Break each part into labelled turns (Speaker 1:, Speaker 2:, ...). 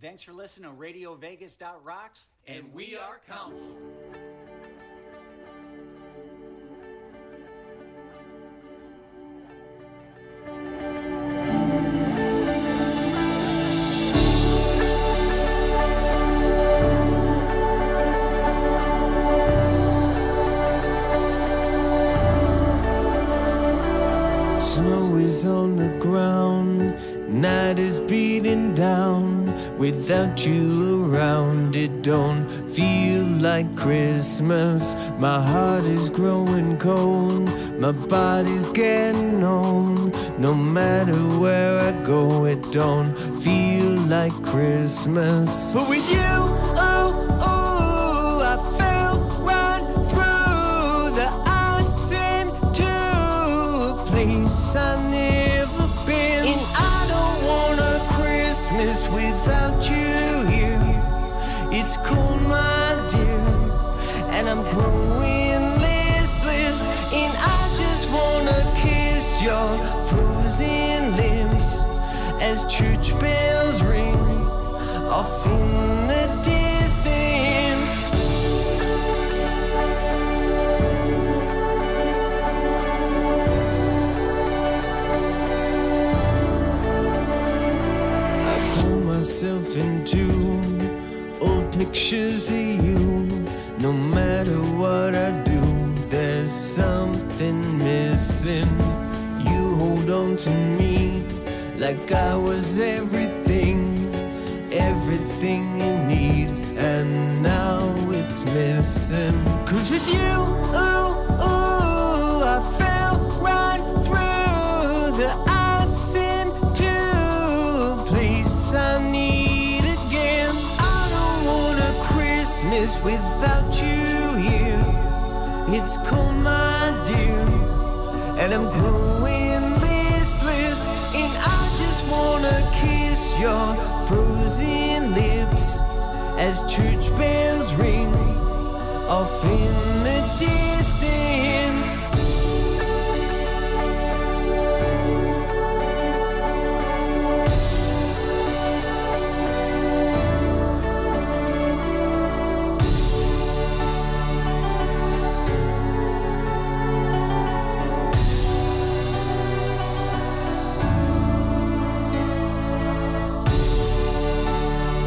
Speaker 1: Thanks for listening to Radio Vegas Rocks,
Speaker 2: And we are council.
Speaker 3: Snow is on the ground, night is beating down. Without you around, it don't feel like Christmas. My heart is growing cold, my body's getting old. No matter where I go, it don't feel like Christmas. But with you, oh, oh, I feel right through the ice into a place I've never been. And I don't want a Christmas without you here. It's cold, my dear, and I'm growing listless. And I just wanna kiss your frozen lips as church bells ring off in the distance. I pull myself into old pictures of you. No matter what I do, there's something missing. You hold on to me like I was everything, everything you need, and now it's missing. Cause with you, ooh, ooh, I fell right through the ice into a place I need again. I don't want a Christmas without you here. It's cold, my dear, and I'm growing listless. And I just wanna kiss your frozen lips as church bells ring off in the distance.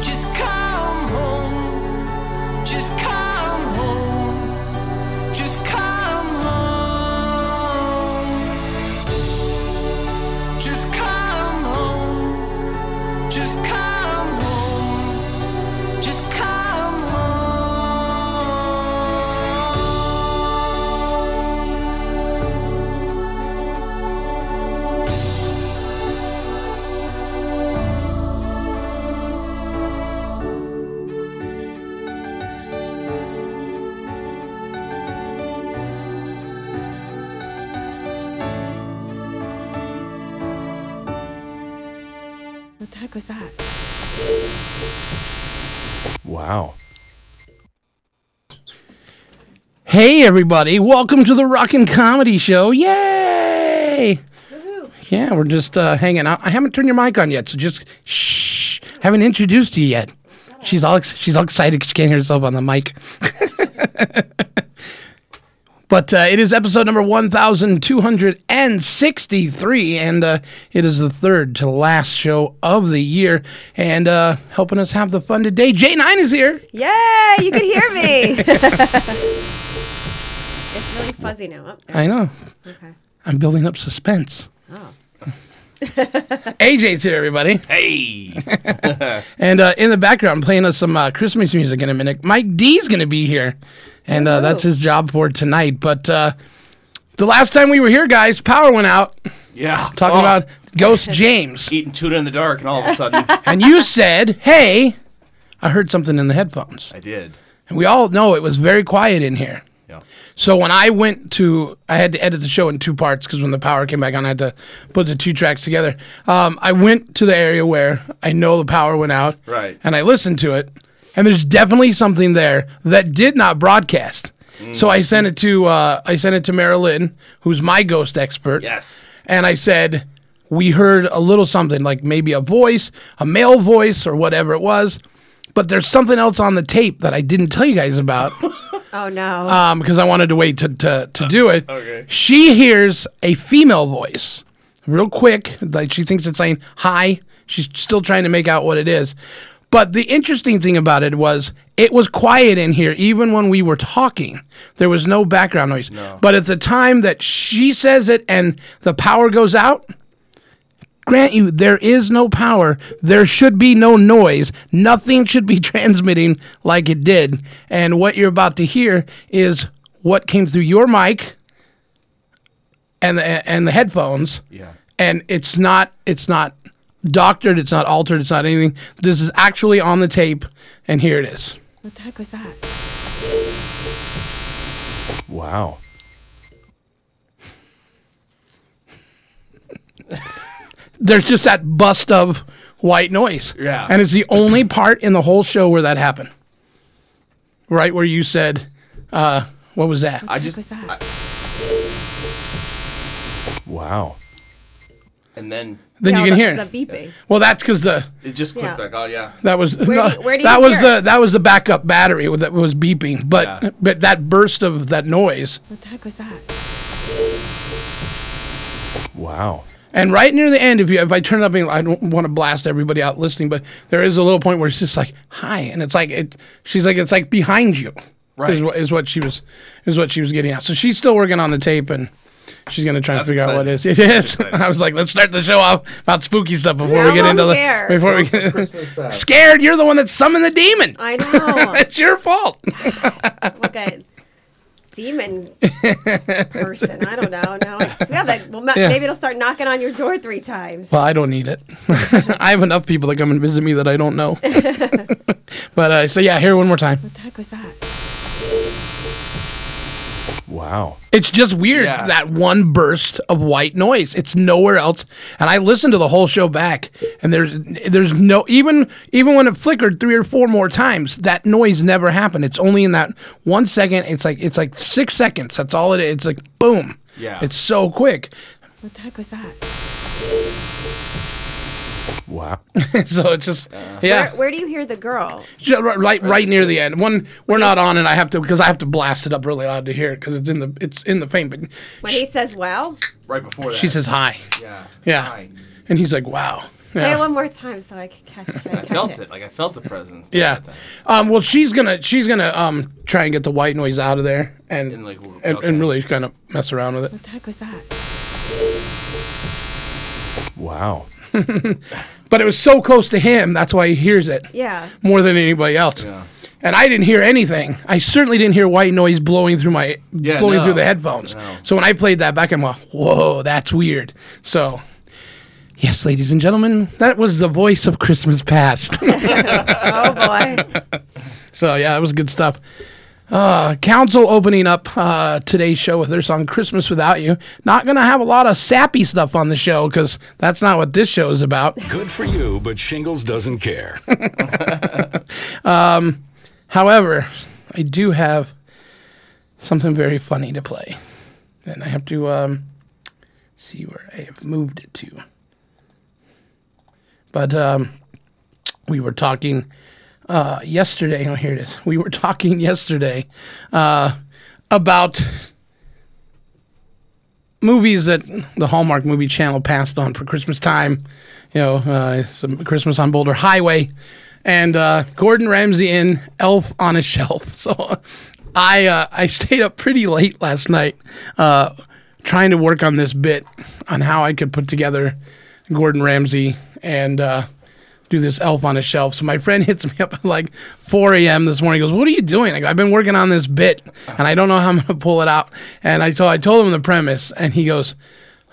Speaker 3: Just come home. Just come home. Just come home. Just come home. Just come home. Just come home.
Speaker 4: What the heck was that?
Speaker 5: Wow. Hey, everybody. Welcome to the Rockin' Comedy Show. Yay! Yeah, we're just uh, hanging out. I haven't turned your mic on yet, so just shh. Haven't introduced you yet. She's all, ex- she's all excited 'cause she can't hear herself on the mic. But uh, it is episode number 1263, and uh, it is the third to last show of the year. And uh, helping us have the fun today, J9 is here.
Speaker 4: Yeah, you could hear me. it's really fuzzy now. Up there.
Speaker 5: I know.
Speaker 4: Okay.
Speaker 5: I'm building up suspense.
Speaker 4: Oh.
Speaker 5: AJ's here, everybody. Hey. and uh, in the background, playing us some uh, Christmas music in a minute. Mike D's going to be here, and uh, that's his job for tonight. But uh, the last time we were here, guys, power went out.
Speaker 6: Yeah.
Speaker 5: Talking
Speaker 6: Oh,
Speaker 5: about Ghost James,
Speaker 6: eating tuna in the dark, and all of a sudden,
Speaker 5: and you said, "Hey, I heard something in the headphones."
Speaker 6: I did.
Speaker 5: And we all know it was very quiet in here.
Speaker 6: Yeah.
Speaker 5: So when I went to, I had to edit the show in two parts because when the power came back on, I had to put the two tracks together. Um, I went to the area where I know the power went out,
Speaker 6: Right.
Speaker 5: And I listened to it, and there's definitely something there that did not broadcast.
Speaker 6: Mm.
Speaker 5: So I sent it to, uh, I sent it to Marilyn, who's my ghost expert.
Speaker 6: Yes.
Speaker 5: And I said, we heard a little something, like maybe a voice, a male voice, or whatever it was. But there's something else on the tape that I didn't tell you guys about
Speaker 4: Oh no.
Speaker 5: um, because I wanted to wait to, to, to do it. Okay. She hears a female voice real quick. Like she thinks it's saying hi. She's still trying to make out what it is. But the interesting thing about it was it was quiet in here, even when we were talking. There was no background noise. But at the time that she says it and the power goes out, grant you there is no power there should be no noise nothing should be transmitting like it did and what you're about to hear is what came through your mic and the, and the headphones
Speaker 6: Yeah.
Speaker 5: and it's not it's not doctored it's not altered it's not anything this is actually on the tape and here it is
Speaker 4: what the heck was that?
Speaker 6: Wow.
Speaker 5: there's just that bust of white noise
Speaker 6: Yeah.
Speaker 5: and it's the only part in the whole show where that happened right where you said uh what was that
Speaker 6: I
Speaker 4: What was
Speaker 6: just
Speaker 4: that?
Speaker 6: wow. And then
Speaker 5: then
Speaker 4: Yeah,
Speaker 5: you can
Speaker 4: the,
Speaker 5: hear
Speaker 4: The beeping.
Speaker 5: Well, that's because the
Speaker 6: it just clicked
Speaker 4: Yeah.
Speaker 6: back. Oh yeah.
Speaker 5: that was
Speaker 4: Where
Speaker 5: no,
Speaker 4: do you- where do
Speaker 5: that
Speaker 4: you
Speaker 5: was
Speaker 4: hear
Speaker 5: the that was the backup battery that was beeping, but
Speaker 6: Yeah.
Speaker 5: but that burst of that noise,
Speaker 4: What the heck was that?
Speaker 6: Wow.
Speaker 5: and right near the end, if you if I turn it up, I don't want to blast everybody out listening, but there is a little point where it's just like hi, and it's like it, she's like it's like behind you,
Speaker 6: Right.
Speaker 5: Is what, is what she was is what she was getting at. So she's still working on the tape and. She's gonna try and
Speaker 6: That's
Speaker 5: figure out what it is.
Speaker 6: exciting.
Speaker 5: It is. I was like, let's start the show off about spooky stuff before
Speaker 4: Yeah,
Speaker 5: we get
Speaker 4: I'm all
Speaker 5: into the
Speaker 4: scared.
Speaker 5: before we get scared. You're the one that summoned the demon.
Speaker 4: I know.
Speaker 5: it's your fault.
Speaker 4: like a demon person. I don't know. No. Yeah, that, well, ma-
Speaker 5: Yeah.
Speaker 4: maybe it'll start knocking on your door three times.
Speaker 5: Well, I don't need it. I have enough people that come and visit me that I don't know. but uh, so yeah, here one more time.
Speaker 4: what the heck was that?
Speaker 6: Wow.
Speaker 5: It's just weird
Speaker 6: Yeah.
Speaker 5: that one burst of white noise. It's nowhere else. And I listened to the whole show back, and there's there's no even even when it flickered three or four more times, that noise never happened. It's only in that one second. It's like it's like six seconds. That's all it is. It's like boom.
Speaker 6: Yeah.
Speaker 5: It's so quick.
Speaker 4: What the heck was that?
Speaker 6: Wow.
Speaker 5: so it's just
Speaker 6: Uh-huh.
Speaker 5: yeah.
Speaker 4: Where, where do you hear the girl?
Speaker 5: Ju- ri- right right near the end. One we're not on, and I have to because I have to blast it up really loud to hear it because it's in the it's in the faint. But
Speaker 4: When
Speaker 5: sh-
Speaker 4: he says, "Wow,"
Speaker 6: Right before that.
Speaker 5: she says hi,
Speaker 6: Yeah.
Speaker 5: yeah,
Speaker 6: Hi.
Speaker 5: and he's like wow,
Speaker 4: play it
Speaker 5: yeah,
Speaker 4: one more time so I can catch, try to
Speaker 6: I
Speaker 4: catch
Speaker 6: felt it. Like I felt the presence.
Speaker 5: yeah. Um, well, she's gonna she's gonna um try and get the white noise out of there and and,
Speaker 6: And like w-
Speaker 5: and,
Speaker 6: okay.
Speaker 5: really kind of mess around with it.
Speaker 4: What the heck was that?
Speaker 6: Wow.
Speaker 5: But it was so close to him, that's why he hears it
Speaker 4: Yeah.
Speaker 5: more than anybody else.
Speaker 6: Yeah.
Speaker 5: And I didn't hear anything. I certainly didn't hear white noise blowing through my
Speaker 6: Yeah,
Speaker 5: blowing
Speaker 6: no.
Speaker 5: through the headphones.
Speaker 6: No.
Speaker 5: So when I played that back, I'm like, whoa, that's weird. So, yes, ladies and gentlemen, that was the voice of Christmas past.
Speaker 4: Oh boy.
Speaker 5: so yeah, it was good stuff. Uh, Council opening up uh, today's show with their song "Christmas Without You." Not gonna have a lot of sappy stuff on the show because that's not what this show is about.
Speaker 7: Good for you, but Shingles doesn't care.
Speaker 5: Um, However, I do have something very funny to play. And I have to um, see where I have moved it to. But um, we were talking uh, yesterday. Oh, here it is. We were talking yesterday uh, about movies that the Hallmark Movie Channel passed on for Christmas time. You know, uh, some Christmas on Boulder Highway, and uh, Gordon Ramsay in Elf on a Shelf. So, I uh, I stayed up pretty late last night uh, trying to work on this bit on how I could put together Gordon Ramsay and. Uh, do this elf on a shelf. So my friend hits me up at like 4 a.m. this morning. He goes, "What are you doing?" I go, "I've been working on this bit, and I don't know how I'm gonna pull it out." And I so I told him the premise, and he goes,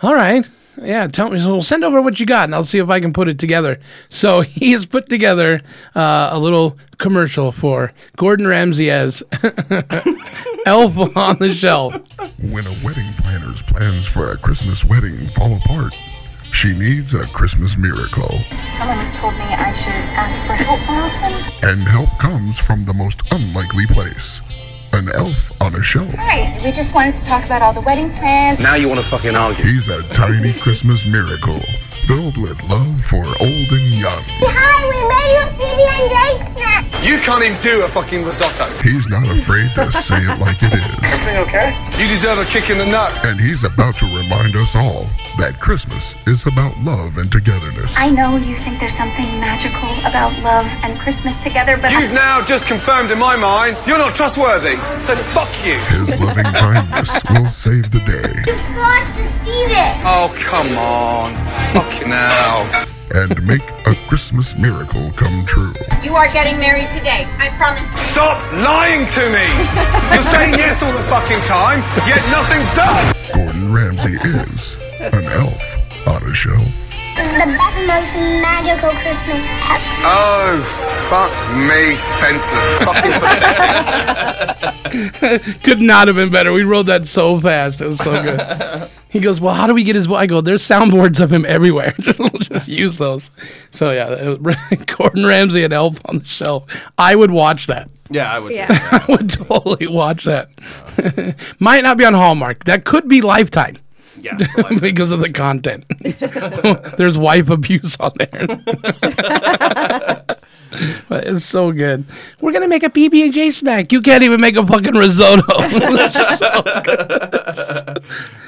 Speaker 5: "All right, yeah, tell me. So well, send over what you got, and I'll see if I can put it together." So he has put together uh, a little commercial for Gordon Ramsay as Elf on the Shelf.
Speaker 8: When a wedding planner's plans for a Christmas wedding fall apart, she needs a Christmas miracle.
Speaker 9: Someone told me I should ask for help more often.
Speaker 8: And help comes from the most unlikely place an elf on a shelf.
Speaker 9: Right. We just wanted to talk about all the wedding plans.
Speaker 8: He's a tiny Christmas miracle filled with love for old and young.
Speaker 10: Hi, we made up PB and J snack.
Speaker 11: You can't even do a fucking risotto.
Speaker 8: He's not afraid to say it like it is.
Speaker 11: Everything okay? You deserve a kick in the nuts.
Speaker 8: And he's about to remind us all that Christmas is about love and togetherness.
Speaker 9: I know you think there's something magical about love and Christmas together, but I-
Speaker 11: You've now just confirmed in my mind you're not trustworthy. So fuck you.
Speaker 8: His loving kindness will save the day
Speaker 10: you've got to see this.
Speaker 11: Oh, come on. Fucking hell.
Speaker 8: and make a Christmas miracle come true.
Speaker 10: You are getting married today. I promise you.
Speaker 11: Stop lying to me. You're saying yes all the fucking time, yet nothing's done.
Speaker 8: Gordon Ramsay is an elf on a shelf.
Speaker 10: This is the best, most magical Christmas ever.
Speaker 11: Oh, fuck me, senseless. Fucking pathetic.
Speaker 5: Could not have been better. We rolled that so fast. It was so good. He goes, Well, how do we get his. wi-" I go, There's soundboards of him everywhere. Just, we'll just use those. So, yeah, it was- Gordon Ramsay and Elf on the Shelf. I would watch that.
Speaker 6: Yeah, I would.
Speaker 4: Yeah.
Speaker 6: take that.
Speaker 5: I would totally watch that. Might not be on Hallmark. That could be Lifetime
Speaker 6: Yeah. it's a life.
Speaker 5: because of the content. There's wife abuse on there. But it's so good. We're gonna make a PB and J snack. You can't even make a fucking risotto. It's so good.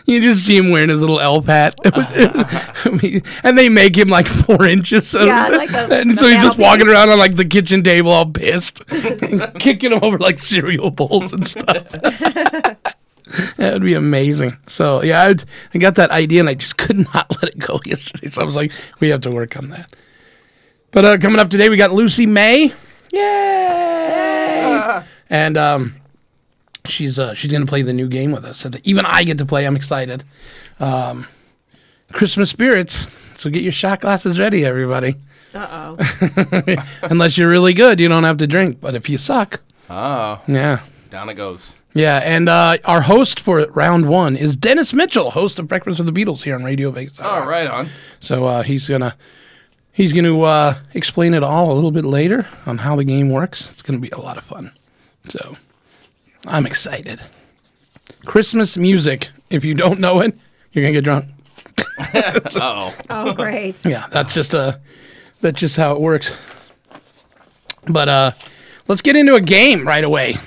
Speaker 5: You just see him wearing his little elf hat, I mean, and they make him like four inches. So
Speaker 4: Yeah, like a-
Speaker 5: and
Speaker 4: the
Speaker 5: so he's just
Speaker 4: mouthpiece.
Speaker 5: walking around on like the kitchen table, all pissed, and kicking him over like cereal bowls and stuff. That would be amazing. So yeah, I, would, I got that idea and I just could not let it go yesterday. So I was like, we have to work on that. But uh, coming up today, we got Lucy May. Yay! And um, she's uh, she's gonna play the new game with us. that Even I get to play. I'm excited. Um, Christmas spirits. So get your shot glasses ready, everybody.
Speaker 4: Uh
Speaker 5: Unless you're really good, you don't have to drink. But if you suck,
Speaker 6: Oh,
Speaker 5: yeah.
Speaker 6: down it goes.
Speaker 5: Yeah, and uh, our host for round one is Dennis Mitchell, host of Breakfast with the Beatles here on Radio Vegas.
Speaker 6: All right, on.
Speaker 5: So uh, he's gonna he's gonna uh, explain it all a little bit later on how the game works. It's gonna be a lot of fun. So I'm excited. Christmas music. If you don't know it, you're gonna get drunk.
Speaker 6: Oh,
Speaker 4: oh. Oh, great.
Speaker 5: Yeah, that's just uh that's just how it works. But uh let's get into a game right away.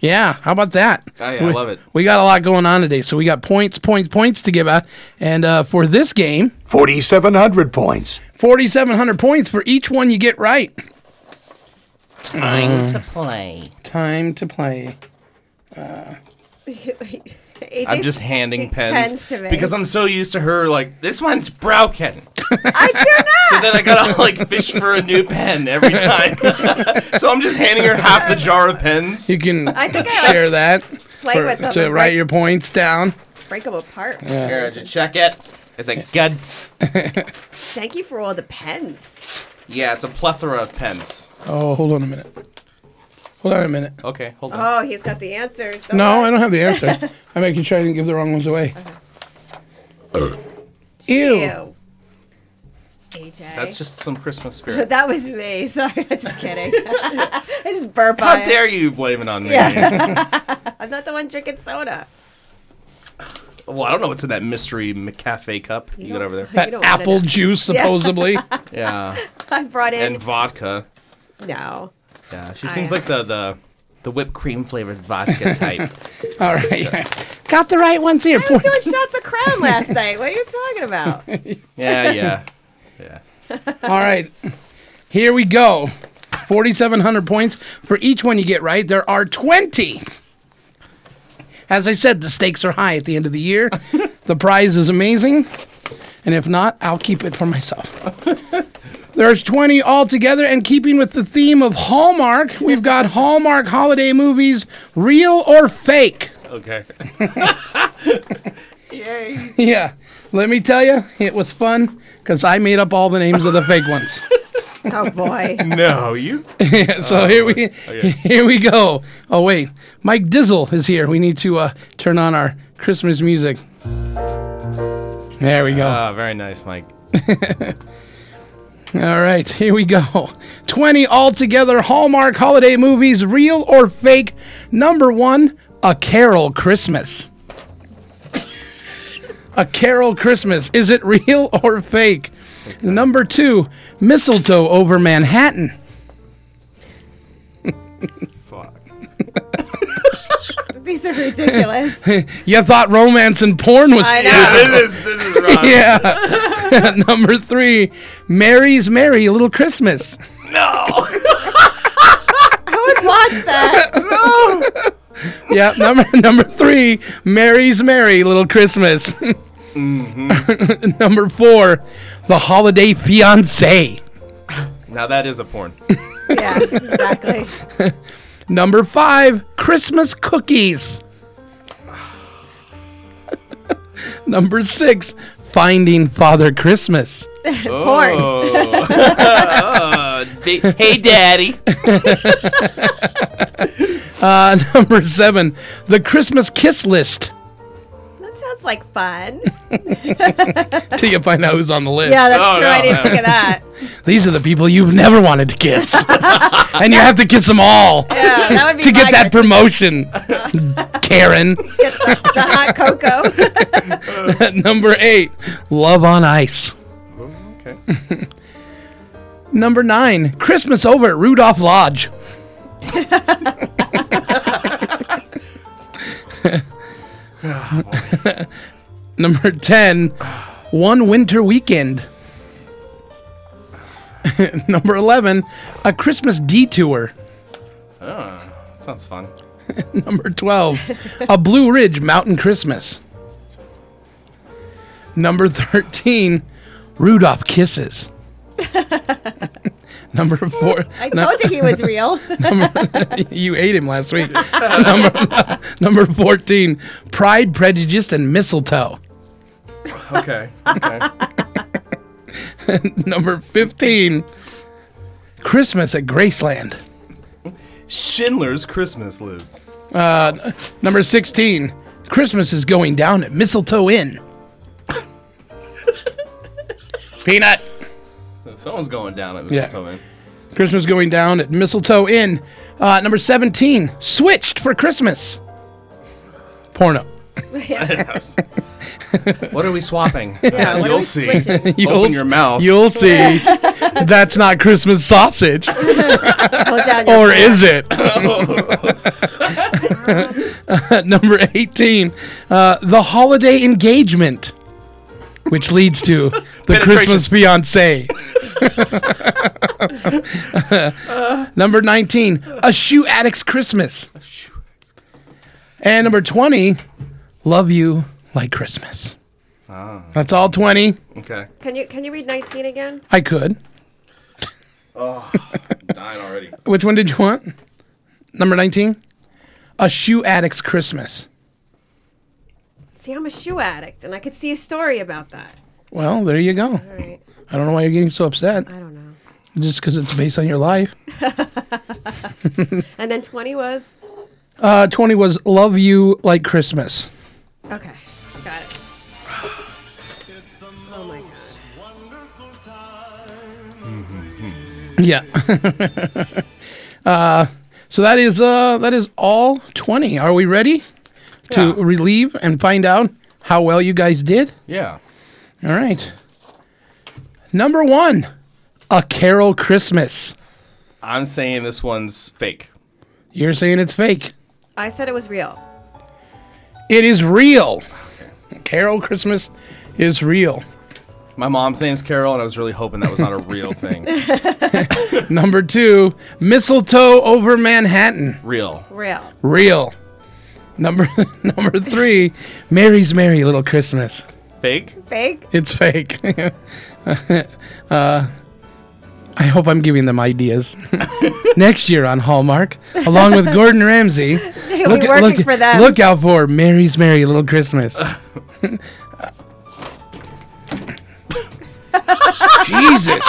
Speaker 5: Yeah, how about that?
Speaker 6: Oh, yeah, I
Speaker 5: we,
Speaker 6: love it.
Speaker 5: We got a lot going on today, so we got points, points, points to give out. And uh, for this game,
Speaker 12: 4,700 points.
Speaker 5: 4,700 points for each one you get right.
Speaker 13: Time to play.
Speaker 5: Time to play.
Speaker 4: AJ's
Speaker 6: I'm just handing pens,
Speaker 4: pens to me.
Speaker 6: because I'm so used to her. Like this one's Browken.
Speaker 4: I do
Speaker 6: So
Speaker 4: not.
Speaker 6: then I gotta like fish for a new pen every time. so I'm just handing her half the jar of pens.
Speaker 5: You can
Speaker 4: I think I
Speaker 5: share that
Speaker 4: play
Speaker 5: for-
Speaker 4: with them
Speaker 5: to
Speaker 4: and
Speaker 5: write
Speaker 4: break-
Speaker 5: your points down.
Speaker 4: Break them apart.
Speaker 6: Here, did you check it? Is it good?
Speaker 4: Thank you for all the pens.
Speaker 6: Yeah, it's a plethora of pens.
Speaker 5: Oh, hold on a minute. Hold on a minute.
Speaker 6: Okay, hold on.
Speaker 4: Oh, he's got the answers. Don't
Speaker 5: No,
Speaker 4: worry.
Speaker 5: I don't have the answer. I'm making sure I didn't give the wrong ones away. Ew.
Speaker 4: Ew. AJ.
Speaker 6: That's just some Christmas spirit.
Speaker 4: that was me. Sorry, I'm just kidding. I just burp on
Speaker 6: How
Speaker 4: it.
Speaker 6: dare you blame it on me?
Speaker 4: I'm not the one drinking soda.
Speaker 6: well, I don't know what's in that mystery McCafe cup you, got
Speaker 4: don't-
Speaker 6: over there.
Speaker 4: You don't wanna
Speaker 5: Apple
Speaker 4: know.
Speaker 5: juice, supposedly.
Speaker 6: Yeah,
Speaker 4: I brought
Speaker 6: and
Speaker 4: in.
Speaker 6: vodka.
Speaker 4: no.
Speaker 6: Yeah, she seems like the the the whipped cream flavored vodka type.
Speaker 5: All right. Got the right ones here.
Speaker 4: I was doing shots of crown last night. What are you talking about?
Speaker 6: yeah, yeah, yeah.
Speaker 5: All right. Here we go. 4,700 points for each one you get right. There are 20. As I said, the stakes are high at the end of the year. the prize is amazing. And if not, I'll keep it for myself. There's 20 altogether, and keeping with the theme of Hallmark, we've got Hallmark holiday movies, real or fake.
Speaker 6: Okay.
Speaker 5: Yeah, let me tell you, it was fun because I made up all the names of the fake ones.
Speaker 4: Oh boy.
Speaker 6: no, you.
Speaker 5: so here we
Speaker 6: okay.
Speaker 5: here we go. Oh wait, Mike Dizzle is here. We need to uh, turn on our Christmas music. There we go.
Speaker 6: Ah, very nice, Mike.
Speaker 5: All right, here we go. 20 altogether Hallmark holiday movies, real or fake. Number one, A Carol Christmas. A Carol Christmas. Is it real or fake? Number two, mistletoe over Manhattan.
Speaker 4: These are ridiculous.
Speaker 5: You thought romance and porn was.
Speaker 4: I know.
Speaker 6: Yeah, this is this is wrong.
Speaker 5: Yeah. Number three, Mary's Merry Little Christmas.
Speaker 4: I would watch that.
Speaker 5: Yeah. Number number three, Mary's Merry Little Christmas.
Speaker 6: Mm-hmm.
Speaker 5: number four, The Holiday Fiance.
Speaker 6: Now that is a porn.
Speaker 4: Yeah, exactly.
Speaker 5: Number five, Christmas cookies. Number six, Finding Father Christmas.
Speaker 6: Oh.
Speaker 4: Porn.
Speaker 6: Da- Oh. Uh, hey, daddy.
Speaker 5: Uh, number seven, The Christmas Kiss List.
Speaker 4: That sounds like fun.
Speaker 5: Till you find out who's on the list.
Speaker 4: Yeah, that's
Speaker 6: Oh,
Speaker 4: true. I
Speaker 6: no,
Speaker 4: didn't think of that.
Speaker 5: These are the people you've never wanted to kiss. and you have to kiss them all
Speaker 4: Yeah, that would be
Speaker 5: to
Speaker 4: my
Speaker 5: get that
Speaker 4: Christmas.
Speaker 5: promotion, Karen.
Speaker 4: Get the, the hot cocoa.
Speaker 5: Number eight, Love on Ice.
Speaker 6: Okay.
Speaker 5: Number nine, Christmas over at Rudolph Lodge. Number 10, One Winter Weekend. Number 11, A Christmas Detour.
Speaker 6: Ah, Sounds fun.
Speaker 5: Number 12, A Blue Ridge Mountain Christmas. Number 13, Rudolph Kisses. Number 4,
Speaker 4: I told you he was real.
Speaker 5: you ate him last week. number, number 14, Pride, Prejudice, and Mistletoe.
Speaker 6: Okay. okay.
Speaker 5: Number 15, Christmas at Graceland.
Speaker 6: Schindler's Christmas list.
Speaker 5: Uh, Number 16, Christmas is going down at Mistletoe Inn. Peanut.
Speaker 6: Someone's going down. It was
Speaker 5: Yeah.
Speaker 6: something.
Speaker 5: Christmas going down at Mistletoe Inn. Uh, number 17, Switched for Christmas. Porno.
Speaker 6: Yes. what are we swapping?
Speaker 4: Yeah,
Speaker 6: Uh,
Speaker 4: what are
Speaker 6: you'll
Speaker 4: we
Speaker 6: see.
Speaker 4: switching?
Speaker 6: Open your mouth.
Speaker 5: You'll see. That's not Christmas sausage.
Speaker 4: Hold down your
Speaker 5: or is it? Number 18, uh, the holiday engagement, which leads to the
Speaker 6: Penetration.
Speaker 5: Christmas fiance. number 19, a shoe addict's Christmas. And number 20, love you like Christmas. That's all 20.
Speaker 6: Okay.
Speaker 4: Can you can you read 19 again?
Speaker 5: I could.
Speaker 6: Dying already.
Speaker 5: Which one did you want? Number 19? A shoe addict's Christmas.
Speaker 4: See, I'm a shoe addict, and I could see a story about that.
Speaker 5: Well, there you go.
Speaker 4: All right.
Speaker 5: I don't know why you're getting so upset.
Speaker 4: I don't know.
Speaker 5: Just because it's based on your life.
Speaker 4: And then 20 was
Speaker 5: Uh, 20 was Love You Like Christmas.
Speaker 4: okay. Got it. Oh my god.
Speaker 5: Yeah. uh, so that is uh, that is all 20. Are we ready to
Speaker 6: Yeah.
Speaker 5: relieve and find out how well you guys did?
Speaker 6: Yeah.
Speaker 5: All right. Number one, A Carol Christmas.
Speaker 6: I'm saying this one's fake.
Speaker 5: You're saying it's fake.
Speaker 4: I said it was real.
Speaker 5: It is real. Carol Christmas is real.
Speaker 6: My mom's name's Carol, and I was really hoping that was not a real thing.
Speaker 5: Number two, mistletoe over Manhattan.
Speaker 6: Real.
Speaker 4: Real.
Speaker 5: Real. Number number three, Mary's Merry Little Christmas.
Speaker 6: Fake?
Speaker 4: Fake?
Speaker 5: It's fake. uh, I hope I'm giving them ideas. Next year on Hallmark, along with Gordon Ramsay,
Speaker 4: We're working
Speaker 5: look,
Speaker 4: for them.
Speaker 5: look out for Mary's Merry Little Christmas. Jesus,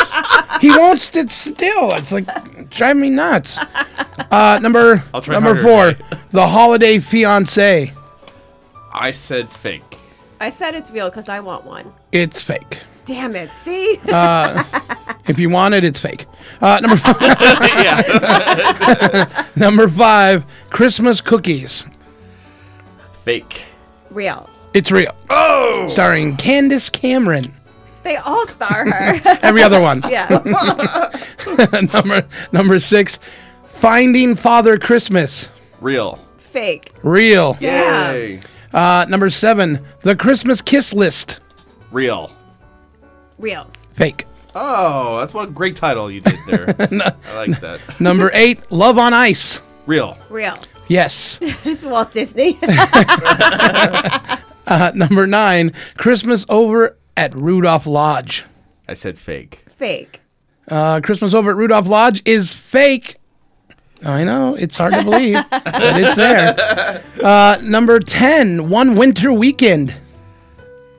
Speaker 5: he won't sit still. It's like driving me nuts. Uh, number
Speaker 6: I'll try
Speaker 5: number
Speaker 6: harder
Speaker 5: four,
Speaker 6: today.
Speaker 5: the holiday fiance.
Speaker 6: I said fake.
Speaker 4: I said it's real because I want one.
Speaker 5: It's fake.
Speaker 4: Damn it. See?
Speaker 5: Uh, If you want it, it's fake. Uh, number five,
Speaker 6: yeah.
Speaker 5: number five, Christmas cookies.
Speaker 6: Fake.
Speaker 4: real.
Speaker 5: It's real. Oh, starring Candace Cameron.
Speaker 4: They all star her.
Speaker 5: Every other one.
Speaker 4: yeah.
Speaker 5: number number six, Finding Father Christmas.
Speaker 6: Real.
Speaker 4: Fake.
Speaker 5: Real.
Speaker 4: Yeah.
Speaker 6: Yay.
Speaker 5: Uh, number seven, The Christmas Kiss List.
Speaker 6: Real.
Speaker 4: Real.
Speaker 5: Fake.
Speaker 6: Oh, that's what a great title you did there. I like that.
Speaker 5: Number eight, Love on Ice.
Speaker 6: Real.
Speaker 4: Real.
Speaker 5: Yes.
Speaker 4: It's Walt Disney.
Speaker 5: Uh, number nine, Christmas Over at Rudolph Lodge.
Speaker 6: I said fake.
Speaker 4: Fake.
Speaker 5: Uh, Christmas Over at Rudolph Lodge is fake. I know, it's hard to believe, but it's there. Uh, number 10, One Winter Weekend.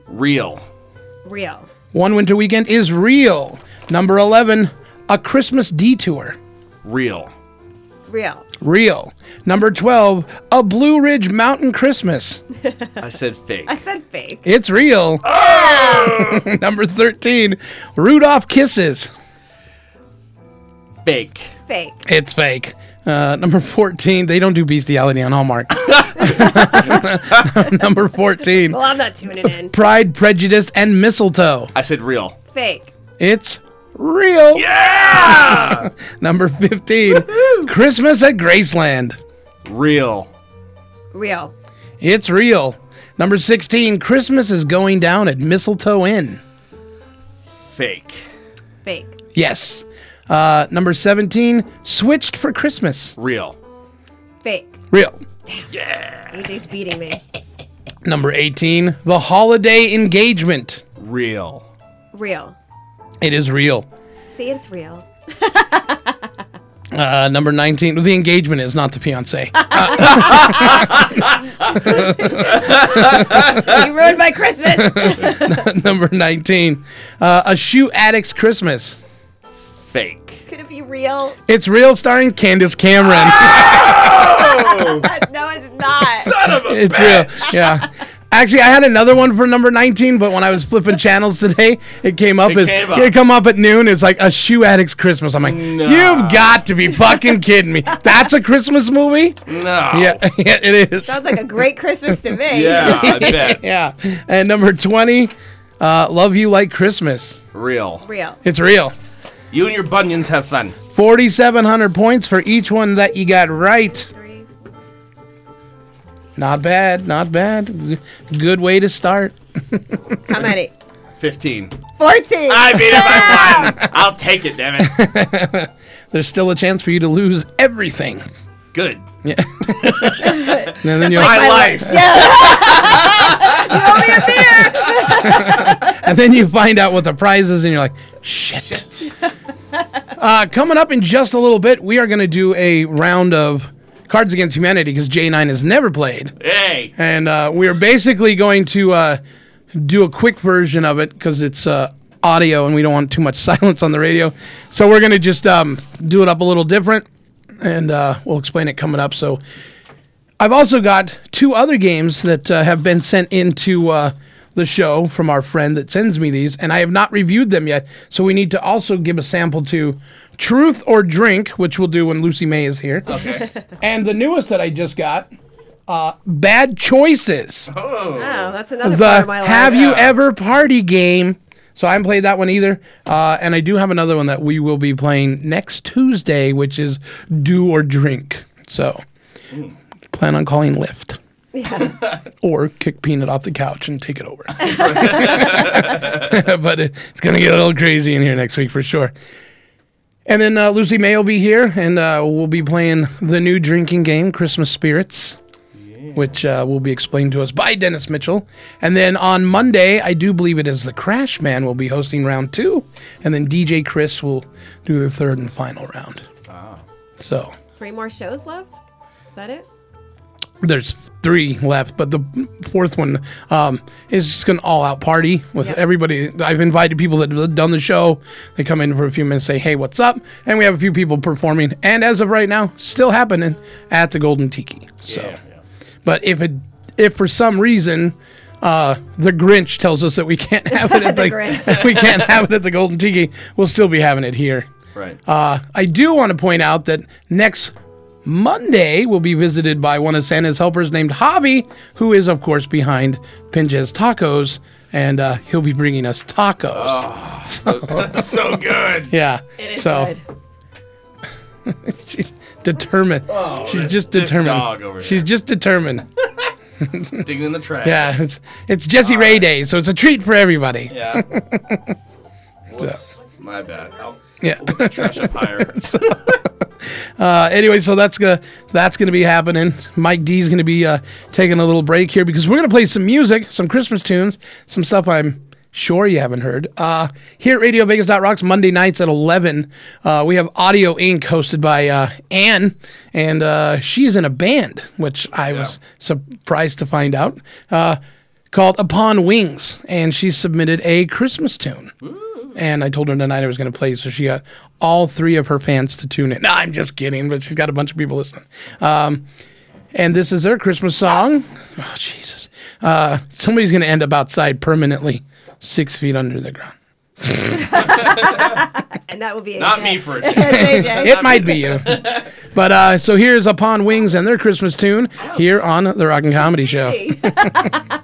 Speaker 6: Real.
Speaker 4: Real.
Speaker 5: One Winter Weekend is real. Number 11, A Christmas Detour.
Speaker 6: Real.
Speaker 4: Real.
Speaker 5: Real. Number 12, A Blue Ridge Mountain Christmas.
Speaker 6: I said fake.
Speaker 4: I said fake.
Speaker 5: It's real.
Speaker 6: Ah!
Speaker 5: Number 13, Rudolph Kisses.
Speaker 6: Fake.
Speaker 4: Fake.
Speaker 5: It's fake. Uh, number 14, they don't do bestiality on Hallmark. number 14,
Speaker 4: Well, I'm not tuning in.
Speaker 5: Pride, Prejudice, and Mistletoe.
Speaker 6: I said real.
Speaker 4: Fake.
Speaker 5: It's real.
Speaker 6: Yeah!
Speaker 5: Number 15, Christmas at Graceland.
Speaker 6: real.
Speaker 4: Real.
Speaker 5: It's real. Number 16, Christmas is going down at Mistletoe Inn.
Speaker 6: Fake.
Speaker 4: Fake.
Speaker 5: Yes. Uh, number 17, Switched for Christmas.
Speaker 6: Real.
Speaker 4: Fake.
Speaker 5: Real.
Speaker 4: AJ's beating me.
Speaker 5: Number 18, The Holiday Engagement.
Speaker 6: Real.
Speaker 4: Real.
Speaker 5: It is real.
Speaker 4: See, it's real.
Speaker 5: Uh, number 19, The Engagement is not the fiance. Uh,
Speaker 4: You ruined my Christmas.
Speaker 5: number 19, uh, A Shoe Addict's Christmas.
Speaker 6: Fake.
Speaker 4: Could it be real?
Speaker 5: It's real, starring Candace Cameron.
Speaker 4: Oh! no, it's not.
Speaker 6: Son of a
Speaker 5: it's real. Yeah. Actually, I had another one for number 19, but when I was flipping channels today, it came up
Speaker 6: It
Speaker 5: as
Speaker 6: came up.
Speaker 5: it come up at noon. It's like a shoe addict's Christmas. I'm like, you've got to be fucking kidding me. That's a Christmas movie?
Speaker 6: no.
Speaker 5: Yeah, yeah, it is.
Speaker 4: Sounds like a great Christmas to me.
Speaker 6: Yeah, I bet.
Speaker 5: Yeah. And number 20, uh, Love You Like Christmas.
Speaker 6: Real.
Speaker 4: Real.
Speaker 5: It's real.
Speaker 6: You and your bunions have fun.
Speaker 5: 4,700 points for each one that you got right.
Speaker 4: Three.
Speaker 5: Not bad, not bad. G- Good way to start.
Speaker 4: How many?
Speaker 6: 15.
Speaker 4: 14.
Speaker 6: I beat it by one. I'll take it, damn it.
Speaker 5: There's still a chance for you to lose everything.
Speaker 6: Good.
Speaker 5: And then, you'll,
Speaker 6: My life.
Speaker 5: and then you find out what the prize is, and you're like, shit. uh, coming up in just a little bit, we are going to do a round of Cards Against Humanity because J9 has never played.
Speaker 6: Hey.
Speaker 5: And uh, we are basically going to uh, do a quick version of it because it's uh, audio and we don't want too much silence on the radio. So we're going to just um, do it up a little different and uh, we'll explain it coming up. So I've also got two other games that uh, have been sent into uh, the show from our friend that sends me these, and I have not reviewed them yet. So we need to also give a sample to Truth or Drink, which we'll do when Lucy May is here. Okay. and the newest that I just got. Uh, bad choices.
Speaker 4: Oh, that's another part
Speaker 5: The
Speaker 4: of my life.
Speaker 5: Have You Ever Party game. So I haven't played that one either. Uh, and I do have another one that we will be playing next Tuesday, which is Do or Drink. So
Speaker 4: Hmm.
Speaker 5: plan on calling Lyft or kick Peanut off the couch and take it over. but it- it's going to get a little crazy in here next week for sure. And then uh, Lucy May will be here, and uh, we'll be playing the new drinking game, Christmas Spirits, which uh, will be explained to us by Dennis Mitchell. And then on Monday, I do believe it is the Crash Man will be hosting round two, and then DJ Chris will do the third and final round. So
Speaker 4: Three more shows left? Is that it?
Speaker 5: there's three left, but the fourth one um, is just an all-out party with
Speaker 4: Yeah.
Speaker 5: everybody. I've invited people that have done the show. They come in for a few minutes, say, "Hey, what's up?" And we have a few people performing. And as of right now, still happening at the Golden Tiki. So, but if it if for some reason uh, the Grinch tells us that we can't have it at
Speaker 4: The
Speaker 5: the,
Speaker 4: Grinch.
Speaker 5: we can't have it at the Golden Tiki, we'll still be having it here.
Speaker 6: Right.
Speaker 5: Uh, I do want to point out that next Monday we'll be visited by one of Santa's helpers named Javi, who is of course behind Pinjez Tacos, and uh, he'll be bringing us tacos.
Speaker 6: Ah, so good.
Speaker 5: Yeah.
Speaker 4: It is
Speaker 5: so
Speaker 4: good.
Speaker 5: she's determined.
Speaker 6: Oh,
Speaker 5: she's
Speaker 6: this-
Speaker 5: just
Speaker 6: this
Speaker 5: determined.
Speaker 6: dog over
Speaker 5: she's just determined.
Speaker 6: Digging in the trash.
Speaker 5: Yeah. It's, it's Jesse Ray Day, so it's a treat for everybody.
Speaker 6: Yeah. Whoops. My bad. I'll
Speaker 5: Yeah.
Speaker 6: put trash up higher.
Speaker 5: Uh, anyway, so that's gonna that's gonna be happening. Mike D's gonna be uh, taking a little break here because we're gonna play some music, some Christmas tunes, some stuff I'm sure you haven't heard. Uh, here at Radio Vegas Rocks Monday nights at eleven, uh, we have Audio Inc. hosted by uh, Ann, and uh, she's in a band, which I was surprised to find out. Uh, called Upon Wings, and she submitted a Christmas tune. And I told her tonight I was going to play, so she got all three of her fans to tune in. No, I'm just kidding, but she's got a bunch of people listening. Um, and this is their Christmas song. Oh, Jesus. Uh, somebody's going to end up outside permanently, six feet under the ground.
Speaker 4: And that would be
Speaker 6: Not
Speaker 4: AJ.
Speaker 6: me for a change.
Speaker 4: AJ.
Speaker 5: It might be you. But uh, so here's Upon Wings and their Christmas tune here on The Rockin' Comedy Show.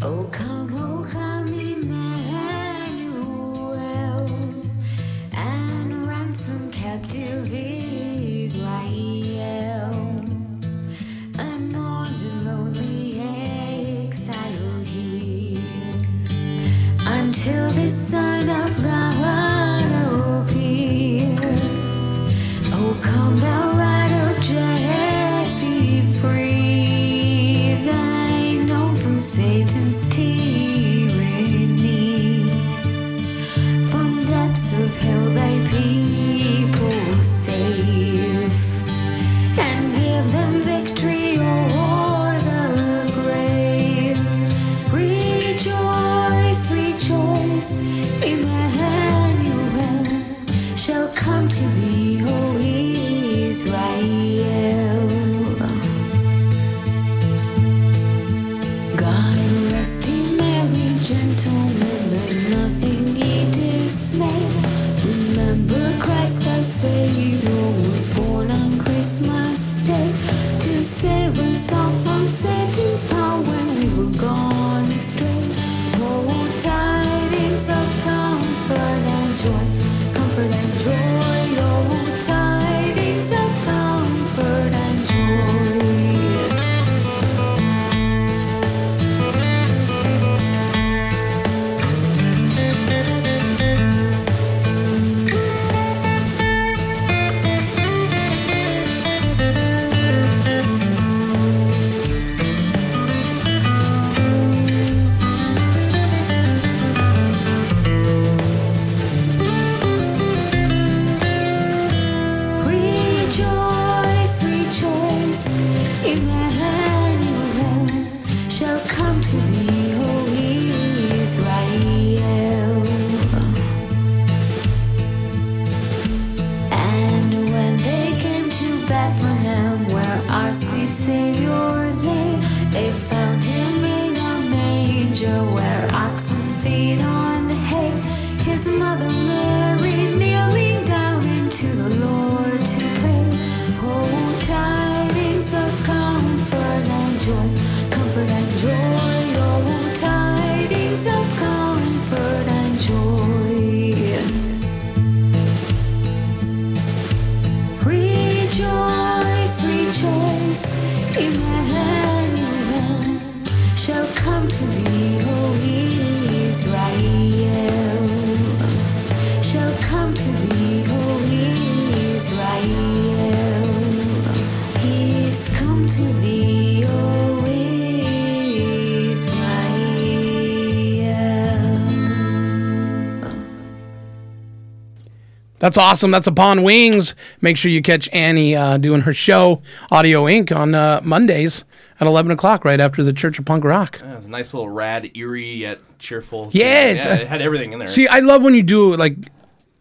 Speaker 13: Oh come, oh come, Emmanuel, and ransom captive Israel, and mourned in lonely exile here, until the Son of God appear. Oh, come thou right of Jesse free, thine own from Satan's tyranny. From depths of hell thy people save, and give them victory o'er the grave. Rejoice, rejoice, Emmanuel shall come to thee, O Israel. God and resting Mary, gentlemen, and nothing ye dismay. Remember Christ our Savior was born on Christmas Day to save us all from Satan's power when we were gone astray. Oh, tidings of comfort and joy, comfort and joy. Oh, tidings of comfort and joy. Rejoice, rejoice, Emmanuel shall come to thee, O Israel. And when they came to Bethlehem, where our sweet Savior lay, they found him in a manger where oxen feed on hay. His mother Mary kneeling down into the Lord to pray. Oh, tidings of comfort and joy, comfort and joy. Oh, tidings of comfort and joy. Rejoice, rejoice, Emmanuel shall come to thee, O Israel. Shall come to thee, O Israel. He is come to thee, O Israel.
Speaker 5: That's awesome. That's Upon Wings. Make sure you catch Annie uh, doing her show, Audio Inc., on uh, Mondays at 11 o'clock, right after the Church of Punk Rock.
Speaker 6: That was a nice little rad, eerie yet cheerful.
Speaker 5: Yeah,
Speaker 6: tune.
Speaker 5: it's-
Speaker 6: yeah it had everything in there.
Speaker 5: See, I love when you do like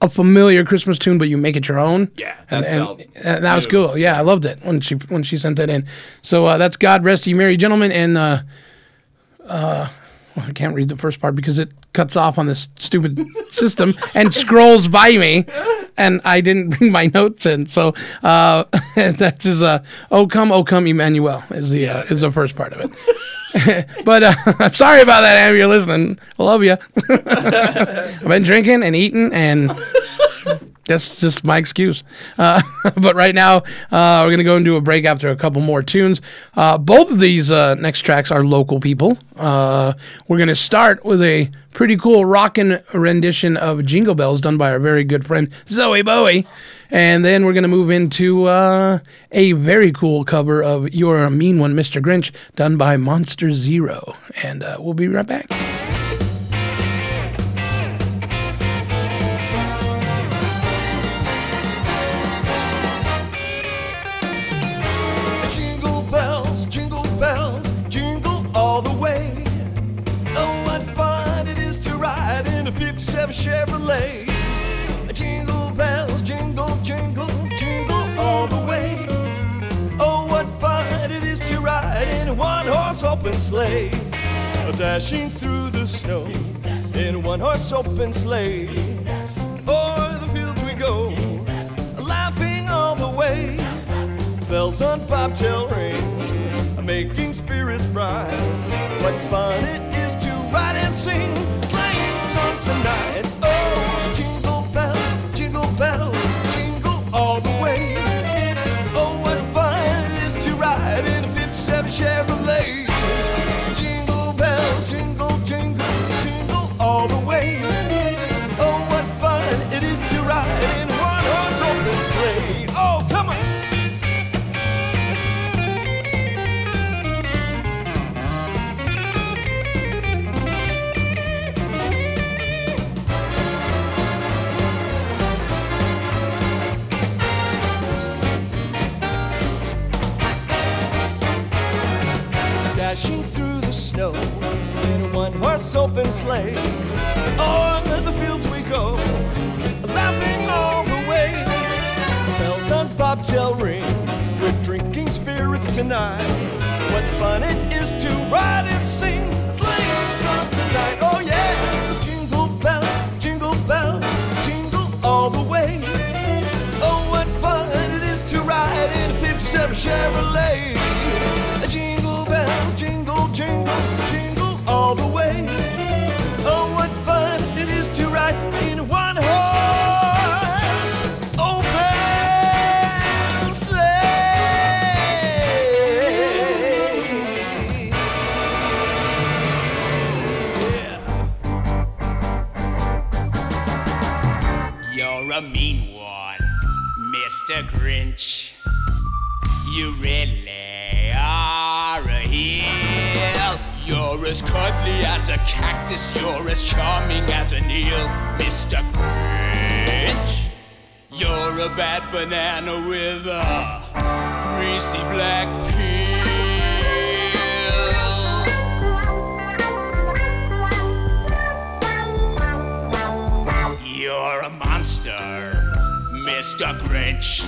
Speaker 5: a familiar Christmas tune, but you make it your own.
Speaker 6: Yeah,
Speaker 5: and,
Speaker 6: that
Speaker 5: and-
Speaker 6: felt
Speaker 5: and that was
Speaker 6: new.
Speaker 5: cool. Yeah, I loved it when she when she sent that in. So uh, that's God rest you, merry gentlemen, and uh, uh, Well, I can't read the first part because it cuts off on this stupid system and scrolls by me, and I didn't bring my notes in. So uh, that is uh, "O Come, O Come, Emmanuel" is the uh, is the first part of it. but uh, I'm sorry about that, Am. You're listening. I love you. I've been drinking and eating and. That's just my excuse. Uh, but right now, uh, we're going to go into a break after a couple more tunes. Uh, both of these uh, next tracks are local people. Uh, we're going to start with a pretty cool rockin' rendition of Jingle Bells done by our very good friend Zoe Bowie. And then we're going to move into uh, a very cool cover of You're a Mean One, Mr. Grinch, done by Monster Zero. And uh, we'll be right back.
Speaker 14: Jingle bells, jingle bells, jingle all the way. Oh, what fun it is to ride in a 57 Chevrolet. Jingle bells, jingle, jingle, jingle all the way. Oh, what fun it is to ride in a one horse open sleigh. Dashing through the snow in a one horse open sleigh. O'er the fields we go, laughing all the way bells on bobtail ring, making spirits bright. What fun it is to ride and sing sleighing song tonight! Oh, jingle bells, jingle bells, jingle all the way. Oh, what fun it is to ride in a '57 Chevrolet. Jingle bells, jingle, jingle, jingle all the way. Oh, what fun it is to ride in a one-horse open sleigh. Oh, come on! dashing through the snow in a one horse open sleigh. On the fields we go, laughing all the way. Bells on bobtail ring, we're drinking spirits tonight. What fun it is to ride and sing sleighing song tonight! Oh yeah! Jingle bells, jingle bells, jingle all the way. Oh what fun it is to ride in a '57 Chevrolet. Jingle bells, jingle, jingle, jingle all the way. Oh, what fun it is to ride in a one horse open sleigh.
Speaker 15: You're a mean one, Mr. Grinch. You really are a heel. You're as cuddly as a cactus, you're as charming as an eel, Mr. Grinch. You're a bad banana with a greasy black peel. You're a monster, Mr. Grinch.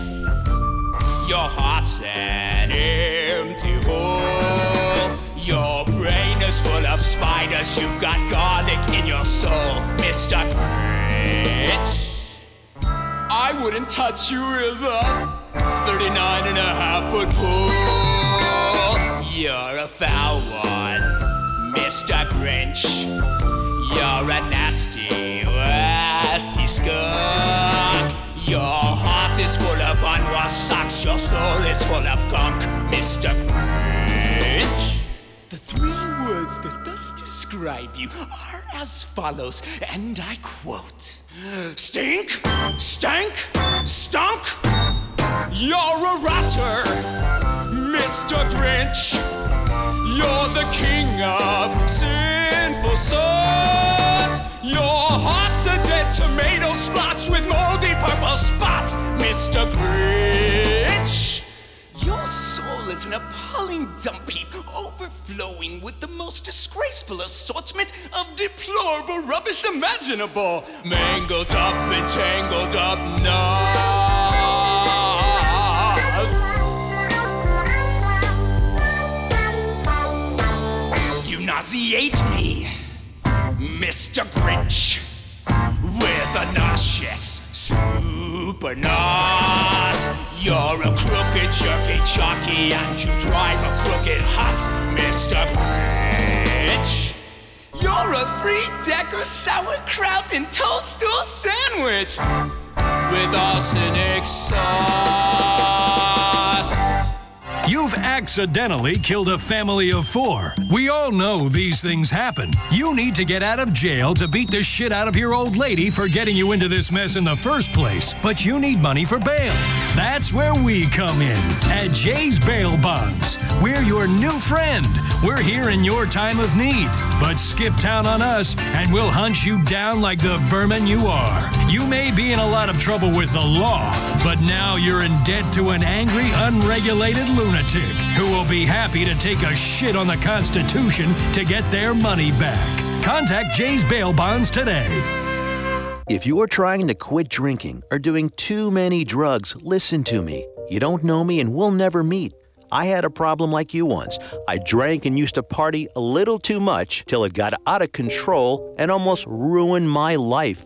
Speaker 15: Your heart's an empty hole. Your brain is full of spiders. You've got garlic in your soul, Mr. Grinch. I wouldn't touch you with a 39 and a half foot pole. You're a foul one, Mr. Grinch. You're a nasty, nasty skunk. Your heart is full of unwashed socks. Your soul is full of gunk, Mr. Grinch. The three words that best describe you are as follows, and I quote Stink, stank, stunk. You're a rotter, Mr. Grinch. You're the king of sinful sons. Your heart's a dead tomato splotch with moldy purple spots, Mr. Grinch. Your soul is an appalling dump heap, overflowing with the most disgraceful assortment of deplorable rubbish imaginable. Mangled up and tangled up knots. You nauseate me, Mr. Grinch with a nauseous super nut. You're a crooked jerky jockey and you drive a crooked huss, Mr. Grinch. You're a three-decker sauerkraut and toadstool sandwich with arsenic sauce.
Speaker 16: You've accidentally killed a family of four. We all know these things happen. You need to get out of jail to beat the shit out of your old lady for getting you into this mess in the first place, but you need money for bail. That's where we come in at Jay's Bail Bonds. We're your new friend. We're here in your time of need, but skip town on us and we'll hunt you down like the vermin you are. You may be in a lot of trouble with the law, but now you're in debt to an angry, unregulated lunatic who will be happy to take a shit on the Constitution to get their money back. Contact Jay's Bail Bonds today.
Speaker 17: If you are trying to quit drinking or doing too many drugs, listen to me. You don't know me and we'll never meet. I had a problem like you once. I drank and used to party a little too much till it got out of control and almost ruined my life.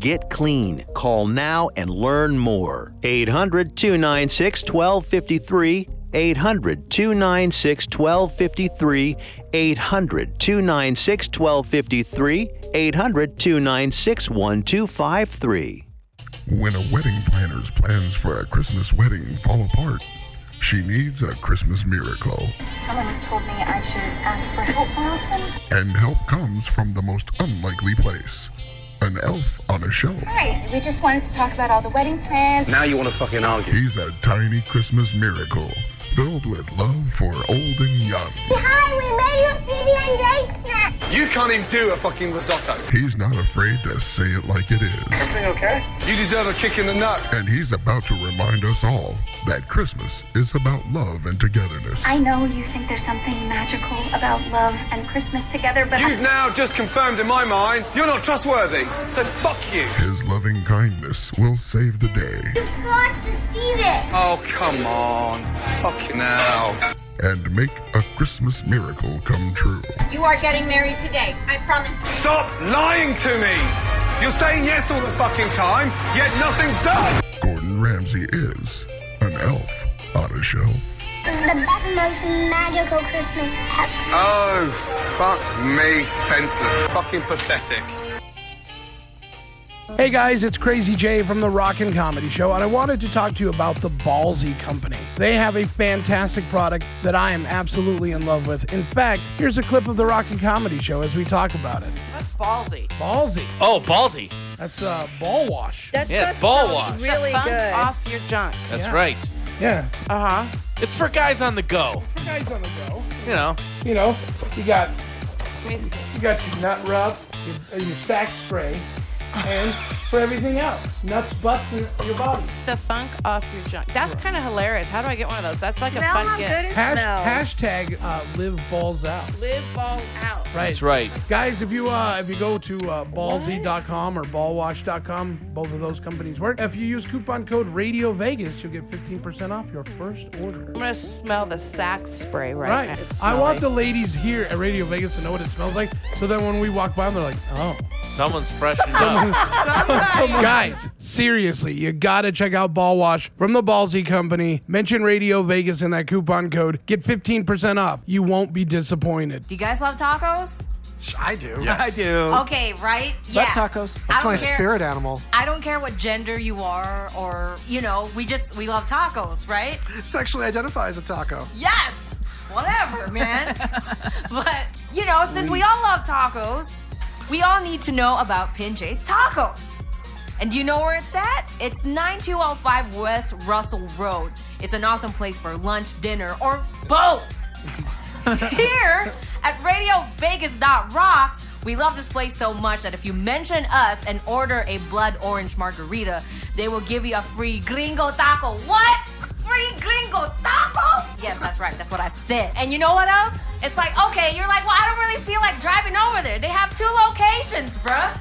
Speaker 17: Get clean. Call now and learn more. 800 296 1253. 800 296 1253. 800 296 1253. 800 296 1253.
Speaker 8: When a wedding planner's plans for a Christmas wedding fall apart, she needs a Christmas miracle.
Speaker 18: Someone told me I should ask for help more often.
Speaker 8: And help comes from the most unlikely place an elf on a shelf.
Speaker 18: Hi, we just wanted to talk about all the wedding plans.
Speaker 8: you want to fucking argue. He's a tiny Christmas miracle filled with love for old and young.
Speaker 19: Hi, we made you a PB and J snack.
Speaker 11: You can't even do a fucking risotto.
Speaker 8: He's not afraid to say it like it is.
Speaker 11: Everything okay? You deserve a kick in the nuts.
Speaker 8: And he's about to remind us all that Christmas is about love and togetherness.
Speaker 18: I know you think there's something magical about love and Christmas together, but
Speaker 11: You've now just confirmed in my mind you're not trustworthy. So fuck you.
Speaker 8: His loving kindness will save the day.
Speaker 19: You've got to see this.
Speaker 11: Oh, come on. Fucking hell.
Speaker 8: and make a Christmas miracle come true.
Speaker 20: You are getting married today. I promise you.
Speaker 11: Stop lying to me. You're saying yes all the fucking time, yet nothing's done.
Speaker 8: Gordon Ramsay is an elf on a shelf.
Speaker 19: This is the best, most magical Christmas ever.
Speaker 11: Oh, fuck me, senseless. Fucking pathetic.
Speaker 5: Hey guys, it's Crazy Jay from the Rockin' Comedy Show, and I wanted to talk to you about the Ballsy Company. They have a fantastic product that I am absolutely in love with. In fact, here's a clip of the Rockin' Comedy Show as we talk about it.
Speaker 21: That's ballsy.
Speaker 5: Ballsy.
Speaker 22: Oh, ballsy.
Speaker 5: That's uh, ball wash.
Speaker 21: That's
Speaker 22: Yeah, that ball smells wash.
Speaker 21: really good. Off your junk.
Speaker 22: That's right.
Speaker 5: Yeah.
Speaker 21: Uh huh.
Speaker 22: It's for guys on the go.
Speaker 5: Guys on the go.
Speaker 22: You know.
Speaker 5: You know, you got you got your nut rub, your, uh, your sack spray, and for everything else, nuts, butts, and your body.
Speaker 21: The funk off your junk. That's kind of hilarious. How do I get one of those? That's like
Speaker 20: Smell
Speaker 21: a fun
Speaker 20: how
Speaker 21: gift.
Speaker 20: good it
Speaker 5: Hash- hashtag uh, live balls out.
Speaker 21: Live balls out.
Speaker 5: Right.
Speaker 22: That's right.
Speaker 5: Guys, if you uh, if you go to uh, ballsy.com or ballwash.com, both of those companies work. If you use coupon code Radio Vegas, you'll get 15% off your first order.
Speaker 21: I'm gonna smell the sack spray right, now. It's
Speaker 5: I want
Speaker 21: smelly.
Speaker 5: the ladies here at Radio Vegas to know what it smells like so that when we walk by them, they're like, oh.
Speaker 22: Someone's freshened
Speaker 5: Someone-
Speaker 22: up.
Speaker 5: someone- Guys, seriously, you gotta check out Ball Wash from the Ballsy Company. Mention Radio Vegas in that coupon code. Get 15% off. You won't be disappointed.
Speaker 20: Do you guys love tacos?
Speaker 7: I do.
Speaker 5: Yes. I do.
Speaker 20: Okay, right? Yeah.
Speaker 7: That's
Speaker 20: I
Speaker 7: my
Speaker 20: don't care-
Speaker 7: spirit animal.
Speaker 20: I don't care what gender you are or, you know, we just, we love tacos, right?
Speaker 7: Sexually identify as a taco.
Speaker 20: Yes! Whatever, man. but, you know, since we all love tacos, we all need to know about Pinche's Tacos. And do you know where it's at? It's 9205 West Russell Road. It's an awesome place for lunch, dinner, or both. Here at Radio Vegas Rocks, We love this place so much that if you mention us and order a blood orange margarita, they will give you a free gringo taco. What? Free gringo taco? Yes, that's right. That's what I said. And you know what else? It's like, okay, you're like, well, I don't really feel like driving over there. They have two locations, bruh.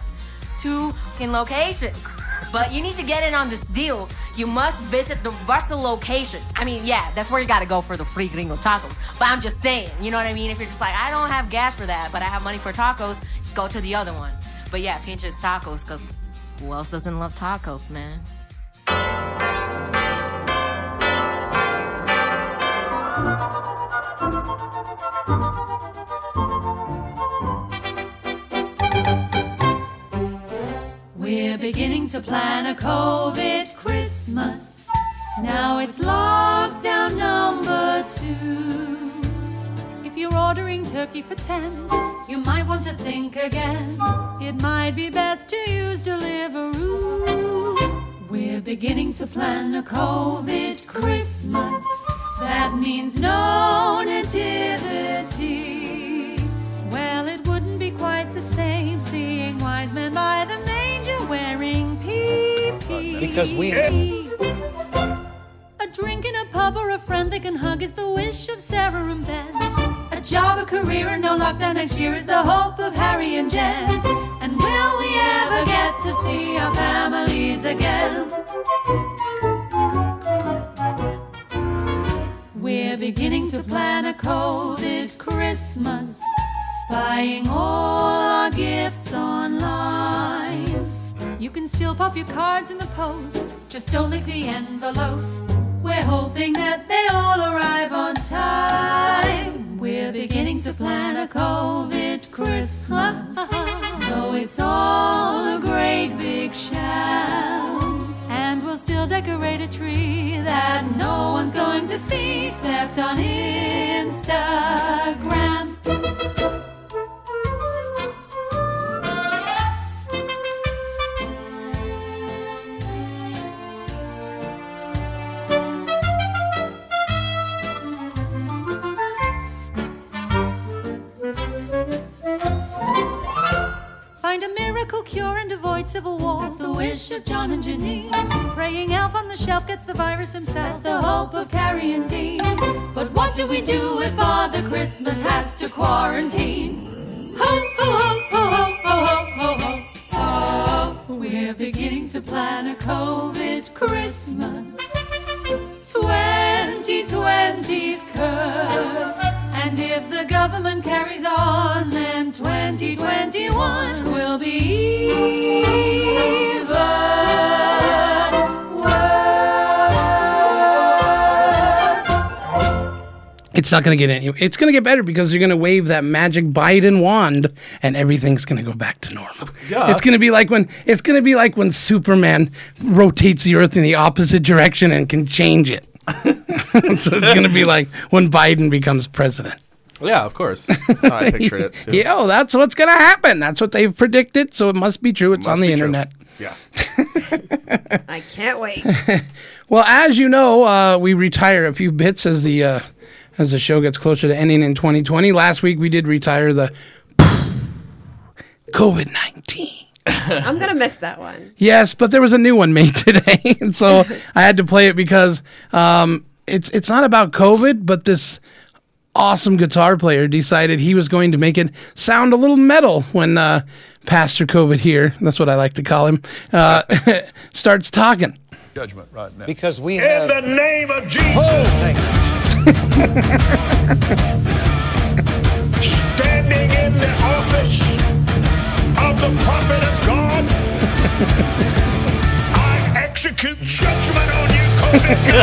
Speaker 20: Two fucking locations. But you need to get in on this deal. You must visit the Russell location. I mean, yeah, that's where you gotta go for the free gringo tacos. But I'm just saying, you know what I mean? If you're just like, I don't have gas for that, but I have money for tacos, just go to the other one. But yeah, Pinch's tacos, because who else doesn't love tacos, man?
Speaker 23: We're beginning to plan a COVID Christmas. Now it's lockdown number two. If you're ordering turkey for 10, you might want to think again. It might be best to use Deliveroo. We're beginning to plan a COVID Christmas. That means no nativity. Well, it wouldn't be quite the same seeing wise men by the manger wearing PPE.
Speaker 7: Because we-
Speaker 23: A drink in a pub or a friend they can hug is the wish of Sarah and Ben. A job, a career, and no lockdown next year is the hope of Harry and Jen. And will we ever get to see our families again? We're beginning to plan a COVID Christmas, buying all our gifts online. You can still pop your cards in the post, just don't lick the envelope. We're hoping that they all arrive on time. We're beginning to plan a COVID Christmas, though it's all a great big sham. And we'll still decorate a tree that no one's going to see except on Instagram. Find a miracle cure and avoid civil war. That's the wish of John and Janine. Praying elf on the shelf gets the virus himself. That's the hope of Carrie and Dean. But what do we do if Father Christmas has to quarantine? Ho, ho, ho, ho, ho, ho, ho, ho, ho. Oh, we're beginning to plan a COVID Christmas. 2020's curse. And if the government carries on, then 2021 will be even worse.
Speaker 5: It's not going to get any. It's going to get better because you're going to wave that magic Biden wand, and everything's going to go back to normal.
Speaker 6: Yeah.
Speaker 5: It's going to be like when it's going to be like when Superman rotates the Earth in the opposite direction and can change it. so it's going to be like when Biden becomes president.
Speaker 6: Yeah, of course. That's how I pictured it. Too.
Speaker 5: Yo, oh, that's what's going to happen. That's what they've predicted. So it must be true. It's on the internet.
Speaker 6: Yeah.
Speaker 4: I can't wait.
Speaker 5: Well, as you know, uh, we retire a few bits as the uh, as the show gets closer to ending in 2020. Last week we did retire the COVID nineteen.
Speaker 4: I'm gonna miss that one.
Speaker 5: Yes, but there was a new one made today, and so I had to play it because um, it's it's not about COVID, but this awesome guitar player decided he was going to make it sound a little metal when uh, Pastor COVID here, that's what I like to call him, uh, starts talking.
Speaker 7: Judgment right now. Because we
Speaker 24: In
Speaker 7: have.
Speaker 24: the name of Jesus.
Speaker 7: Oh,
Speaker 24: Standing in the office of the prophet of God, I execute judgment on you, COVID.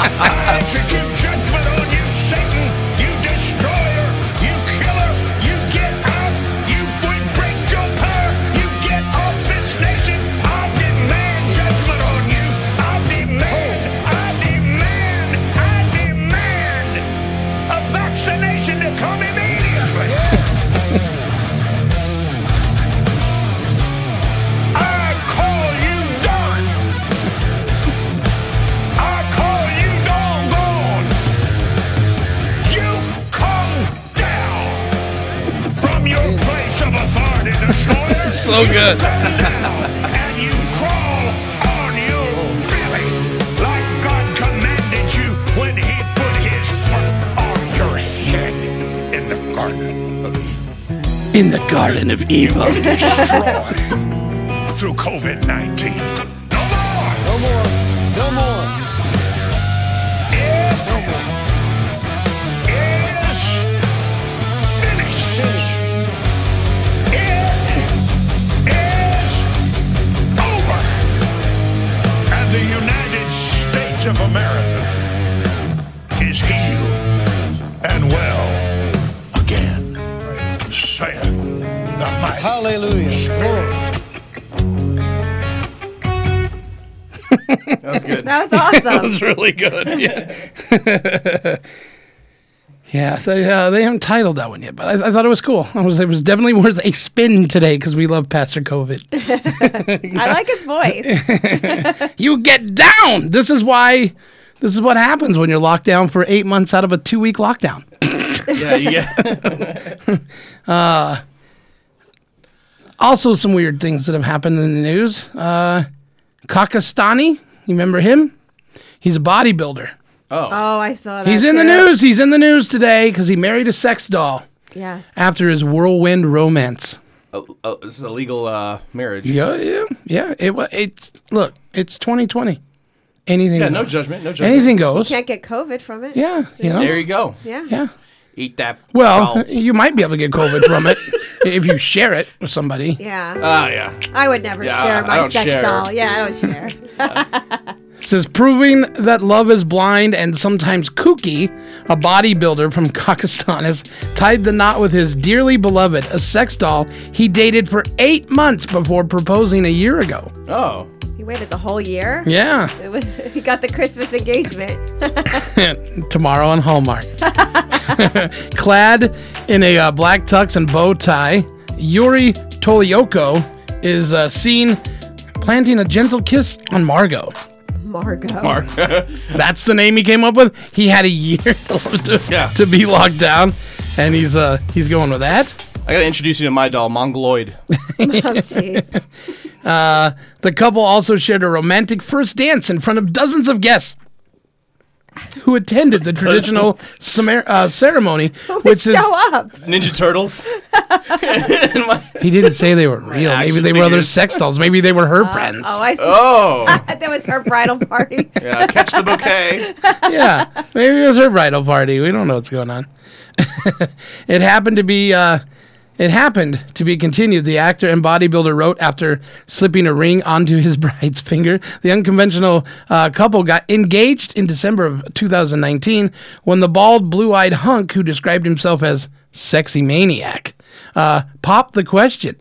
Speaker 24: I execute judgment on you, Satan. You destroyer. You killer. You get out. You would break your power. You get off this nation. I demand judgment on you. I demand. I demand. I demand a vaccination to come immediately. I call you done. I call you doggone.
Speaker 5: so good.
Speaker 18: commanded you when he put his foot on your head in the garden of
Speaker 5: In the Garden of Evil.
Speaker 18: through COVID 19.
Speaker 14: No more. No more.
Speaker 18: Over! And the United States of America is healed and well again, saith the mighty.
Speaker 14: Hallelujah. Glory.
Speaker 6: That was good.
Speaker 4: That was awesome.
Speaker 5: that was really good. Yeah. yeah. So, uh, they haven't titled that one yet, but I, I thought it was cool. I was, it was definitely worth a spin today because we love Pastor COVID.
Speaker 4: I like his voice.
Speaker 5: you get down. This is why. This is what happens when you're locked down for eight months out of a two week lockdown.
Speaker 6: yeah, yeah.
Speaker 5: Uh, also, some weird things that have happened in the news. Uh, Kakastani, you remember him? He's a bodybuilder.
Speaker 4: Oh. Oh, I saw that.
Speaker 5: He's in the
Speaker 4: too.
Speaker 5: news. He's in the news today because he married a sex doll
Speaker 4: Yes.
Speaker 5: after his whirlwind romance.
Speaker 6: Uh, uh, this is a legal uh, marriage.
Speaker 5: Yeah, yeah, yeah. It wa- it's look, it's 2020. Anything.
Speaker 6: Yeah, no
Speaker 5: goes.
Speaker 6: judgment, no judgment.
Speaker 5: Anything goes.
Speaker 4: Can't get COVID from it.
Speaker 5: Yeah, you know.
Speaker 6: There you go.
Speaker 4: Yeah.
Speaker 5: Yeah.
Speaker 6: Eat that.
Speaker 5: Well, you might be able to get COVID from it if you share it with somebody.
Speaker 4: Yeah.
Speaker 6: Ah, yeah.
Speaker 4: I would never
Speaker 6: Yeah,
Speaker 4: share
Speaker 6: I
Speaker 4: my
Speaker 6: don't
Speaker 4: sex
Speaker 6: share.
Speaker 4: doll. Yeah, I don't share.
Speaker 5: says proving that love is blind and sometimes kooky a bodybuilder from kakistan has tied the knot with his dearly beloved a sex doll he dated for eight months before proposing a year ago
Speaker 6: Oh.
Speaker 4: He waited the whole year.
Speaker 5: Yeah.
Speaker 4: It was. He got the Christmas engagement.
Speaker 5: tomorrow on hallmark clad in a uh, black tux and bow tie yuri tolioko is uh, seen planting a gentle kiss on margot
Speaker 4: Margot.
Speaker 5: Mark. That's the name he came up with. He had a year to,
Speaker 6: Yeah.
Speaker 5: to be locked down, and he's uh he's going with that.
Speaker 6: I gotta introduce you to my doll, Mongoloid.
Speaker 4: Oh, jeez.
Speaker 5: Uh, the couple also shared a romantic first dance in front of dozens of guests who attended the traditional Sumer- uh, ceremony,
Speaker 4: Would
Speaker 5: which is
Speaker 4: show up.
Speaker 6: Ninja Turtles.
Speaker 5: he didn't say they were real. Maybe
Speaker 6: action
Speaker 5: they were other
Speaker 6: figures.
Speaker 5: sex dolls. Maybe they were her friends.
Speaker 4: Oh, I see.
Speaker 6: Oh.
Speaker 4: that was her bridal party.
Speaker 6: Yeah, catch the bouquet.
Speaker 5: yeah, maybe it was her bridal party. We don't know what's going on. it happened to be. Uh, it happened to be continued. The actor and bodybuilder wrote after slipping a ring onto his bride's finger. The unconventional uh, couple got engaged in December of 2019 when the bald, blue-eyed hunk who described himself as "sexy maniac" uh, popped the question.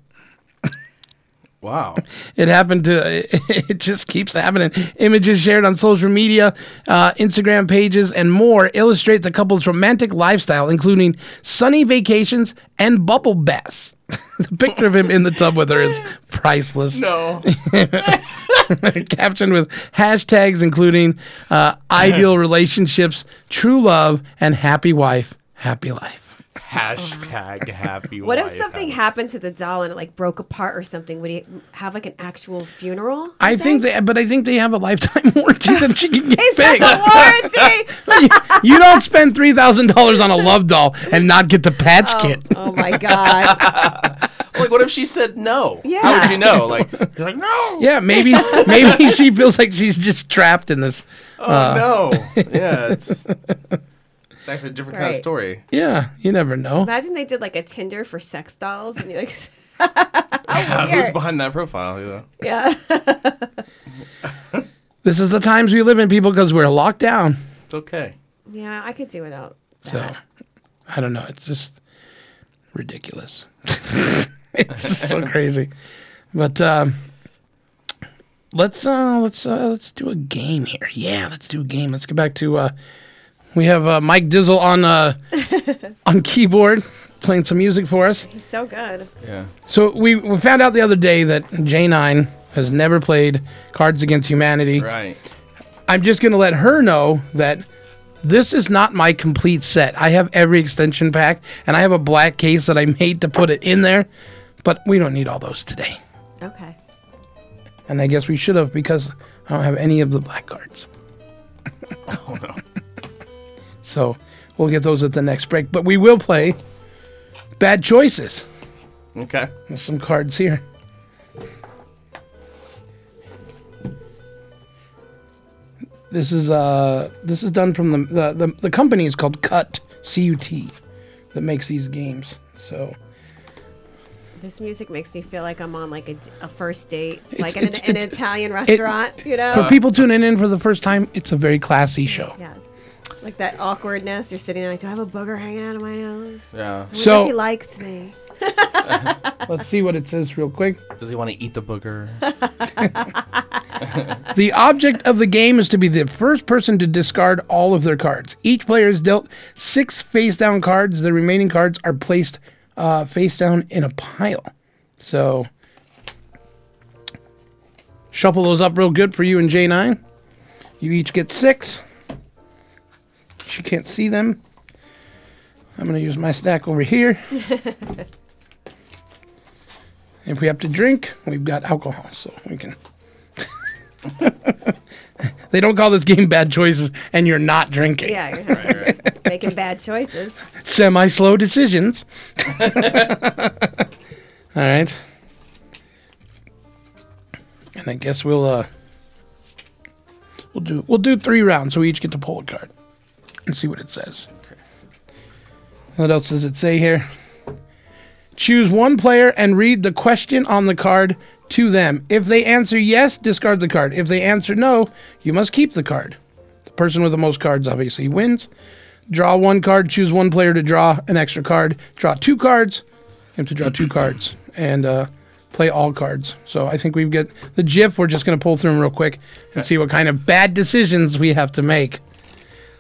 Speaker 6: Wow.
Speaker 5: It happened to, it just keeps happening. Images shared on social media, uh, Instagram pages, and more illustrate the couple's romantic lifestyle, including sunny vacations and bubble baths. the picture of him in the tub with her is priceless.
Speaker 6: No.
Speaker 5: Captioned with hashtags including uh, ideal relationships, true love, and happy wife, happy life.
Speaker 6: Hashtag happy
Speaker 4: What if
Speaker 6: wife.
Speaker 4: something happened to the doll and it like broke apart or something? Would he have like an actual funeral?
Speaker 5: I think they, but I think they have a lifetime warranty that she can get
Speaker 4: He's got
Speaker 5: fixed.
Speaker 4: the warranty.
Speaker 5: you, you don't spend three thousand dollars on a love doll and not get the patch kit.
Speaker 4: oh my god.
Speaker 6: Like, what if she said no? How
Speaker 4: Yeah.
Speaker 6: would you know? Like, you're like, no.
Speaker 5: Yeah, maybe maybe she feels like she's just trapped in this.
Speaker 6: Oh,
Speaker 5: uh,
Speaker 6: no. Yeah, it's, it's actually a different kind of
Speaker 4: Right.
Speaker 6: story.
Speaker 5: Yeah, you never know.
Speaker 4: Imagine they did like a Tinder for sex dolls and you like.
Speaker 6: Yeah, who's
Speaker 4: weird.
Speaker 6: behind that profile? You know?
Speaker 4: Yeah.
Speaker 5: This is the times we live in, people, because we're locked down.
Speaker 6: It's okay.
Speaker 4: Yeah, I could do it out.
Speaker 5: So I don't know. It's just ridiculous. it's so crazy. But um, let's uh, let's uh, let's do a game here. Yeah, let's do a game. Let's get back to. Uh, we have uh, Mike Dizzle on uh, on keyboard playing some music for us.
Speaker 4: He's so good.
Speaker 6: Yeah.
Speaker 5: So we, we found out the other day that J9 has never played Cards Against Humanity.
Speaker 6: Right.
Speaker 5: I'm just going to let her know that this is not my complete set. I have every extension pack and I have a black case that I made to put it in there, But we don't need all those today.
Speaker 4: Okay.
Speaker 5: And I guess we should have because I don't have any of the black cards. oh no. so we'll get those at the next break. But we will play Bad Choices.
Speaker 6: Okay.
Speaker 5: There's some cards here. This is uh this is done from the the, the, the company is called Cut C U T that makes these games. So
Speaker 4: This music makes me feel like I'm on like a, d- a first date,
Speaker 5: It's-
Speaker 4: like in an,
Speaker 5: it's-
Speaker 4: an
Speaker 5: it's-
Speaker 4: Italian
Speaker 5: it-
Speaker 4: restaurant, you know?
Speaker 5: for people tuning in for the first time, it's a very classy show.
Speaker 4: Yeah. Like that awkwardness. You're sitting there like, do I have a booger hanging out of my nose?
Speaker 6: Yeah.
Speaker 4: I wonder
Speaker 5: So-
Speaker 4: if he likes me.
Speaker 5: Let's see what it says real quick.
Speaker 6: Does he want to eat the booger?
Speaker 5: The object of the game is to be the first person to discard all of their cards. Each player is dealt six face down cards. The remaining cards are placed uh, face down in a pile. So shuffle those up real good for you and J9. You each get six. She can't see them. I'm going to use my stack over here. If we have to drink, we've got alcohol, so we can. they don't call this game bad choices, and you're not drinking.
Speaker 4: Yeah, you're making bad choices.
Speaker 5: Semi slow decisions. All right. And I guess we'll uh we'll do we'll do three rounds so we each get to pull a card and see what it says. What else does it say here? Choose one player and read the question on the card to them. If they answer yes, discard the card. If they answer no, you must keep the card. The person with the most cards obviously wins. Draw one card, choose one player to draw an extra card, draw two cards, you have to draw two cards, and uh, play all cards. So I think we've got the GIF. We're just going to pull through them real quick and see what kind of bad decisions we have to make.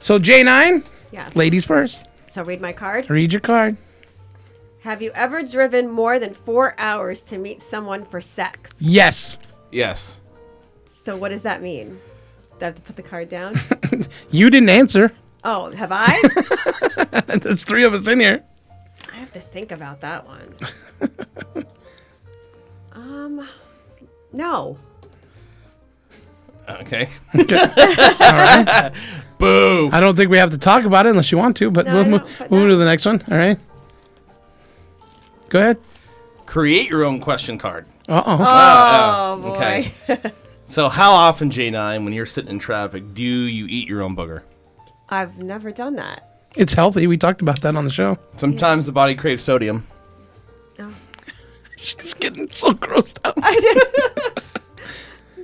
Speaker 5: So J9,
Speaker 4: Yes.
Speaker 5: ladies first.
Speaker 4: So read my card.
Speaker 5: Read your card.
Speaker 4: Have you ever driven more than four hours to meet someone for sex?
Speaker 5: Yes.
Speaker 6: Yes.
Speaker 4: So what does that mean? Do I have to put the card down?
Speaker 5: You didn't answer.
Speaker 4: oh, have I?
Speaker 5: There's three of us in here.
Speaker 4: I have to think about that one. um, no.
Speaker 6: Okay.
Speaker 5: Okay. All right. Boo. I don't think we have to talk about it unless you want to, but
Speaker 4: No, I
Speaker 5: we'll,
Speaker 4: don't,
Speaker 5: mo-
Speaker 4: but
Speaker 5: we'll move to the next one. All right. Go ahead.
Speaker 6: Create your own question card.
Speaker 5: Uh-oh.
Speaker 6: Ah,
Speaker 4: Oh,
Speaker 6: ah, so, how often, J9, when you're sitting in traffic, do you eat your own booger?
Speaker 4: I've never done that.
Speaker 5: It's healthy. We talked about that on the show.
Speaker 6: Sometimes the body craves sodium.
Speaker 5: She's getting so grossed out.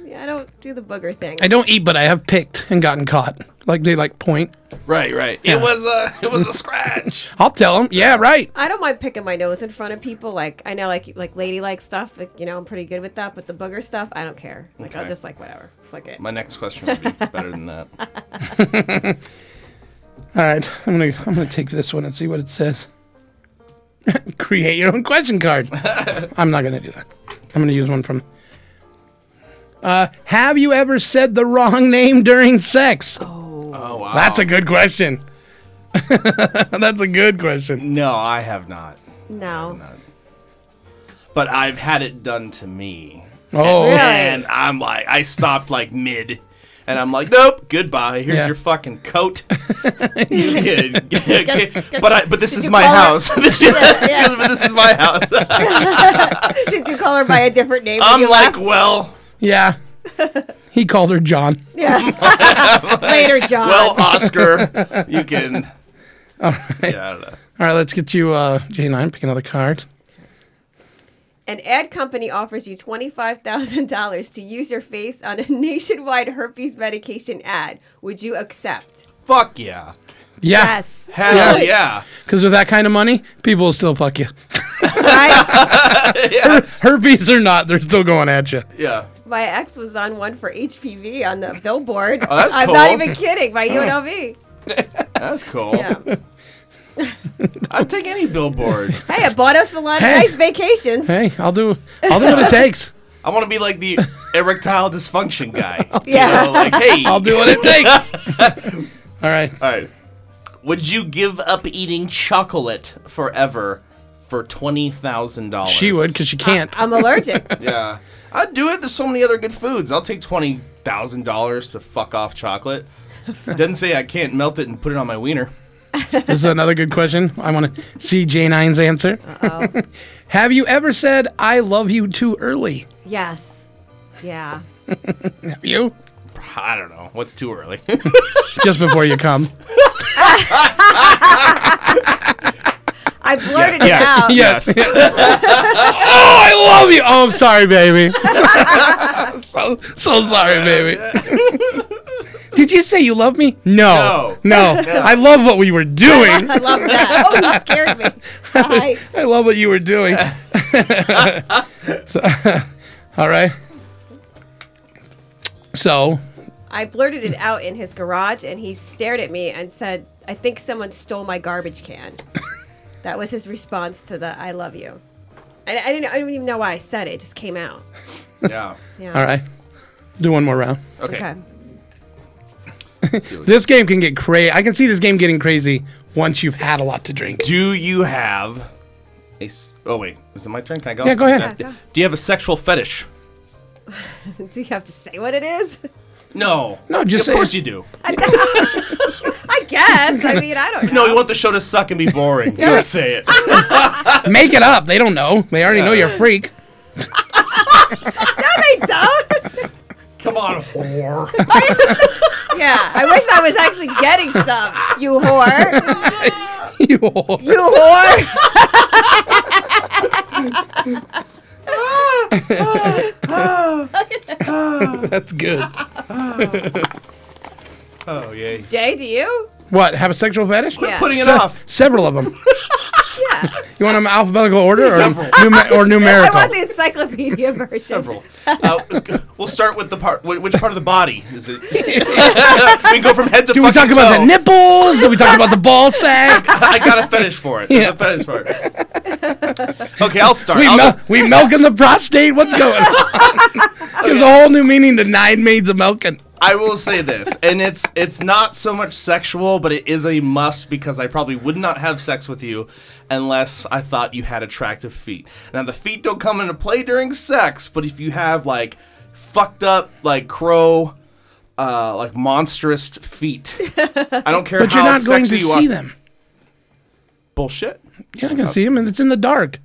Speaker 4: Yeah, I don't do the booger thing.
Speaker 5: I don't eat, but I have picked and gotten caught. Like they like point.
Speaker 6: Right, right.
Speaker 5: Yeah.
Speaker 6: It was a it was a scratch.
Speaker 5: I'll tell them. Yeah, right.
Speaker 4: I don't mind picking my nose in front of people. Like I know, like like ladylike stuff. Like, you know, I'm pretty good with that. But the booger stuff, I don't care. Like I'll
Speaker 6: Okay.
Speaker 4: just like whatever. Fuck it.
Speaker 6: My next question would be better than that.
Speaker 5: All right, I'm gonna I'm gonna take this one and see what it says. Create your own question card. I'm not gonna do that. I'm gonna use one from. Uh, have you ever said the wrong name during sex?
Speaker 6: Oh wow.
Speaker 5: That's a good question. That's a good question.
Speaker 6: No, I have not.
Speaker 4: No.
Speaker 6: But I've had it done to me.
Speaker 5: Oh. Really?
Speaker 6: And I'm like I stopped like mid and I'm like, nope, goodbye. Here's
Speaker 5: Yeah.
Speaker 6: your fucking coat. You can- but I, but this is my
Speaker 4: call her-
Speaker 6: house. Excuse me, but this is my house.
Speaker 4: Did you call her by a different name? when
Speaker 6: I'm
Speaker 4: you
Speaker 6: like,
Speaker 4: left?
Speaker 6: well,
Speaker 5: Yeah. he called her John.
Speaker 4: yeah. Later, John.
Speaker 6: well, Oscar, you can. Yeah, I don't know.
Speaker 5: All right, let's get you uh, J9. Pick another card.
Speaker 4: An ad company offers you $25,000 to use your face on a nationwide herpes medication ad. Would you accept?
Speaker 6: Fuck yeah.
Speaker 5: Yeah.
Speaker 4: Yes.
Speaker 6: Hell yeah.
Speaker 5: Because with that kind of money, people will still fuck you. Her- herpes or not, they're still going at you.
Speaker 6: Yeah.
Speaker 4: My ex was on one for HPV on the billboard.
Speaker 5: Oh, that's
Speaker 4: I'm not
Speaker 5: cool.
Speaker 4: even kidding. By UNLV.
Speaker 6: That's cool.
Speaker 4: Yeah.
Speaker 6: I'd take any billboard.
Speaker 4: Hey, it bought us a lot of
Speaker 5: Hey.
Speaker 4: nice vacations.
Speaker 5: Hey, I'll do I'll do what it takes.
Speaker 6: I want to be like the erectile dysfunction guy.
Speaker 4: Yeah.
Speaker 6: You know, like, hey.
Speaker 5: I'll do what it takes. All right.
Speaker 6: All right. Would you give up eating chocolate forever for twenty thousand dollars.
Speaker 5: She would, because she can't.
Speaker 4: I'm allergic.
Speaker 6: yeah, I'd do it. There's so many other good foods. I'll take twenty thousand dollars to fuck off chocolate. Doesn't say I can't melt it and put it on my wiener.
Speaker 5: this is another good question. I want to see Jane Ine's answer.
Speaker 4: Uh-oh.
Speaker 5: Have you ever said "I love you" too early?
Speaker 4: Yes. Yeah.
Speaker 5: Have you?
Speaker 6: I don't know. What's too early?
Speaker 5: Just before you come.
Speaker 4: I blurted
Speaker 5: yes.
Speaker 4: it out.
Speaker 5: Yes. oh, I love you. Oh, I'm sorry, baby. so so sorry, baby. Did you say you love me? No. No.
Speaker 4: No.
Speaker 5: I love what we were doing.
Speaker 4: I love that. Oh, you scared me. Bye.
Speaker 5: I love what you were doing. So- all right. So,
Speaker 4: I blurted it out in his garage, and he stared at me and said, "I think someone stole my garbage can." that was his response to the "I love you." I, I didn't. I don't even know why I said it. It just came out.
Speaker 6: Yeah.
Speaker 4: Yeah.
Speaker 5: all right. Do one more round.
Speaker 4: Okay.
Speaker 5: This game can get crazy. I can see this game getting crazy once you've had a lot to drink.
Speaker 6: Do you have a? s- Oh wait, is it my turn? Can I go?
Speaker 5: Yeah, go ahead.
Speaker 4: Yeah, go.
Speaker 6: Do you have a sexual fetish?
Speaker 4: do you have to say what it is?
Speaker 6: No.
Speaker 5: No, just say-
Speaker 6: of course you do.
Speaker 4: I guess. I mean, I don't know.
Speaker 6: No, you want the show to suck and be boring.
Speaker 5: Yeah.
Speaker 6: Just say it.
Speaker 5: Make it up. They don't know. They already know
Speaker 6: Yeah.
Speaker 5: you're a freak.
Speaker 4: No, they don't.
Speaker 6: Come on, whore.
Speaker 4: Yeah. I wish I was actually getting some. You whore.
Speaker 5: you whore.
Speaker 4: You whore.
Speaker 5: That's good.
Speaker 6: Oh yay.
Speaker 4: Jay, do you?
Speaker 5: What? Have a sexual fetish?
Speaker 4: Quit Yeah. putting
Speaker 6: it
Speaker 5: Se-
Speaker 6: off.
Speaker 5: Several of them.
Speaker 4: Yeah.
Speaker 5: You want them alphabetical order or,
Speaker 6: Several.
Speaker 5: numa- or
Speaker 4: I
Speaker 5: numerical?
Speaker 4: want the encyclopedia version.
Speaker 6: Several. Uh, we'll start with the part. wh- Which part of the body is it? we can go from head to.
Speaker 5: Do we talk
Speaker 6: fucking
Speaker 5: about
Speaker 6: toe.
Speaker 5: the nipples? Do we talk about the ball sack?
Speaker 6: I got a fetish for it. There's
Speaker 5: Yeah.
Speaker 6: a fetish for it. Okay, I'll start.
Speaker 5: We,
Speaker 6: I'll
Speaker 5: mel- we milking the prostate? What's going on? There's a whole new meaning to nine maids of milking.
Speaker 6: I will say this, and it's it's not so much sexual, but it is a must because I probably would not have sex with you unless I thought you had attractive feet. Now the feet don't come into play during sex, but if you have like fucked up like crow, uh, like monstrous feet, I don't care.
Speaker 5: But you're
Speaker 6: how
Speaker 5: not going to
Speaker 6: sexy you
Speaker 5: see
Speaker 6: are.
Speaker 5: them.
Speaker 6: Bullshit.
Speaker 5: You're not going to see them, and it's in the dark.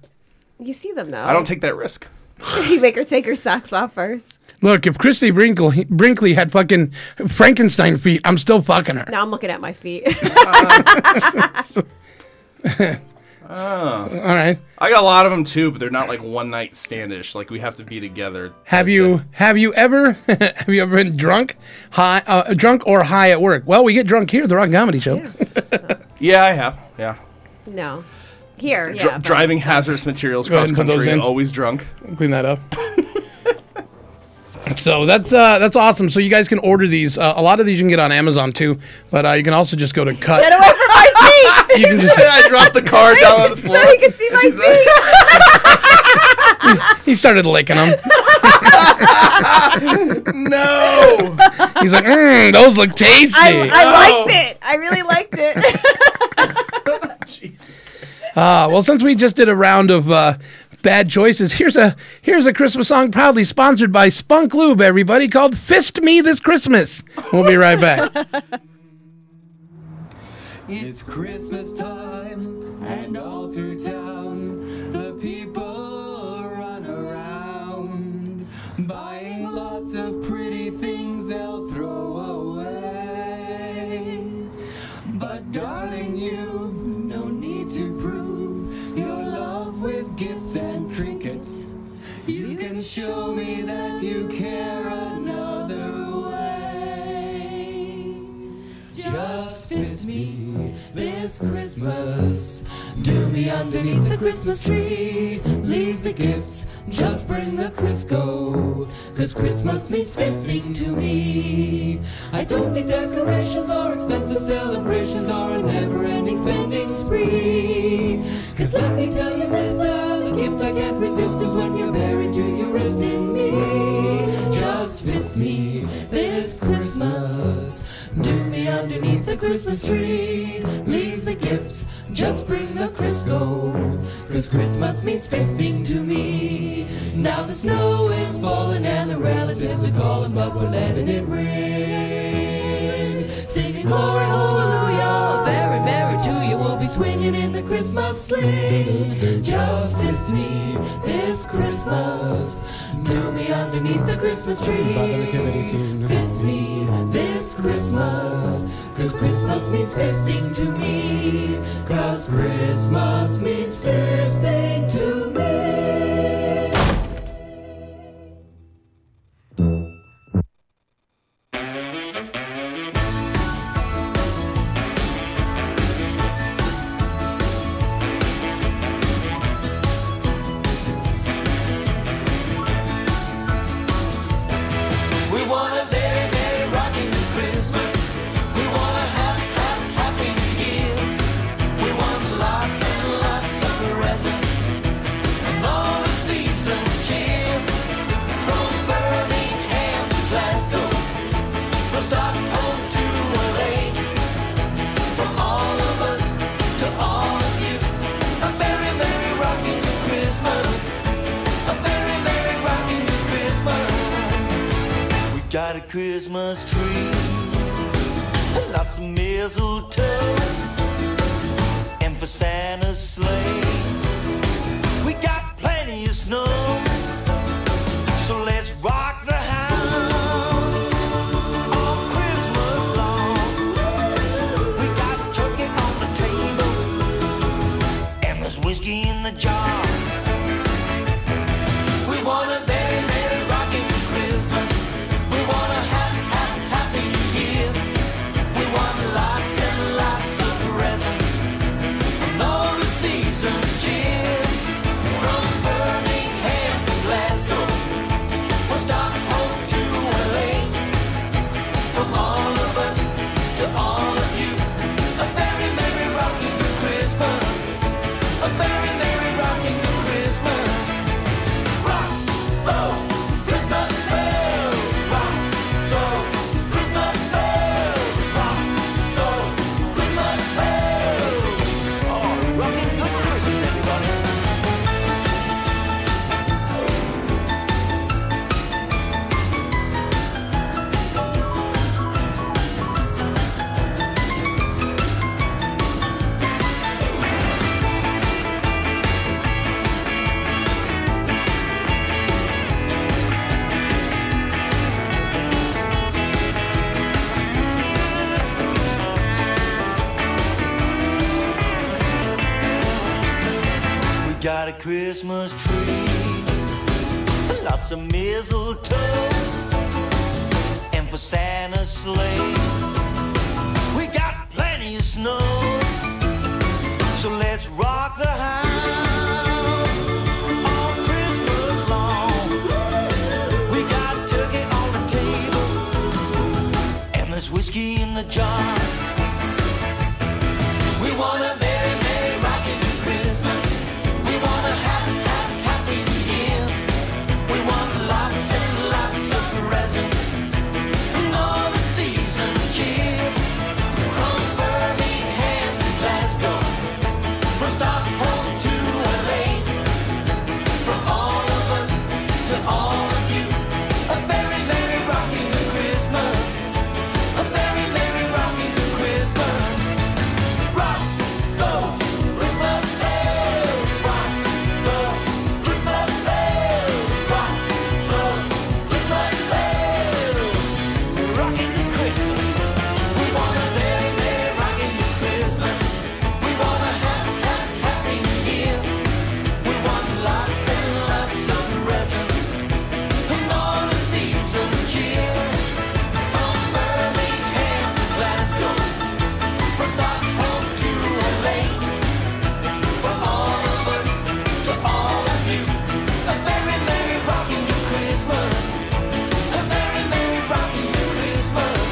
Speaker 4: You see them though.
Speaker 6: I don't take that risk.
Speaker 4: you make her take her socks off first.
Speaker 5: Look, if Christy Brinkley, Brinkley had fucking Frankenstein feet, I'm still fucking her.
Speaker 4: Now I'm looking at my feet.
Speaker 6: Oh.
Speaker 5: All right.
Speaker 6: I got a lot of them too, but they're not like one night standish. Like we have to be together.
Speaker 5: Have you have you ever have you ever been drunk, high, uh, drunk or high at work? Well, we get drunk here at the Rock Comedy Show.
Speaker 6: Yeah, I have. Yeah.
Speaker 4: no. Here,
Speaker 6: Dri-
Speaker 4: yeah. but-
Speaker 6: driving hazardous materials
Speaker 5: Go ahead and
Speaker 6: cross
Speaker 5: put those
Speaker 6: country,
Speaker 5: in.
Speaker 6: always drunk.
Speaker 5: Clean that up. so that's uh, that's awesome. So you guys can order these. Uh, a lot of these you can get on Amazon too, but uh, you can also just go to
Speaker 4: Get
Speaker 5: cut.
Speaker 4: away from my feet!
Speaker 5: You can just
Speaker 6: I dropped the car down on the floor.
Speaker 4: so he can see my feet.
Speaker 5: he started licking them.
Speaker 6: No.
Speaker 5: He's like, mm, those look tasty.
Speaker 4: I,
Speaker 5: Ah,
Speaker 4: I
Speaker 6: No.
Speaker 4: liked it. I really liked it.
Speaker 6: Jesus.
Speaker 5: Uh, well, since we just did a round of uh, bad choices, here's a here's a Christmas song proudly sponsored by Spunk Lube. Everybody called "Fist Me This Christmas." We'll be right back.
Speaker 24: It's Christmas time, and all through town, the people run around, buying lots of pretty things they'll throw away. But darling, you've no need to prove your love with gifts and trinkets. You can show me that you care another way. Just fist me this Christmas. Do me underneath the Christmas tree. Leave the gifts, just bring the Crisco. Cause Christmas means fisting to me. I don't need decorations or expensive celebrations or a never ending spending spree. Cause let me tell you, mister, the gift I can't resist is when you're buried, do you rest in me? Just fist me this Christmas. Do me underneath the Christmas tree. Leave the gifts, just bring the Crisco. 'Cause Cause Christmas means fisting to me. Now the snow is falling and the relatives are calling, but we're letting it rain. Singing glory, hallelujah, a very merry to you. We'll be swinging in the Christmas sling. Just fist me this Christmas. Do me underneath the Christmas tree. Fist me this Christmas. Cause Christmas means fisting to me. Cause Christmas means fisting to me. We want a very, very rocking Christmas. We want a hot, hot, happy new year. We want lots and lots of presents and all the seasons cheer. From Birmingham to Glasgow, from Stockholm to LA, from all of us to all of you. A very, very rocking Christmas. A very, very rocking Christmas. We got a Christmas tree, lots of mistletoe, and for Santa's sleigh, we got plenty of snow. So let's rock the house all Christmas long. We got turkey on the table, and there's whiskey in the jar. We want a very, very rocking Christmas. We want a hot, hot, happy new year. We want lots and lots of presents and all the seasons cheer. From Birmingham to Glasgow, from Stockholm to LA, from all of us to all of you. A very merry rocking good Christmas. A very merry rocking good Christmas. Rock those Christmas bells. Rock those Christmas bells. Rock those Christmas bells. Oh, rocking good Christmas, everybody. We got a Christmas tree, lots of mistletoe, and for Santa's sleigh, we got plenty of snow. So let's rock the house all Christmas long. We got turkey on the table, and there's whiskey in the jar. We want a merry, merry, rocking Christmas. We want a happy, happy, happy new year. We want lots and lots of presents and all the seasons cheer. From Birmingham to Glasgow, from Stockholm to LA, from all of us to all of you. A very, very rocking good Christmas. A very, very rocking good Christmas. Rock those Christmas bells. Rock those Christmas bells. Rock those Christmas bells. Rocking the Christmas. We want a very, very rocking good Christmas. We want a happy, happy, happy new year. We want lots and lots of presents and all the seasons cheers. From Birmingham to Glasgow, from Stockholm to LA, from all of us to all of you. A very merry rocking good Christmas. A very merry rocking good Christmas.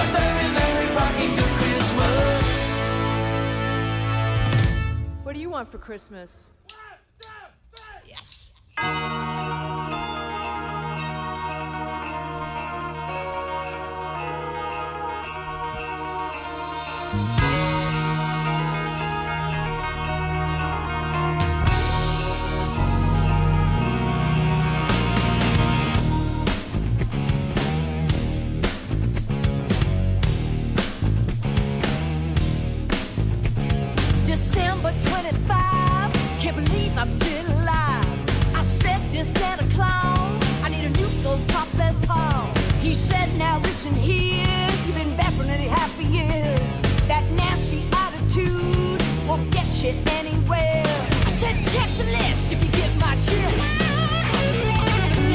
Speaker 24: A very merry rocking good Christmas.
Speaker 16: What do you want for Christmas?
Speaker 24: Now listen here, you've been back for nearly half a year. That nasty attitude won't get you anywhere. I said check the list if you get my gist.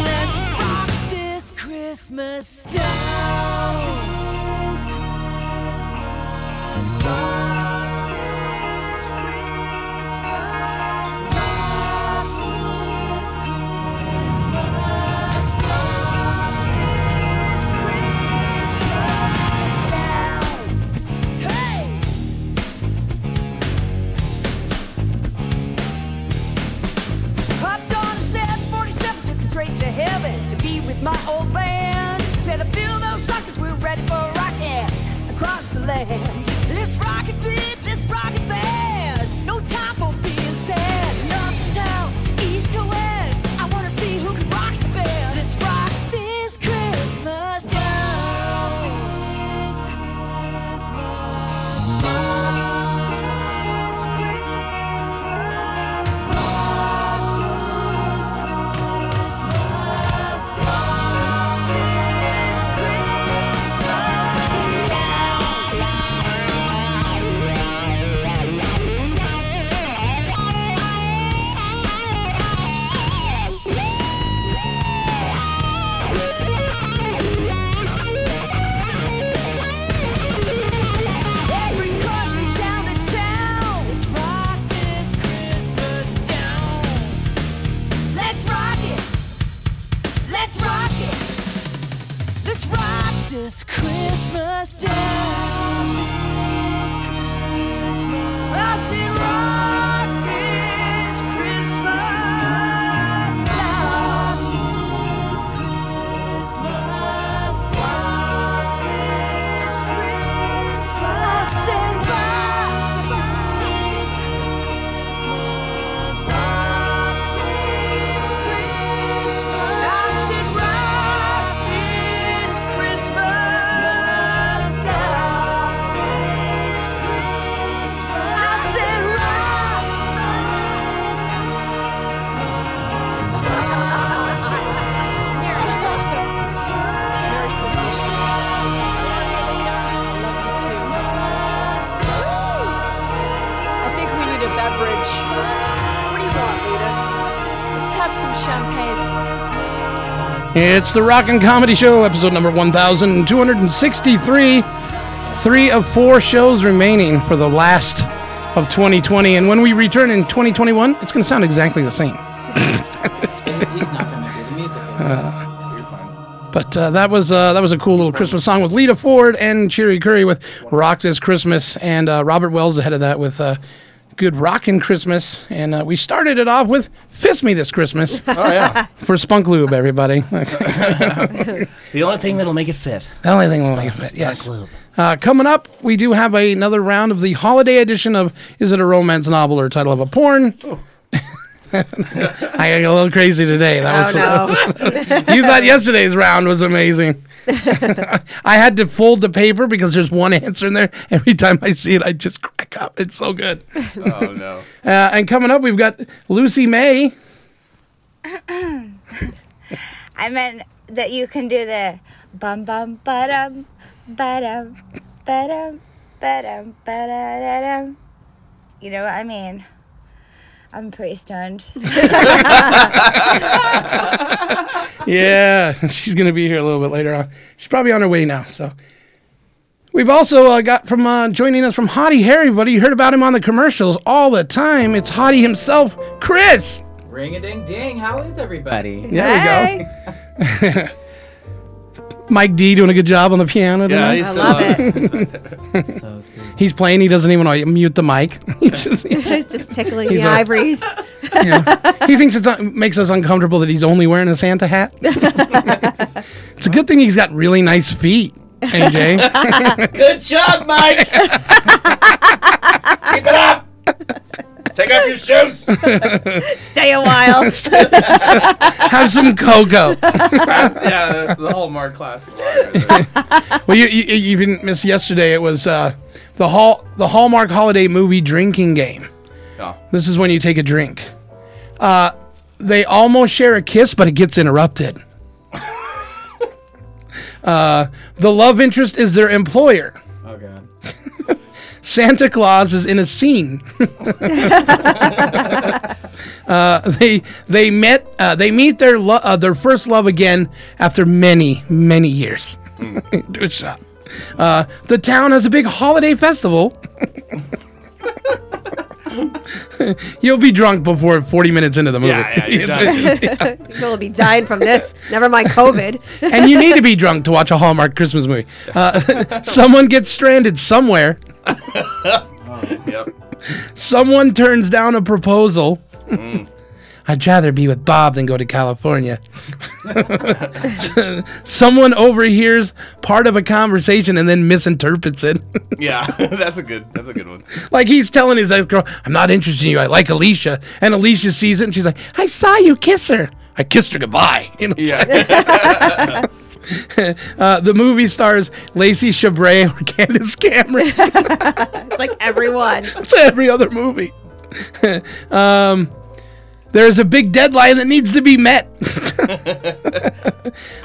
Speaker 24: Let's rock this Christmas down. Hopped on a set 47, took me straight to heaven to be with my old band. Said I feel those rockets, we're ready for rockin' across the land. Let's rock it big, let's rock it bad. No time for being sad. North to south, east to west. I wanna see who can rock the best. Let's rock this Christmas down. Every country, town and town, let's rock this Christmas down. Let's rock it. Let's rock it. Let's rock this Christmas down. I say rock this Christmas down. This Christmas down. This Christmas. I say
Speaker 25: I think we need a beverage. What do you want, Rita? Let's have some champagne.
Speaker 5: It's the Rock and Comedy Show, episode number 1263. Three of four shows remaining for the last of 2020. And when we return in 2021, it's going to sound exactly the same. Uh, but uh, that was uh, that was a cool little Christmas song with Lita Ford and Cherry Curry with "Rock This Christmas" and uh, Robert Wells ahead of that with uh, "Good Rockin' Christmas." And uh, we started it off with "Fist Me This Christmas."
Speaker 7: Oh, yeah.
Speaker 5: for Spunk Lube, everybody.
Speaker 6: The only thing that'll make it fit.
Speaker 5: The only thing that'll make it fit, yes. Uh, coming up, we do have a- another round of the holiday edition of Is It a Romance Novel or Title of a Porn?
Speaker 7: Oh.
Speaker 5: I got a little crazy today. That was,
Speaker 7: Oh,
Speaker 5: you thought yesterday's round was amazing. I had to fold the paper because there's one answer in there. Every time I see it, I just crack up. It's so good.
Speaker 7: Oh, no.
Speaker 5: Uh, and coming up, we've got Lucy May.
Speaker 10: I meant that you can do the bum bum ba dum ba dum ba dum ba dum ba da da dum. You know what I mean? I'm pretty stoned.
Speaker 5: Yeah, she's going to be here a little bit later on. She's probably on her way now. So we've also uh, got from uh, joining us from Hottie Harry, buddy. You heard about him on the commercials all the time. It's Hottie himself, Chris.
Speaker 26: Ring a ding ding. How is everybody?
Speaker 5: There we go. Mike D doing a good job on the piano.
Speaker 26: Yeah,
Speaker 5: tonight.
Speaker 26: he's I still love on it. it. So
Speaker 5: he's playing. He doesn't even know how to mute the mic.
Speaker 4: just tickling
Speaker 5: He's
Speaker 4: the
Speaker 5: a-
Speaker 4: ivories.
Speaker 5: he thinks it makes us uncomfortable that he's only wearing a Santa hat. it's a good thing he's got really nice feet, AJ.
Speaker 26: Good job, Mike. Keep it up. Take off your shoes.
Speaker 4: Stay a while.
Speaker 5: Have some cocoa.
Speaker 7: yeah, that's the Hallmark classic.
Speaker 5: well, you, you, you didn't miss yesterday. It was uh, the hall the Hallmark holiday movie drinking game.
Speaker 7: Oh.
Speaker 5: This is when you take a drink. Uh, they almost share a kiss, but it gets interrupted. Uh, the love interest is their employer.
Speaker 26: Oh god.
Speaker 5: Santa Claus is in a scene. uh, they they met uh, they meet their lo- uh, their first love again after many many years. Do a shot. Uh, the town has a big holiday festival. You'll be drunk before 40 minutes into the movie.
Speaker 4: yeah, you're done. People will be dying from this. Never mind COVID.
Speaker 5: and you need to be drunk to watch a Hallmark Christmas movie. Uh, someone gets stranded somewhere.
Speaker 6: yep.
Speaker 5: Someone turns down a proposal. I'd rather be with Bob than go to California. Someone overhears part of a conversation and then misinterprets it.
Speaker 6: Yeah, that's a good. That's a good one.
Speaker 5: like he's telling his ex girl, I'm not interested in you. I like Alicia. And Alicia sees it and she's like, I saw you kiss her. I kissed her goodbye. You know, it's like- uh, the movie stars Lacey Chabray or Candace Cameron.
Speaker 4: It's like everyone.
Speaker 5: That's every other movie. um, there is a big deadline that needs to be met.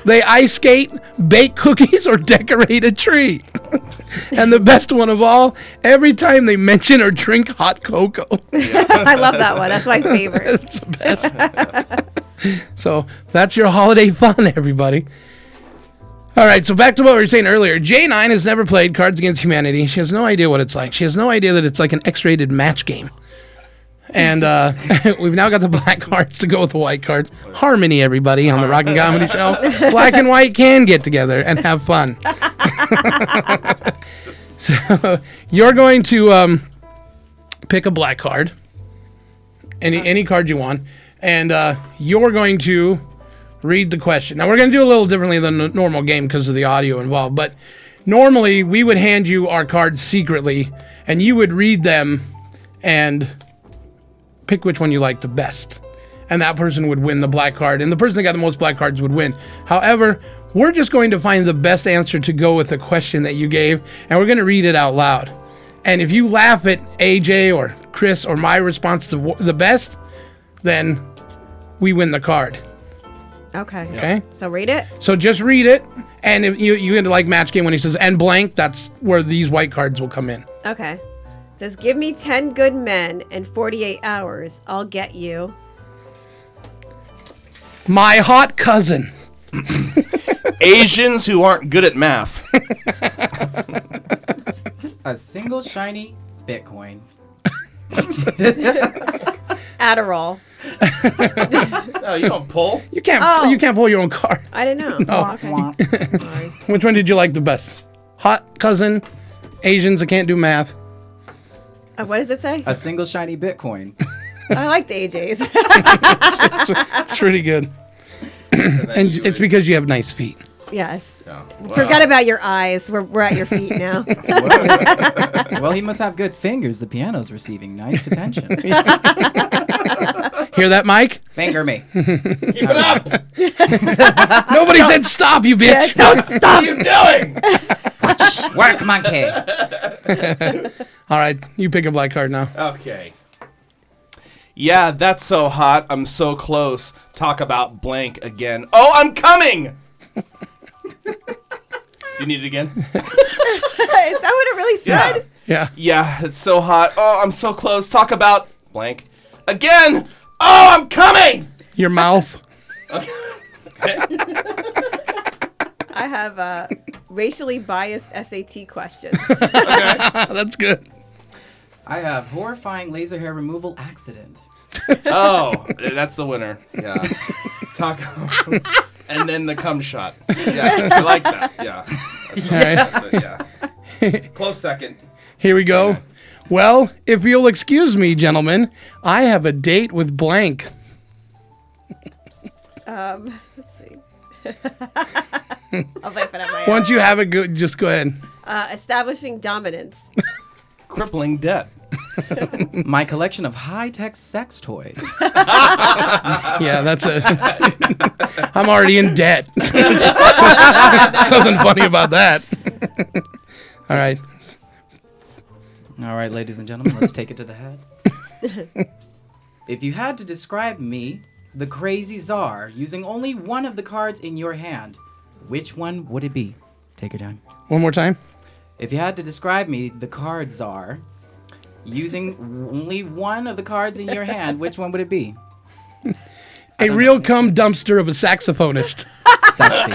Speaker 5: they ice skate, bake cookies, or decorate a tree. and the best one of all, every time they mention or drink hot cocoa.
Speaker 4: I love that one. That's my favorite.
Speaker 5: That's the best. so that's your holiday fun, everybody. All right, so back to what we were saying earlier. J9 has never played Cards Against Humanity. She has no idea what it's like. She has no idea that it's like an X rated match game. And uh, we've now got the black cards to go with the white cards. Harmony, everybody, on the Rock and Comedy Show. Black and white can get together and have fun. so you're going to um, pick a black card, any any card you want, and uh, you're going to read the question. Now we're going to do a little differently than the normal game because of the audio involved. But normally we would hand you our cards secretly, and you would read them and pick which one you like the best. And that person would win the black card, and the person that got the most black cards would win. However, we're just going to find the best answer to go with the question that you gave, and we're going to read it out loud. And if you laugh at AJ or Chris or my response to wh- the best, then we win the card.
Speaker 4: Okay.
Speaker 5: Okay.
Speaker 4: So read it.
Speaker 5: So just read it, and if you you into like match game when he says and blank, that's where these white cards will come in.
Speaker 4: Okay. It says, give me 10 good men and 48 hours. I'll get you.
Speaker 5: My hot cousin.
Speaker 6: Asians who aren't good at math.
Speaker 26: A single shiny Bitcoin.
Speaker 4: Adderall.
Speaker 6: no, you don't pull.
Speaker 5: You can't
Speaker 4: Oh.
Speaker 5: you can't pull your own card.
Speaker 4: I didn't know.
Speaker 5: No.
Speaker 4: Oh, okay. Sorry.
Speaker 5: Which one did you like the best? Hot cousin, Asians that can't do math.
Speaker 4: Uh, what does it say?
Speaker 26: A single shiny Bitcoin.
Speaker 4: I liked AJ's.
Speaker 5: It's pretty good. and it's because you have nice feet.
Speaker 4: yes.
Speaker 26: Wow.
Speaker 4: Forgot about your eyes. We're, we're at your feet now.
Speaker 26: well, he must have good fingers. The piano's receiving nice attention.
Speaker 5: Hear that, Mike?
Speaker 26: Finger me.
Speaker 5: Keep it up. Nobody said stop, you bitch.
Speaker 26: don't stop.
Speaker 6: you doing?
Speaker 26: Work, monkey.
Speaker 5: All right, you pick a black card now.
Speaker 6: Okay. Yeah, that's so hot. I'm so close. Talk about blank again. Oh, I'm coming. Do you need it again?
Speaker 4: Is that what it really said?
Speaker 5: Yeah.
Speaker 6: Yeah, it's so hot. Oh, I'm so close. Talk about blank again. Oh, I'm coming.
Speaker 5: Your mouth.
Speaker 4: I have uh, racially biased SAT questions.
Speaker 5: That's good.
Speaker 26: I have horrifying laser hair removal accident.
Speaker 6: Oh, that's the winner. Yeah. Talk. and then the cum shot. Yeah, I like that. Yeah.
Speaker 5: All
Speaker 6: Yeah. Close second.
Speaker 5: Here we go. Well, if you'll excuse me, gentlemen, I have a date with blank.
Speaker 4: um, let's see. I'll type it out my
Speaker 5: Once you have it, go, just go ahead.
Speaker 4: Uh, establishing dominance.
Speaker 6: Crippling debt.
Speaker 26: My collection of high tech sex toys.
Speaker 5: Yeah, that's it. I'm already in debt. Nothing funny about that. All right.
Speaker 26: All right, ladies and gentlemen, let's take it to the head. If you had to describe me, the crazy czar, using only one of the cards in your hand, Which one would it be? Take your time.
Speaker 5: One more time.
Speaker 26: If you had to describe me, the cards are using only one of the cards in your hand. Which one would it be?
Speaker 5: A real cum dumpster of a saxophonist.
Speaker 26: Sexy.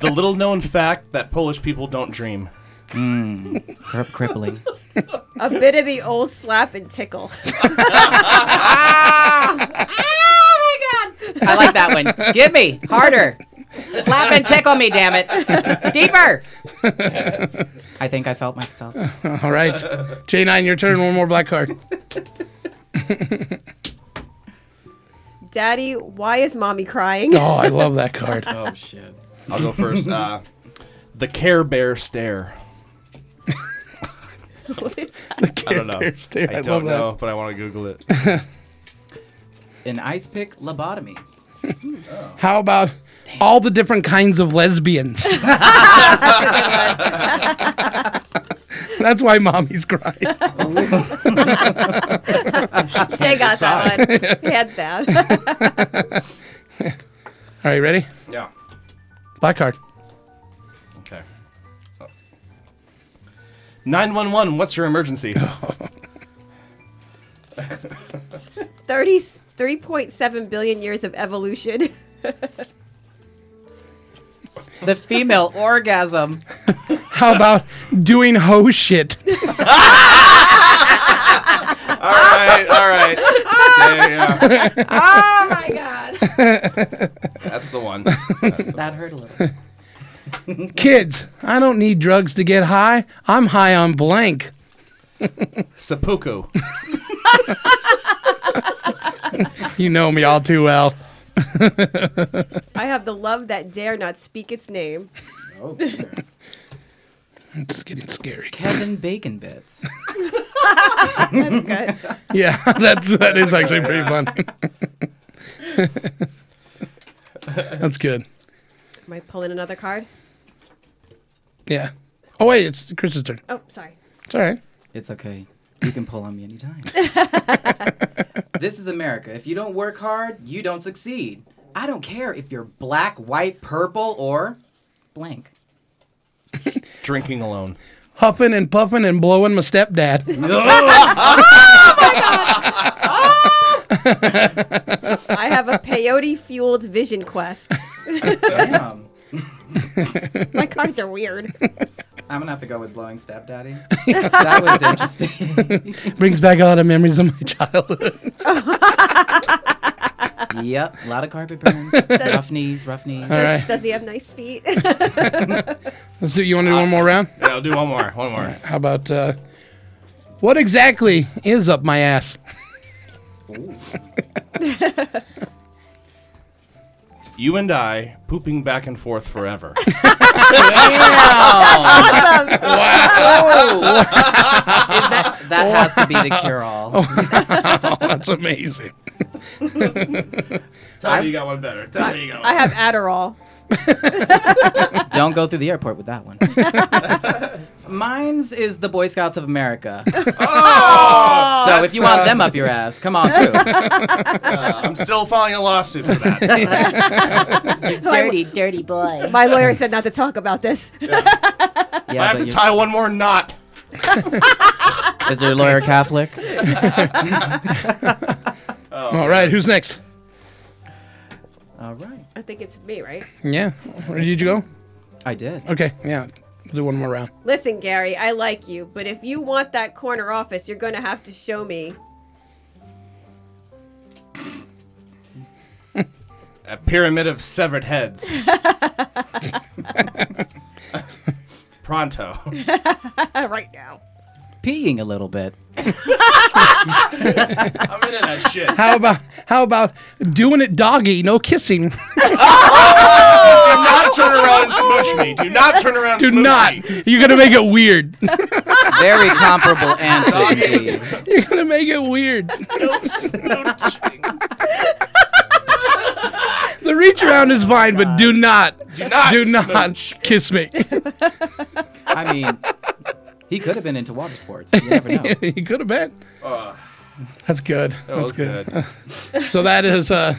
Speaker 6: the little known fact that Polish people don't dream.
Speaker 26: Mm, crippling.
Speaker 4: A bit of the old slap and tickle.
Speaker 26: oh
Speaker 4: my god!
Speaker 26: I like that one. Give me harder. Slap and tickle me, damn it. Deeper. I think I felt myself.
Speaker 5: All right. J9, your turn. One more black card.
Speaker 4: Daddy, why is mommy crying?
Speaker 5: Oh, I love that card.
Speaker 26: Oh, shit.
Speaker 6: I'll go first. Uh, the Care Bear stare.
Speaker 4: What is that?
Speaker 6: I don't know.
Speaker 26: Care Bear stare,
Speaker 6: I
Speaker 26: I
Speaker 6: don't
Speaker 26: love
Speaker 6: know,
Speaker 26: that.
Speaker 6: but I want to Google it.
Speaker 26: An ice pick lobotomy.
Speaker 5: How about all the different kinds of lesbians? That's why mommy's crying.
Speaker 4: Jay got that one. Hands down.
Speaker 5: All right, ready?
Speaker 6: Yeah.
Speaker 5: Black card.
Speaker 6: Okay. Oh. Nine one one. What's your emergency?
Speaker 4: 30, 3.7 billion years of evolution.
Speaker 26: The female orgasm.
Speaker 5: How about doing hoe shit?
Speaker 6: all right, all right. Yeah, yeah, yeah.
Speaker 26: Oh my God.
Speaker 6: That's the one.
Speaker 26: That hurt a little.
Speaker 5: Kids, I don't need drugs to get high. I'm high on blank.
Speaker 6: Seppuku.
Speaker 5: you know me all too well.
Speaker 4: I have the love that dare not speak its name.
Speaker 26: Oh,
Speaker 5: it's getting scary.
Speaker 26: Kevin Bacon bits.
Speaker 4: That's good.
Speaker 5: yeah, that's that is actually pretty fun. that's good.
Speaker 4: Am I pulling another card?
Speaker 5: Yeah. Oh wait, it's Chris's turn.
Speaker 4: Oh, sorry.
Speaker 5: It's all right.
Speaker 26: It's okay. You can pull on me anytime. this is America. If you don't work hard, you don't succeed. I don't care if you're black, white, purple, or blank.
Speaker 6: Drinking alone.
Speaker 5: Huffing and puffing and blowing my stepdad.
Speaker 26: Oh,
Speaker 4: I have a peyote fueled vision quest.
Speaker 26: Damn.
Speaker 4: My cards are weird.
Speaker 26: I'm gonna have to go with blowing stepdaddy. that was interesting.
Speaker 5: Brings back a lot of memories of my childhood.
Speaker 26: yep, a lot of carpet burns, rough knees, rough knees.
Speaker 5: All right.
Speaker 4: Does he have nice feet?
Speaker 5: Let's do. You want to do one more round?
Speaker 6: Yeah, I'll do one more. One more.
Speaker 5: How about uh, what exactly is up my ass?
Speaker 6: You and I pooping back and forth forever.
Speaker 26: Wow. Is that, that has to be the cure all.
Speaker 5: That's amazing.
Speaker 6: Tell me you got one better. Tell me you got one.
Speaker 4: I have Adderall.
Speaker 26: Don't go through the airport with that one. Mine's is the Boy Scouts of America.
Speaker 5: Oh,
Speaker 26: so if you want them up your ass, come on through.
Speaker 6: I'm still filing a lawsuit for that.
Speaker 4: dirty,
Speaker 27: dirty boy.
Speaker 4: My lawyer said not to talk about this.
Speaker 6: I have to tie one more knot.
Speaker 26: Is your lawyer Catholic?
Speaker 5: All right, who's next?
Speaker 26: All right.
Speaker 4: I think it's me, right?
Speaker 5: Yeah. Where did you go?
Speaker 26: I did.
Speaker 5: Okay. Yeah. We'll do one more round.
Speaker 4: Listen, Gary, I like you, but if you want that corner office, you're going to have to show me.
Speaker 6: A pyramid of severed heads. Pronto.
Speaker 4: right now.
Speaker 26: Peeing a little bit.
Speaker 6: I'm into that shit.
Speaker 5: How about how about doing it doggy, no kissing?
Speaker 6: Do not turn around and smoosh me. Do not turn around
Speaker 5: Do
Speaker 6: and smoosh
Speaker 5: not.
Speaker 6: me.
Speaker 5: You're gonna make it weird.
Speaker 26: Very comparable answer. indeed.
Speaker 5: You're gonna make it weird. The reach around is fine, but do not,
Speaker 6: Do not
Speaker 5: do not kiss me.
Speaker 26: I mean, he could have been into water sports. You never know.
Speaker 5: you could have been.
Speaker 6: Uh,
Speaker 5: That's good.
Speaker 6: That
Speaker 5: That's
Speaker 6: was
Speaker 5: good. so that is uh,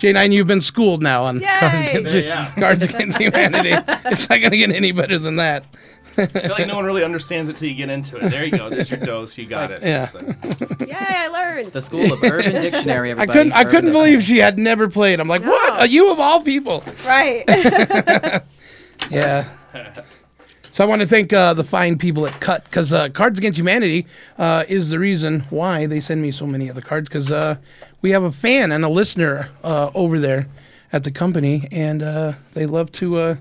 Speaker 5: J9. You've been schooled now on Guards
Speaker 6: Yay!
Speaker 5: Against,
Speaker 6: There you are.
Speaker 5: Guards Against Humanity. It's not going to get any better than that.
Speaker 6: I feel like no one really understands it till you get into it. There you go. There's your dose. You got it.
Speaker 5: yeah.
Speaker 4: Yay, I learned.
Speaker 26: The school of Urban Dictionary.
Speaker 5: I
Speaker 26: Everybody.
Speaker 5: couldn't. I
Speaker 26: Urban
Speaker 5: couldn't believe she had never played. I'm like, what? Are you of all people?
Speaker 4: Right.
Speaker 5: Yeah. So I want to thank uh, the fine people at Cut because uh, Cards Against Humanity uh, is the reason why they send me so many other cards because uh, we have a fan and a listener uh, over there at the company and uh, they love to uh,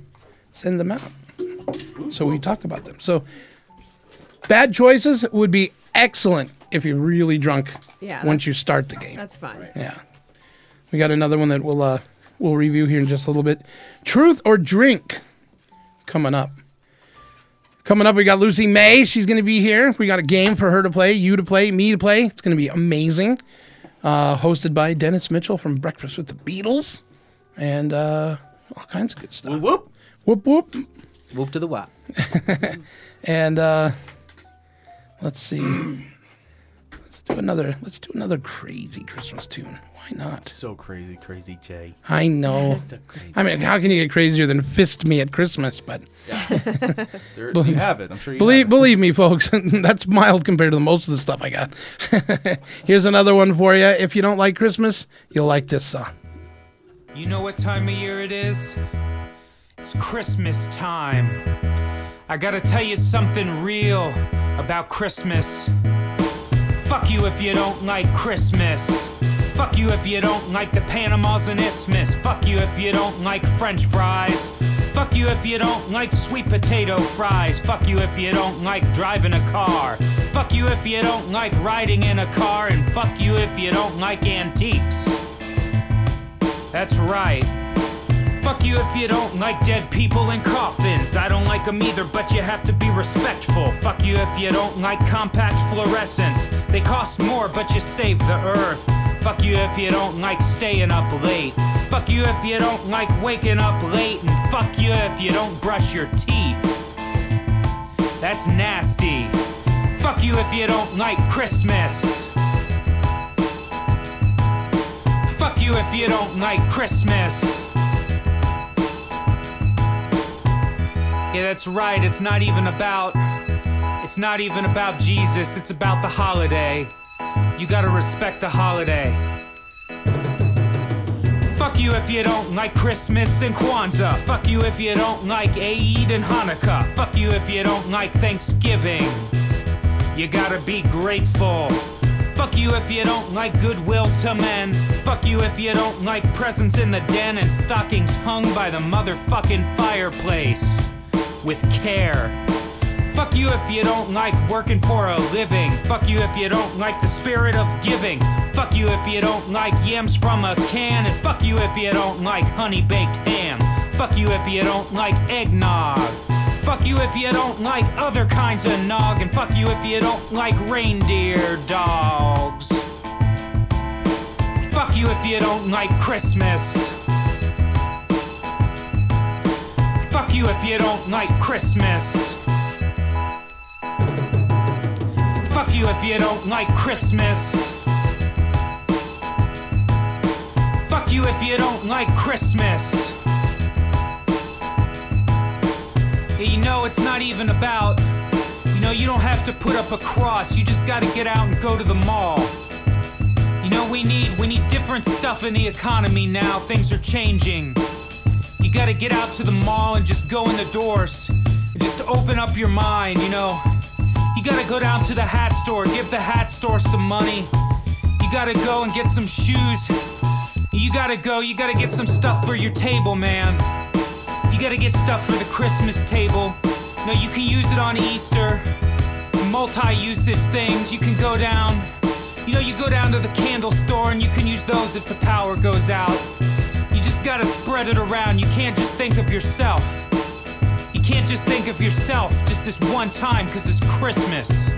Speaker 5: send them out. So we talk about them. So bad choices would be excellent if you're really drunk
Speaker 4: Yeah,
Speaker 5: once
Speaker 4: that's-
Speaker 5: you start the game.
Speaker 4: That's fun.
Speaker 5: Yeah. We got another one that we'll uh, we'll review here in just a little bit. Truth or drink coming up. Coming up, we got Lucy May. She's going to be here. We got a game for her to play, you to play, me to play. It's going to be amazing. Uh, hosted by Dennis Mitchell from Breakfast with the Beatles, and uh, all kinds of good stuff. Whoop whoop whoop whoop,
Speaker 26: whoop to the wop.
Speaker 5: and uh, let's see. let's do another. Let's do another crazy Christmas tune. Why not?
Speaker 6: So crazy, crazy Jay.
Speaker 5: I know. I mean, how can you get crazier than fist me at Christmas? But
Speaker 6: Yeah. There-
Speaker 5: Bel-
Speaker 6: you have it. I'm sure you
Speaker 5: believe
Speaker 6: have it.
Speaker 5: believe me, folks. that's mild compared to the most of the stuff I got. Here's another one for you. If you don't like Christmas, you'll like this song.
Speaker 12: You know what time of year it is? It's Christmas time. I gotta tell you something real about Christmas. Fuck you if you don't like Christmas. Fuck you if you don't like the Panamas and Isthmus. Fuck you if you don't like French fries. Fuck you if you don't like sweet potato fries. Fuck you if you don't like driving a car. Fuck you if you don't like riding in a car. And fuck you if you don't like antiques. That's right. Fuck you if you don't like dead people in coffins. I don't like them either, but you have to be respectful. Fuck you if you don't like compact fluorescents. They cost more, but you save the earth. Fuck you if you don't like staying up late. Fuck you if you don't like waking up late. And fuck you if you don't brush your teeth. That's nasty. Fuck you if you don't like Christmas. Fuck you if you don't like Christmas. Yeah, that's right. It's not even about it's not even about Jesus. It's about the holiday. You got to respect the holiday. Fuck you if you don't like Christmas and Kwanzaa. Fuck you if you don't like Eid and Hanukkah. Fuck you if you don't like Thanksgiving. You gotta be grateful. Fuck you if you don't like goodwill to men. Fuck you if you don't like presents in the den and stockings hung by the motherfucking fireplace with care. Fuck you if you don't like working for a living. Fuck you if you don't like the spirit of giving. Fuck you if you don't like yams from a can. And fuck you if you don't like honey baked ham. Fuck you if you don't like eggnog. Fuck you if you don't like other kinds of nog. And fuck you if you don't like reindeer dogs. Fuck you if you don't like Christmas. Fuck you if you don't like Christmas. Fuck you if you don't like Christmas. Fuck you if you don't like Christmas. Yeah, you know it's not even about. You know you don't have to put up a cross. You just gotta get out and go to the mall. You know we need we need different stuff in the economy now. Things are changing. You gotta get out to the mall and just go in the doors. And just open up your mind, you know. You gotta go down to the hat store, give the hat store some money. You gotta go and get some shoes. You gotta go, you gotta get some stuff for your table, man. You gotta get stuff for the Christmas table. No, you can use it on Easter. Multi usage things, you can go down. You know, you go down to the candle store and you can use those if the power goes out. You just gotta spread it around, you can't just think of yourself. You can't just think of yourself just this one time because it's Christmas.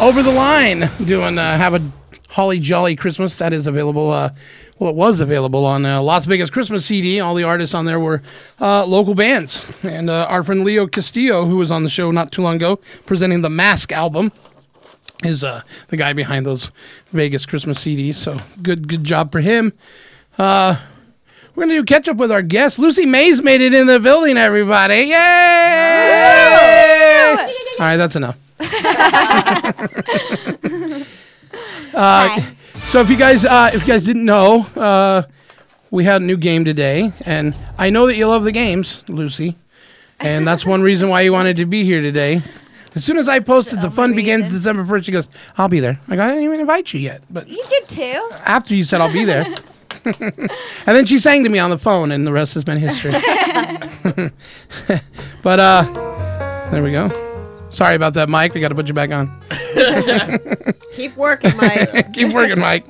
Speaker 5: Over the Line doing uh, Have a Holly Jolly Christmas. That is available. Uh, well, it was available on uh, Las Vegas Christmas CD. All the artists on there were uh, local bands. And uh, our friend Leo Castillo, who was on the show not too long ago, presenting the Mask album, is uh, the guy behind those Vegas Christmas CDs. So good, good job for him. Uh, we're gonna do catch up with our guest. Lucy Mays made it in the building, everybody. Yay! All right, that's enough. Uh, so if you guys uh, if you guys didn't know, uh, we had a new game today, and I know that you love the games, Lucy, and that's one reason why you wanted to be here today. As soon as I posted the fun begins December first, she goes, "I'll be there." I go, "I didn't even invite you yet," but
Speaker 13: You did too.
Speaker 5: after you said I'll be there. and then she sang to me on the phone, and the rest has been history. but uh, there we go. Sorry about that, Mike. We got to put you back on.
Speaker 4: Keep working, Mike.
Speaker 5: Keep working, Mike.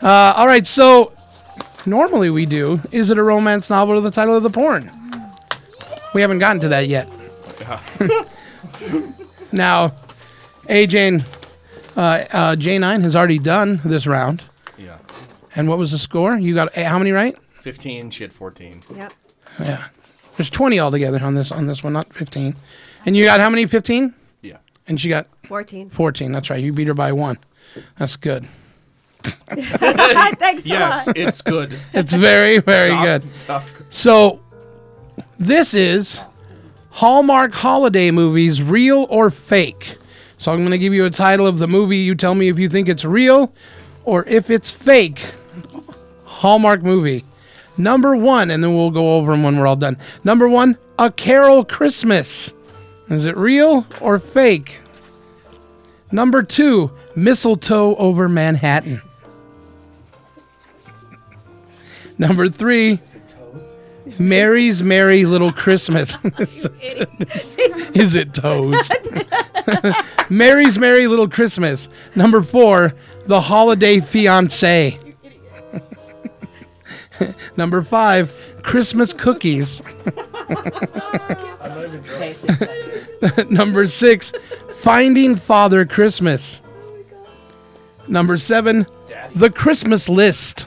Speaker 5: Uh, all right. So normally we do. Is it a romance novel or the title of the porn? We haven't gotten to that yet. now, AJ and uh, uh, J9 has already done this round.
Speaker 6: Yeah.
Speaker 5: And what was the score? You got eh, how many right?
Speaker 6: 15, she had 14.
Speaker 4: Yep.
Speaker 5: Yeah. There's 20 altogether on this on this one, not 15. And you got how many? 15.
Speaker 6: Yeah.
Speaker 5: And she got
Speaker 4: 14.
Speaker 5: 14. That's right. You beat her by one. That's good.
Speaker 4: Thanks
Speaker 6: Yes,
Speaker 4: a lot.
Speaker 6: it's good.
Speaker 5: It's very very
Speaker 6: That's-
Speaker 5: good.
Speaker 6: that's
Speaker 5: So this is Hallmark holiday movies, real or fake. So I'm going to give you a title of the movie. You tell me if you think it's real or if it's fake. Hallmark movie. Number one, and then we'll go over them when we're all done. Number one, A Carol Christmas. Is it real or fake? Number two, Mistletoe over Manhattan. Number three, Mary's Merry Little Christmas. Is it toast? Mary's Merry Little Christmas. Number four, The Holiday Fiance. Number five, Christmas Cookies. Number six, Finding Father Christmas. Number seven, The Christmas List.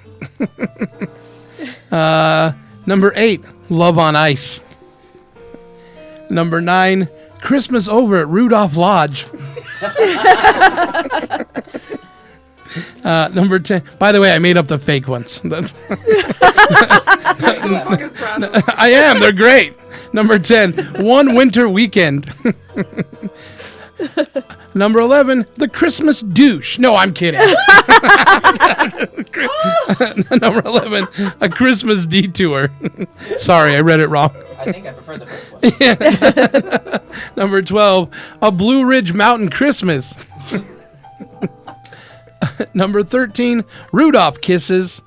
Speaker 5: uh, number eight, Love on Ice. Number nine, Christmas Over at Rudolph Lodge. Uh, number 10. By the way, I made up the fake ones. That's- I am. They're great. Number 10, One Winter Weekend. number 11, The Christmas Douche. No, I'm kidding. number 11, A Christmas Detour. Sorry, I read it wrong.
Speaker 26: I think I prefer the first one.
Speaker 5: Yeah. Number 12, A Blue Ridge Mountain Christmas. Number 13, Rudolph Kisses.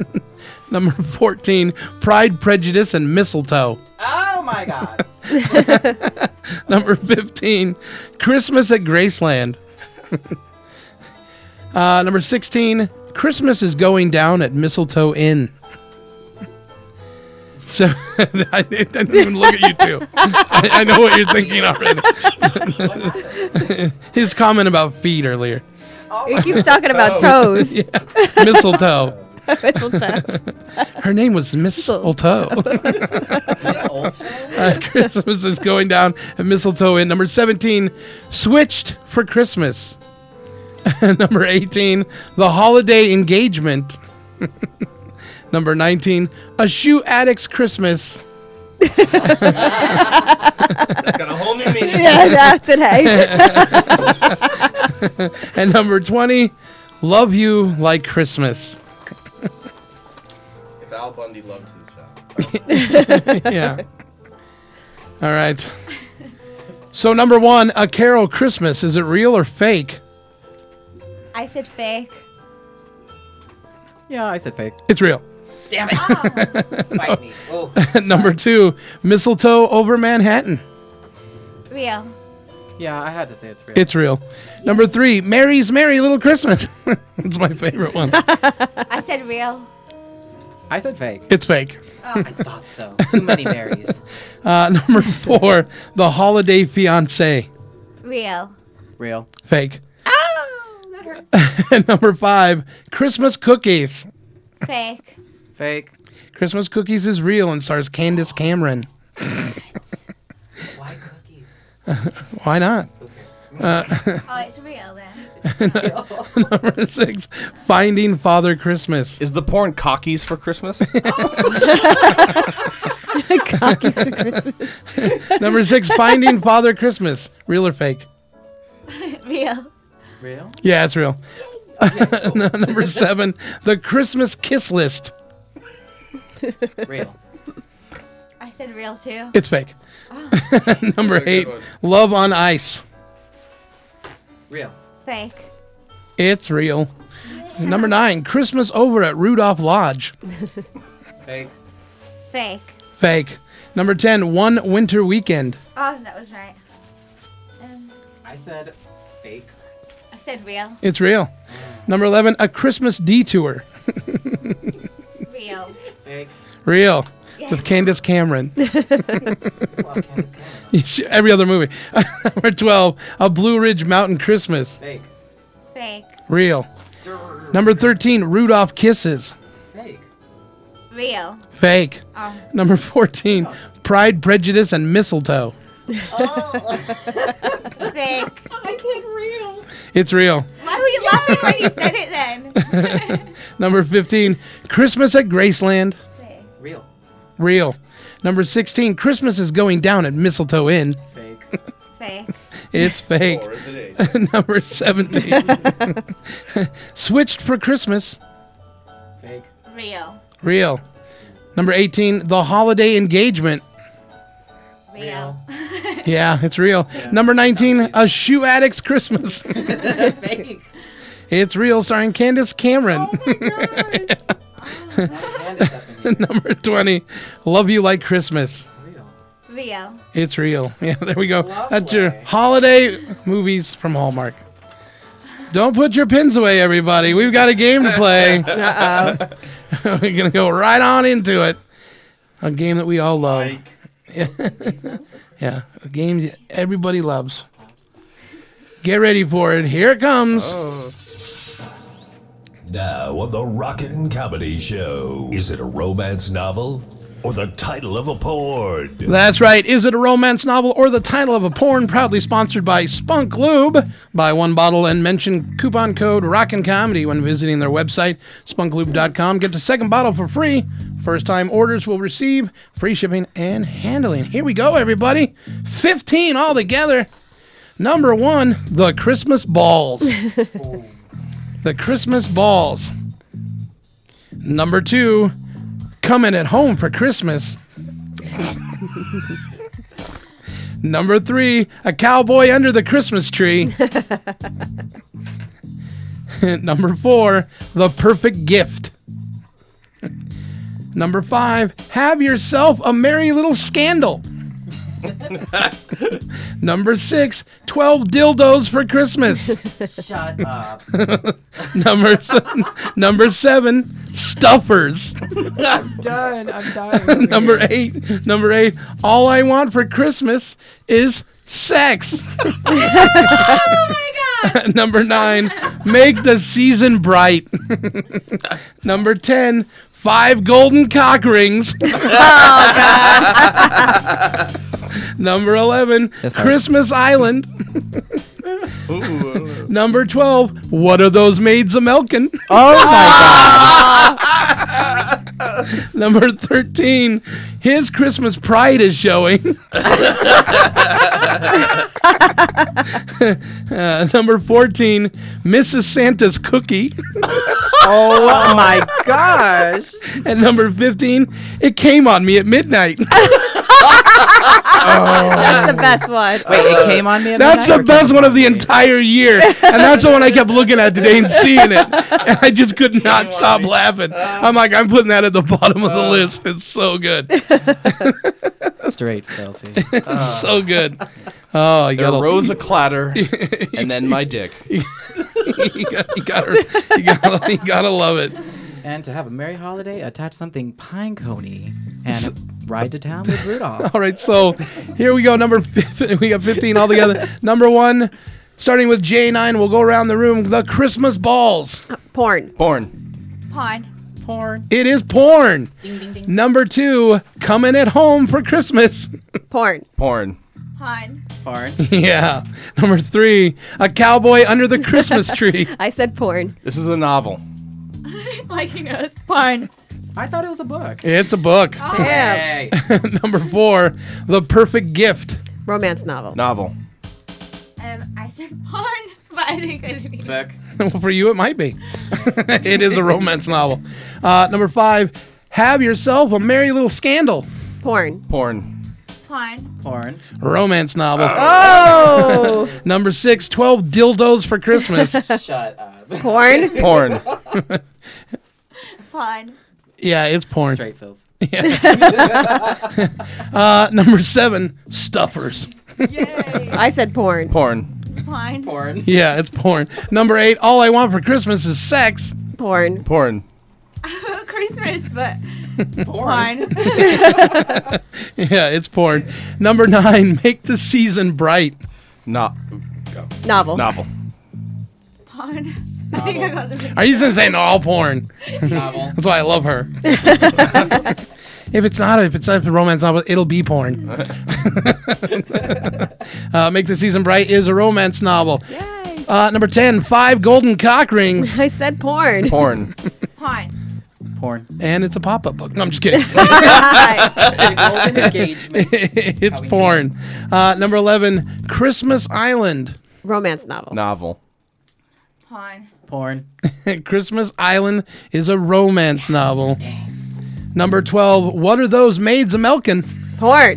Speaker 5: Number 14, Pride, Prejudice, and Mistletoe.
Speaker 26: Oh my god.
Speaker 5: Number 15, Christmas at Graceland. uh, number 16, Christmas is going down at Mistletoe Inn. So I, didn't I didn't even look at you two. I, I know what you're thinking already. His comment about feet earlier.
Speaker 4: Oh.
Speaker 5: Oh.
Speaker 4: He keeps talking about toes.
Speaker 5: Yeah. Mistletoe.
Speaker 4: Mistletoe.
Speaker 5: Her name was Miss Mistletoe. uh, Christmas is going down at Mistletoe Inn. Number 17, Switched for Christmas. Number 18, The Holiday Engagement. Number 19, A Shoe Addict's Christmas.
Speaker 6: It's got a whole new meaning.
Speaker 4: Yeah, that's it,
Speaker 5: hey. and number 20, Love You Like Christmas.
Speaker 6: If Al Bundy loved his job.
Speaker 5: yeah. All right. So number one, A Carol Christmas. Is it real or fake?
Speaker 13: I said fake.
Speaker 26: Yeah, I said fake.
Speaker 5: It's real.
Speaker 26: Damn it. Bite me. Oh.
Speaker 5: number two, Mistletoe over Manhattan.
Speaker 13: Real.
Speaker 26: Yeah, I had to say it's real.
Speaker 5: It's real. Number three, Mary's Merry Little Christmas. it's my favorite one.
Speaker 13: I said real. Oh.
Speaker 26: I said fake.
Speaker 5: It's fake.
Speaker 26: I thought so. Too many Marys.
Speaker 5: Uh, number four, The Holiday Fiance.
Speaker 13: Real.
Speaker 26: Real.
Speaker 5: Fake.
Speaker 13: Sure.
Speaker 5: Number five, Christmas cookies.
Speaker 13: Fake.
Speaker 5: Fake. Christmas cookies is real and stars Candace Cameron.
Speaker 3: Why cookies?
Speaker 5: Why not? Uh,
Speaker 13: Oh, it's real then.
Speaker 5: Number six, Finding Father Christmas.
Speaker 6: Is the porn cockies for Christmas?
Speaker 5: Cockies for Christmas. Number six, Finding Father Christmas. Real or fake?
Speaker 13: real.
Speaker 3: Real?
Speaker 5: Yeah, it's real. Number seven, The Christmas Kiss List.
Speaker 3: Real.
Speaker 13: I said real too.
Speaker 5: It's fake.
Speaker 13: Ah.
Speaker 5: Number eight, Love on Ice.
Speaker 3: Real.
Speaker 13: Fake.
Speaker 5: It's real. Number nine, Christmas over at Rudolph Lodge.
Speaker 3: Fake.
Speaker 13: Fake.
Speaker 5: Fake. Number 10, One Winter Weekend.
Speaker 13: Oh, that was right. Um,
Speaker 3: I said fake.
Speaker 13: I said real.
Speaker 5: It's real. Number 11, A Christmas Detour.
Speaker 13: Real.
Speaker 3: Fake.
Speaker 5: real.
Speaker 13: Yes.
Speaker 5: With Candace Cameron. You should- Every other movie. Number 12, A Blue Ridge Mountain Christmas.
Speaker 3: Fake.
Speaker 13: Fake.
Speaker 5: Real. Number 13, Rudolph Kisses.
Speaker 3: Fake.
Speaker 13: Real.
Speaker 5: Fake.
Speaker 13: Oh.
Speaker 5: Number 14, Pride, Prejudice, and Mistletoe.
Speaker 13: Oh. Fake. I said real.
Speaker 5: It's real.
Speaker 13: Why were you laughing when you said it then?
Speaker 5: Number 15, Christmas at Graceland.
Speaker 3: Real.
Speaker 5: Real. Number 16, Christmas is going down at Mistletoe Inn.
Speaker 3: Fake.
Speaker 13: Fake.
Speaker 5: It's fake.
Speaker 3: Or is it
Speaker 5: Number 17, Switched for Christmas.
Speaker 3: Fake.
Speaker 13: Real.
Speaker 5: Real. Number 18, The Holiday Engagement.
Speaker 13: Real.
Speaker 5: Yeah, it's real. Number 19, A Shoe Addict's Christmas.
Speaker 3: Fake.
Speaker 5: It's real, starring Candace Cameron. Number 20, Love You Like Christmas.
Speaker 13: Real.
Speaker 5: It's real. Yeah, there we go. That's your holiday movies from Hallmark. Don't put your pins away, everybody. We've got a game to play.
Speaker 3: Uh-oh.
Speaker 5: We're going to go right on into it. A game that we all love. Yeah. yeah, a game that everybody loves. Get ready for it. Here it comes.
Speaker 9: Oh. Now on the Rockin' Comedy Show. Is it a romance novel or the title of a porn?
Speaker 5: That's right. Is it a romance novel or the title of a porn? Proudly sponsored by Spunk Lube. Buy one bottle and mention coupon code Rockin' Comedy when visiting their website, spunklube.com. Get the second bottle for free. First time orders will receive free shipping and handling. Here we go, everybody. 15 all together. Number one, the Christmas balls. the Christmas balls. Number two, coming at home for Christmas. Number three, a cowboy under the Christmas tree. Number four, the perfect gift. Number five, have yourself a merry little scandal. Number six, 12 dildos for Christmas.
Speaker 3: Shut up.
Speaker 5: number, se- number seven, stuffers.
Speaker 3: I'm done. I'm dying.
Speaker 5: number eight. Number eight. All I want for Christmas is sex. number nine. Make the season bright. number ten. Five golden cock rings. number eleven. Christmas Island. Number twelve. What are those maids a milking? Oh Number 13, his Christmas pride is showing. Uh, number 14, Mrs. Santa's cookie. oh my gosh. And number 15, it came on me at midnight.
Speaker 4: That's the best one.
Speaker 5: Wait,
Speaker 6: Uh,
Speaker 5: it came on me. That's the best one of the entire year, and that's the one I kept looking at today and seeing it. And I just could not stop laughing. I'm like, I'm putting that at the bottom of the list. It's so good.
Speaker 3: Straight filthy.
Speaker 5: It's so good. Oh, you
Speaker 6: Uh, There
Speaker 5: got
Speaker 6: rose a clatter, and then my dick.
Speaker 5: you got, you got, you got, you gotta love it.
Speaker 3: And to have a merry holiday, attach something pine coney and a ride to town with Rudolph.
Speaker 5: All right, so here we go. Number fif- we got 15 all together. Number one, Starting with J9, we'll go around the room. The Christmas balls.
Speaker 4: Uh, Porn.
Speaker 6: Porn.
Speaker 13: Porn. Porn.
Speaker 5: It is porn.
Speaker 13: Ding, ding, ding.
Speaker 5: Number two, coming at home for Christmas.
Speaker 4: Porn.
Speaker 6: Porn.
Speaker 13: Porn.
Speaker 26: Porn.
Speaker 5: yeah. Number three, a cowboy under the Christmas tree.
Speaker 4: I said porn.
Speaker 6: This is a novel.
Speaker 13: like he knows. Porn.
Speaker 26: I thought it was a book.
Speaker 5: It's a book.
Speaker 13: Oh. Damn.
Speaker 5: Number four, the perfect gift.
Speaker 4: Romance novel.
Speaker 6: Novel.
Speaker 13: Um, I said porn, but I think I didn't.
Speaker 26: Book.
Speaker 5: well, for you, it might be. it is a romance novel. Uh, number five, have yourself a merry little scandal.
Speaker 4: Porn.
Speaker 6: Porn.
Speaker 13: Porn.
Speaker 26: Porn.
Speaker 5: Romance novel.
Speaker 4: Oh.
Speaker 5: number six, 12 dildos for Christmas.
Speaker 26: Shut up.
Speaker 4: Porn.
Speaker 5: Porn.
Speaker 13: Porn.
Speaker 5: yeah, it's porn.
Speaker 26: Straight filth.
Speaker 5: Yeah. uh, number seven, stuffers.
Speaker 4: I said porn.
Speaker 6: Porn.
Speaker 13: Porn.
Speaker 26: Porn.
Speaker 5: Yeah, it's porn. Number eight, all I want for Christmas is sex.
Speaker 4: Porn.
Speaker 6: Porn.
Speaker 13: Christmas, but
Speaker 26: Porn.
Speaker 5: yeah, it's porn. Number nine, make the season bright.
Speaker 6: No.
Speaker 4: Novel.
Speaker 6: Novel.
Speaker 13: Porn. I think I got this.
Speaker 5: Are you just saying all porn?
Speaker 26: Novel.
Speaker 5: That's why I love her. if it's not, if it's not a romance novel, it'll be porn. uh, make the season bright is a romance novel. Uh, number ten, five golden cock rings.
Speaker 4: I said porn.
Speaker 6: Porn.
Speaker 13: Porn.
Speaker 26: Porn.
Speaker 5: And it's a pop up book. No, I'm just kidding.
Speaker 26: Golden engagement.
Speaker 5: it's porn. Uh, number 11, Christmas Island.
Speaker 4: Romance novel.
Speaker 6: Novel.
Speaker 13: Porn.
Speaker 26: Porn.
Speaker 5: Christmas Island is a romance novel. Number 12, What Are Those Maids a Milking?
Speaker 4: Porn.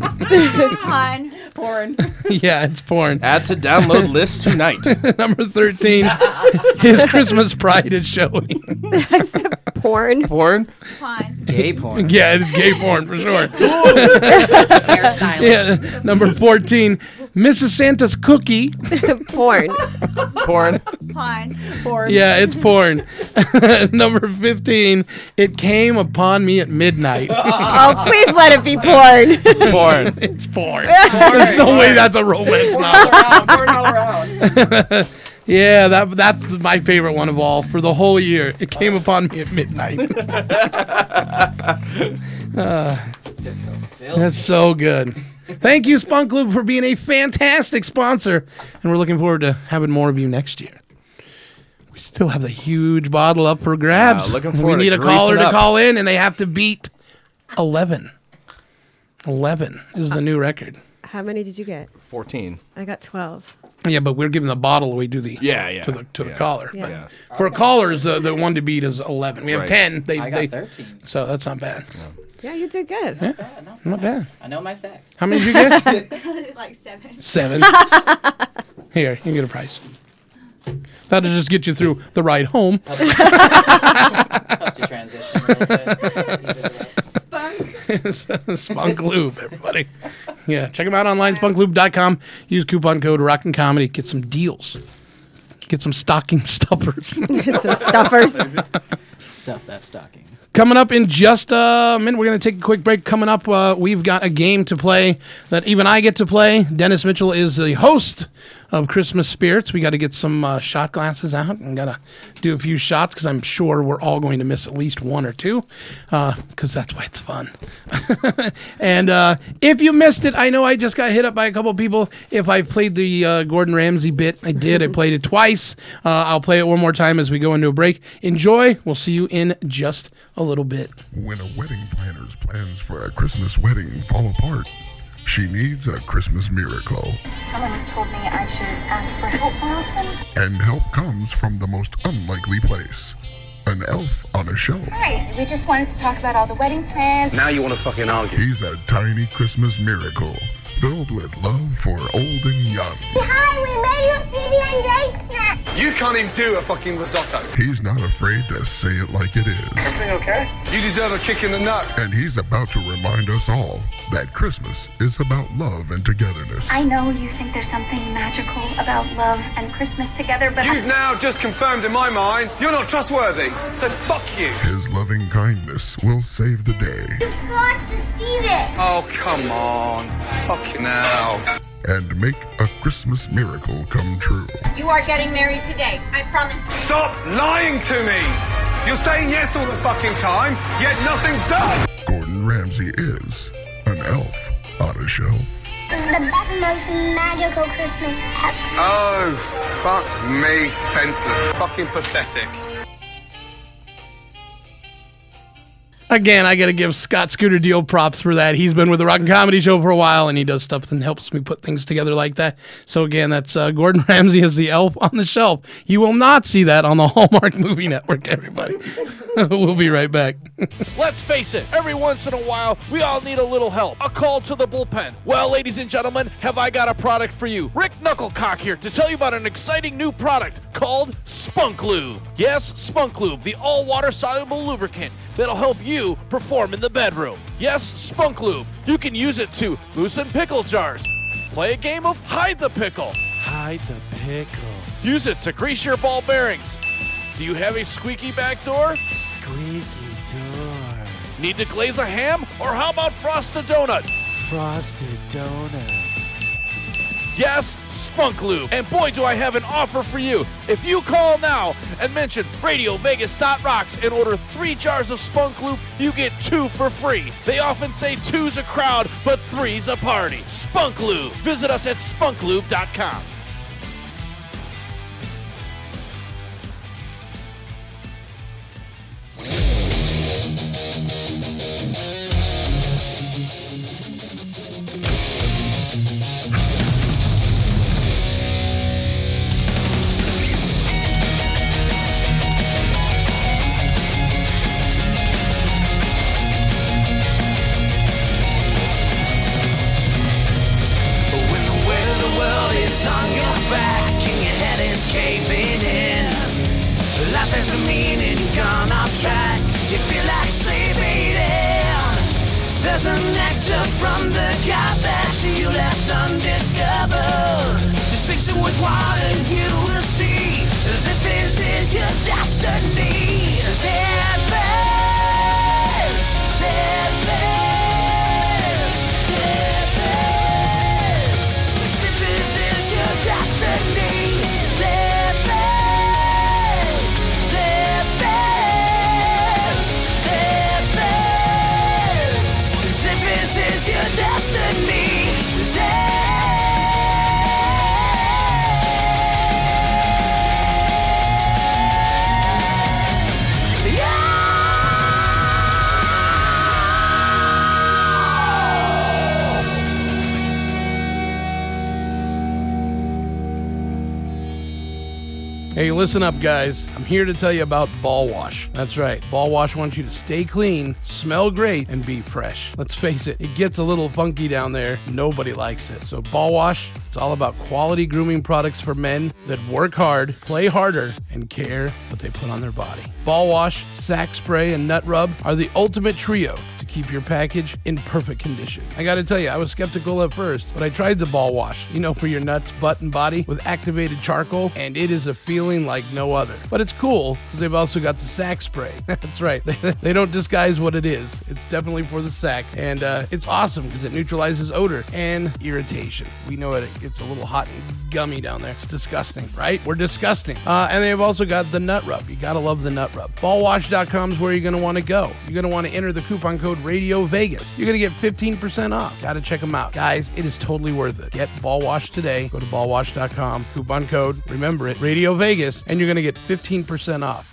Speaker 13: Porn. Porn.
Speaker 5: yeah, it's porn.
Speaker 6: Add to download list tonight.
Speaker 5: Number 13, His Christmas Pride is Showing.
Speaker 4: Porn.
Speaker 6: Porn.
Speaker 13: Porn.
Speaker 26: Gay porn.
Speaker 5: yeah, it's gay porn for sure.
Speaker 26: Hairstyle.
Speaker 5: yeah, number 14, Mrs. Santa's Cookie.
Speaker 4: porn.
Speaker 6: Porn.
Speaker 13: Porn.
Speaker 26: Porn.
Speaker 5: Yeah, it's porn. number 15, It Came Upon Me at Midnight.
Speaker 4: Oh, please let it be porn.
Speaker 6: Porn.
Speaker 5: It's porn. There's no way that's a romance novel.
Speaker 26: Around, porn all around.
Speaker 5: Yeah, that that's my favorite one of all for the whole year. It came upon me at midnight. Uh,
Speaker 26: Just so filth.
Speaker 5: That's so good. Thank you, Spunk Club, for being a fantastic sponsor, and we're looking forward to having more of you next year. We still have the huge bottle up for grabs.
Speaker 6: Yeah, Uh, looking
Speaker 5: we
Speaker 6: forward to
Speaker 5: need a
Speaker 6: greasing
Speaker 5: caller to
Speaker 6: up.
Speaker 5: call in, and they have to beat eleven. Eleven is the new record.
Speaker 4: How many did you get?
Speaker 6: 14.
Speaker 4: I got 12.
Speaker 5: Yeah, but we're giving the bottle away to the
Speaker 6: Yeah, yeah,
Speaker 5: to the to
Speaker 6: yeah.
Speaker 5: the caller.
Speaker 4: Yeah.
Speaker 5: But
Speaker 6: Yeah.
Speaker 5: for callers, the, the one to beat is eleven. We have
Speaker 6: Right.
Speaker 5: ten. They,
Speaker 26: I
Speaker 5: they
Speaker 26: got 13.
Speaker 5: so that's not bad.
Speaker 4: Yeah, you did good.
Speaker 5: Not bad.
Speaker 26: I know my sex.
Speaker 5: How many did you get?
Speaker 13: like seven.
Speaker 5: Seven. Here, you can get a price. That'll just get you through the ride home.
Speaker 26: Helped you transition a little bit. You did it.
Speaker 13: Spunk.
Speaker 5: Spunk Lube, everybody. Yeah, check them out online, spunklube.com. Use coupon code Rockin' Comedy. Get some deals. Get some stocking stuffers.
Speaker 4: Some stuffers.
Speaker 26: Stuff that stocking.
Speaker 5: Coming up in just a minute, we're going to take a quick break. Coming up, uh, we've got a game to play that even I get to play. Dennis Mitchell is the host of Christmas Spirits. We got to get some uh, shot glasses out and got to do a few shots because I'm sure we're all going to miss at least one or two because that's why it's fun. and uh, if you missed it, I know I just got hit up by a couple people. If I played the uh, Gordon Ramsay bit, I did. I played it twice. Uh, I'll play it one more time as we go into a break. Enjoy. We'll see you in just a little bit.
Speaker 8: When a wedding planner's plans for a Christmas wedding fall apart, she needs a Christmas miracle.
Speaker 10: Someone told me I should ask for help more often.
Speaker 8: And help comes from the most unlikely place an elf on a shelf.
Speaker 10: Hi, we just wanted to talk about all the wedding plans.
Speaker 8: Now you want to fucking argue. He's a tiny Christmas miracle filled with love for old and young.
Speaker 10: Hi, we made you a PB&J snack.
Speaker 11: You can't even do a fucking risotto.
Speaker 8: He's not afraid to say it like it is.
Speaker 11: Everything okay? You deserve a kick in the nuts.
Speaker 8: And he's about to remind us all that Christmas is about love and togetherness.
Speaker 10: I know you think there's something magical about love and Christmas together, but
Speaker 11: You've now just confirmed in my mind you're not trustworthy. So fuck you.
Speaker 8: His loving kindness will save the day.
Speaker 10: You've got to see this.
Speaker 11: Oh, come on. Fuck back now.
Speaker 8: and make a Christmas miracle come true.
Speaker 13: You are getting married today. I promise.
Speaker 11: Stop lying to me! You're saying yes all the fucking time, yet nothing's done!
Speaker 8: Gordon Ramsay is an elf on a shelf.
Speaker 15: This is the best, most magical Christmas ever.
Speaker 11: Oh, fuck me, senseless. Fucking pathetic.
Speaker 5: Again, I got to give Scott Scooter Deal props for that. He's been with the Rock and Comedy Show for a while, and he does stuff and helps me put things together like that. So again, that's uh, Gordon Ramsay as the elf on the shelf. You will not see that on the Hallmark Movie Network. Everybody, we'll be right back.
Speaker 22: Let's face it, every once in a while, we all need a little help. A call to the bullpen. Well, ladies and gentlemen, have I got a product for you? Rick Knucklecock here to tell you about an exciting new product called Spunk Lube. Yes, Spunk Lube, the all water soluble lubricant that'll help you perform in the bedroom. Yes, Spunk Lube. You can use it to loosen pickle jars, play a game of hide the pickle, hide the pickle, use it to grease your ball bearings. Do you have a squeaky back door? Squeaky door. Need to glaze a ham? Or how about frost a donut? Frosted donut. Yes, Spunk Lube. And boy, do I have an offer for you. If you call now and mention RadioVegas.rocks and order three jars of Spunk Lube, you get two for free. They often say two's a crowd, but three's a party. Spunk Lube. Visit us at spunklube.com.
Speaker 24: When the weight of the world is on your back and your head is caving in, life has no meaning, you've gone off track. You feel like sleeping in. There's a nectar from the gods that you left undiscovered. Just fix it with water, and you will see. As if this is your destiny. Sad face, sad face, sad face. As if this is your destiny. Sad face, sad face, sad face. As if this is your destiny. Sad
Speaker 5: Hey, listen up, guys. I'm here to tell you about Ball Wash. That's right. Ball Wash wants you to stay clean, smell great, and be fresh. Let's face it, it gets a little funky down there. Nobody likes it. So, Ball Wash, it's all about quality grooming products for men that work hard, play harder, and care what they put on their body. Ball Wash, Sack Spray, and Nut Rub are the ultimate trio to keep your package in perfect condition. I gotta tell you, I was skeptical at first, but I tried the ball wash, you know, for your nuts, butt, and body with activated charcoal, and it is a feeling like no other. But it's cool because they've also got the sack spray. That's right, they, they don't disguise what it is. It's definitely for the sack, and uh, it's awesome because it neutralizes odor and irritation. We know it gets a little hot and gummy down there. It's disgusting, right? We're disgusting. Uh, and they've also got the nut rub. You gotta love the nut rub. Ballwash.com is where you're gonna wanna go. You're gonna wanna enter the coupon code Radio Vegas. You're gonna get 15% off. Gotta check them out. Guys, it is totally worth it. Get Ballwash today. Go to ballwash.com, coupon code, remember it, Radio Vegas, and you're gonna get 15% off.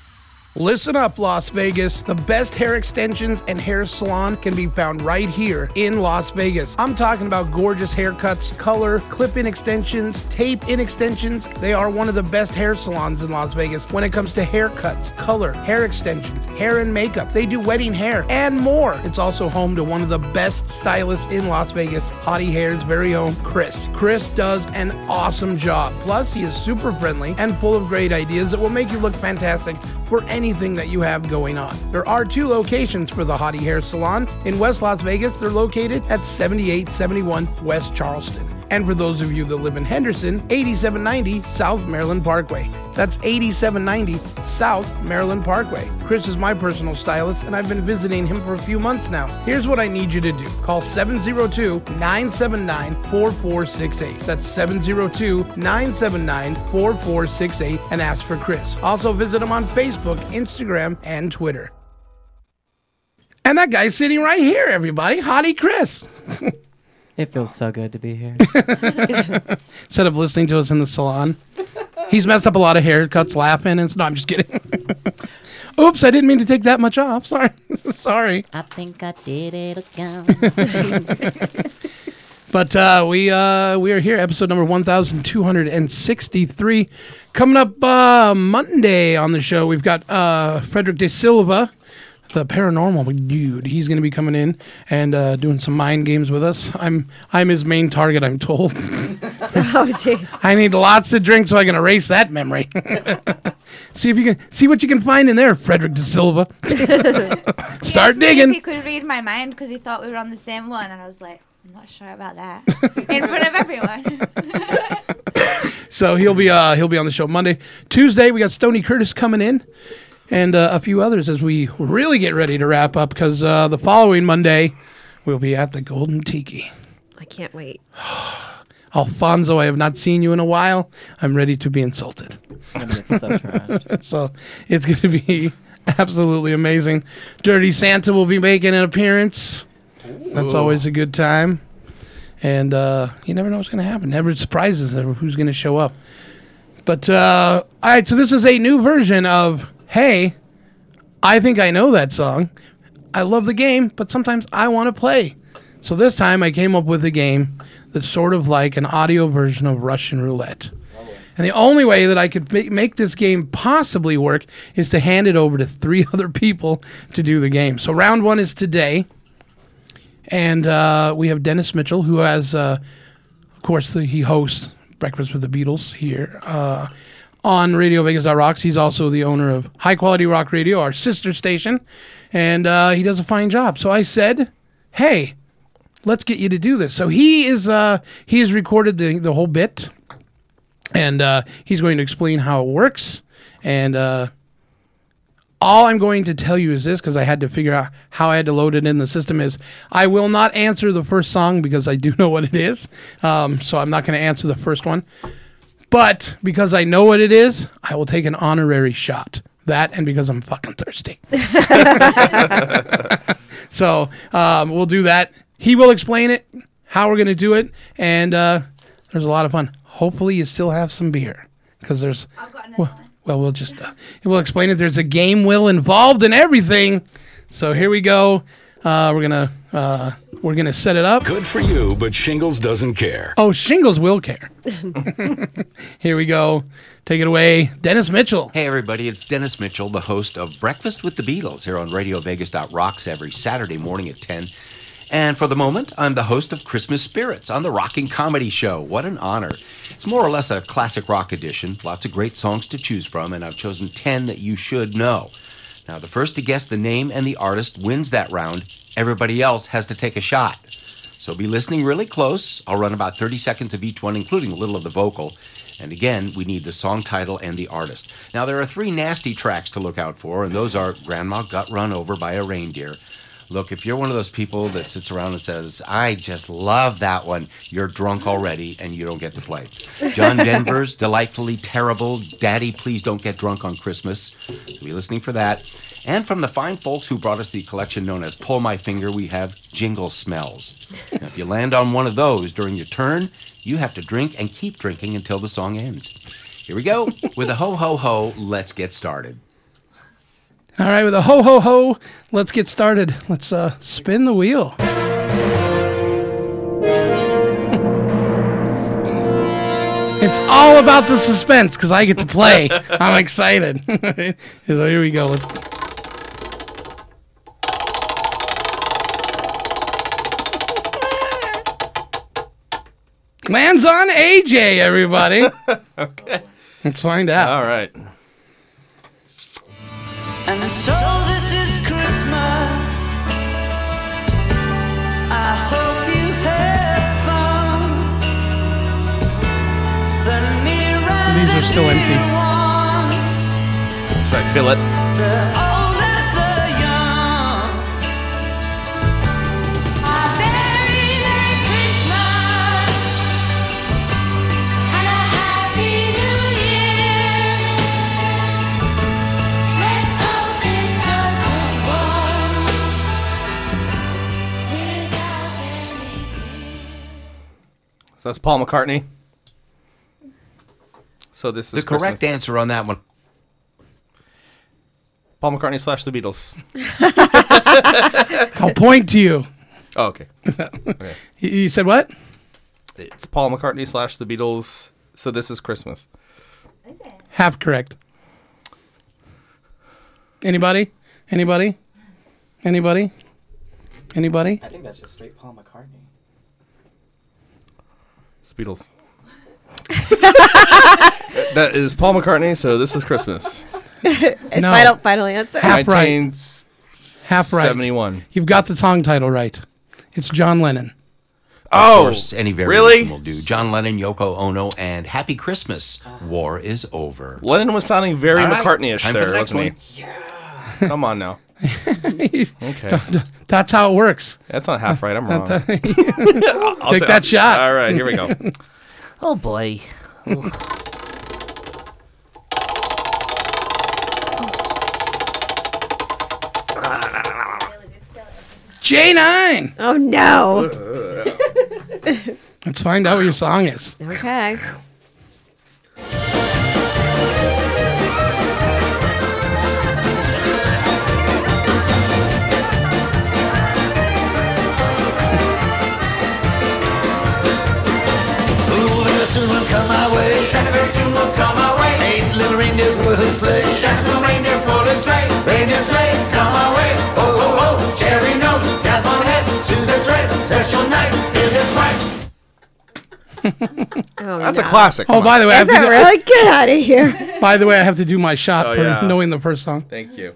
Speaker 5: Listen up, Las Vegas. The best hair extensions and hair salon can be found right here in Las Vegas. I'm talking about gorgeous haircuts, color, clip in extensions, tape in extensions. They are one of the best hair salons in Las Vegas when it comes to haircuts, color, hair extensions, hair and makeup. They do wedding hair and more. It's also home to one of the best stylists in Las Vegas, Hottie Hair's very own Chris. Chris does an awesome job. Plus, he is super friendly and full of great ideas that will make you look fantastic for anything that you have going on. There are two locations for the Hottie Hair Salon. In West Las Vegas, they're located at 7871 West Charleston. And for those of you that live in Henderson, 8790 South Maryland Parkway. That's 8790 South Maryland Parkway. Chris is my personal stylist, and I've been visiting him for a few months now. Here's what I need you to do call 702 979 4468. That's 702 979 4468 and ask for Chris. Also, visit him on Facebook, Instagram, and Twitter. And that guy's sitting right here, everybody. Hottie Chris.
Speaker 3: It feels so good to be here.
Speaker 5: Instead of listening to us in the salon, he's messed up a lot of haircuts laughing. And no, I'm just kidding. Oops, I didn't mean to take that much off. Sorry. Sorry.
Speaker 17: I think I did it again.
Speaker 5: But uh, we uh, we are here, episode number one thousand two hundred and sixty three. Coming up uh, Monday on the show, we've got uh, Frederick De Silva, the paranormal dude. He's going to be coming in and uh, doing some mind games with us. I'm I'm his main target. I'm told.
Speaker 4: oh jeez.
Speaker 5: I need lots to drink so I can erase that memory. see if you can see what you can find in there, Frederick De Silva.
Speaker 13: He
Speaker 5: Start
Speaker 13: asked me If
Speaker 5: digging.
Speaker 13: he could read my mind because he thought we were on the same one, and I was like, I'm not sure about that. In front of everyone.
Speaker 5: So he'll be uh, he'll be on the show Monday, Tuesday. We got Stony Curtis coming in, and uh, a few others as we really get ready to wrap up because uh, the following Monday we'll be at the Golden Tiki.
Speaker 4: I can't wait.
Speaker 5: Alfonso, I have not seen you in a while. I'm ready to be insulted.
Speaker 3: I mean, it's so trash.
Speaker 5: so it's going to be absolutely amazing. Dirty Santa will be making an appearance. That's
Speaker 6: Ooh.
Speaker 5: always a good time. And uh, you never know what's going to happen. Never surprises never who's going to show up. But uh, all right, so this is a new version of Hey, I think I know that song. I love the game, but sometimes I want to play. So this time I came up with a game that's sort of like an audio version of Russian roulette. And the only way that I could ma- make this game possibly work is to hand it over to three other people to do the game. So round one is today. And uh, we have Dennis Mitchell, who has, uh, of course, the, he hosts Breakfast with the Beatles here uh, on Radio Vegas Rocks. He's also the owner of High Quality Rock Radio, our sister station, and uh, he does a fine job. So I said, "Hey, let's get you to do this." So he is uh, he has recorded the the whole bit, and uh, he's going to explain how it works and. Uh, all I'm going to tell you is this because I had to figure out how I had to load it in the system is I will not answer the first song because I do know what it is. Um, so I'm not going to answer the first one. But because I know what it is, I will take an honorary shot. That and because I'm fucking thirsty. so um, we'll do that. He will explain it, how we're going to do it. And uh, there's a lot of fun. Hopefully, you still have some beer because there's. well, well, we'll just uh, we'll explain it. There's a game will involved in everything. So here we go. Uh, we're gonna uh, we're gonna set it up.
Speaker 9: Good for you, but Shingles doesn't care.
Speaker 5: Oh, shingles will care. here we go. Take it away, Dennis Mitchell.
Speaker 28: Hey, everybody, it's Dennis Mitchell, the host of Breakfast with the Beatles here on RadioVegas.rocks every Saturday morning at 10. And for the moment, I'm the host of Christmas Spirits on the Rocking Comedy Show. What an honor. It's more or less a classic rock edition, lots of great songs to choose from, and I've chosen 10 that you should know. Now, the first to guess the name and the artist wins that round. Everybody else has to take a shot. So be listening really close. I'll run about 30 seconds of each one, including a little of the vocal. And again, we need the song title and the artist. Now, there are three nasty tracks to look out for, and those are Grandma Got Run Over by a Reindeer. Look, if you're one of those people that sits around and says, I just love that one, you're drunk already and you don't get to play. John Denver's delightfully terrible Daddy Please Don't Get Drunk on Christmas. So be listening for that. And from the fine folks who brought us the collection known as Pull My Finger, we have Jingle Smells. Now, if you land on one of those during your turn, you have to drink and keep drinking until the song ends. Here we go. With a ho ho ho, let's get started.
Speaker 5: All right, with a ho ho ho, let's get started. Let's uh, spin the wheel. It's all about the suspense because I get to play. I'm excited. so here we go. Let's... Lands on AJ, everybody. okay. Let's find out. All
Speaker 6: right.
Speaker 24: And so this is Christmas. I hope you have fun.
Speaker 5: These are still empty.
Speaker 6: Should I fill it? So that's Paul McCartney. So this is
Speaker 28: The correct answer on that one.
Speaker 6: Paul McCartney slash the Beatles.
Speaker 5: I'll point to you.
Speaker 6: Oh, okay. okay.
Speaker 5: You- You said what?
Speaker 6: It's Paul McCartney slash the Beatles. So this is Christmas.
Speaker 5: Half correct. Anybody? Anybody? Anybody? Anybody?
Speaker 26: I think that's just straight Paul McCartney.
Speaker 6: It's the Beatles. that is Paul McCartney. So this is Christmas.
Speaker 4: If
Speaker 5: No.
Speaker 4: I don't final answer.
Speaker 5: Half right.
Speaker 6: 1971.
Speaker 5: Half right. You've got the song title right. It's John Lennon.
Speaker 6: Oh,
Speaker 28: of course, any variation
Speaker 5: really?
Speaker 28: will do. John Lennon, Yoko Ono, and Happy Christmas. War is over.
Speaker 6: Lennon was sounding very
Speaker 28: All right,
Speaker 6: McCartney-ish
Speaker 28: time for
Speaker 6: there,
Speaker 28: the next
Speaker 6: wasn't
Speaker 28: one.
Speaker 6: he? Yeah. Come on now. Okay.
Speaker 5: That's how it works.
Speaker 6: That's not half right. I'm
Speaker 5: That-
Speaker 6: wrong.
Speaker 5: that-
Speaker 6: I'll
Speaker 5: Take
Speaker 6: ta-
Speaker 5: that shot.
Speaker 6: All right, here we go.
Speaker 28: Oh boy.
Speaker 5: J9.
Speaker 4: Oh, no.
Speaker 5: Let's find out what your song is.
Speaker 4: Okay.
Speaker 24: Ooh, winter soon will come my way. Santa very soon will come my way. Eight little reindeers pull a sleigh. Santa's little reindeer pull a sleigh. Reindeer sleigh, come my way. Oh, oh, oh. Cherry nose, cap on head. Susan's red. Special night, it is right.
Speaker 6: That's a classic.
Speaker 5: Oh,
Speaker 6: Come
Speaker 5: by
Speaker 6: on.
Speaker 5: the way, I
Speaker 4: Is
Speaker 5: have
Speaker 4: it
Speaker 5: to do-
Speaker 4: really? Get out of here.
Speaker 5: By the way, I have to do my shot
Speaker 6: Oh,
Speaker 5: for
Speaker 6: yeah.
Speaker 5: knowing the first song.
Speaker 6: Thank you.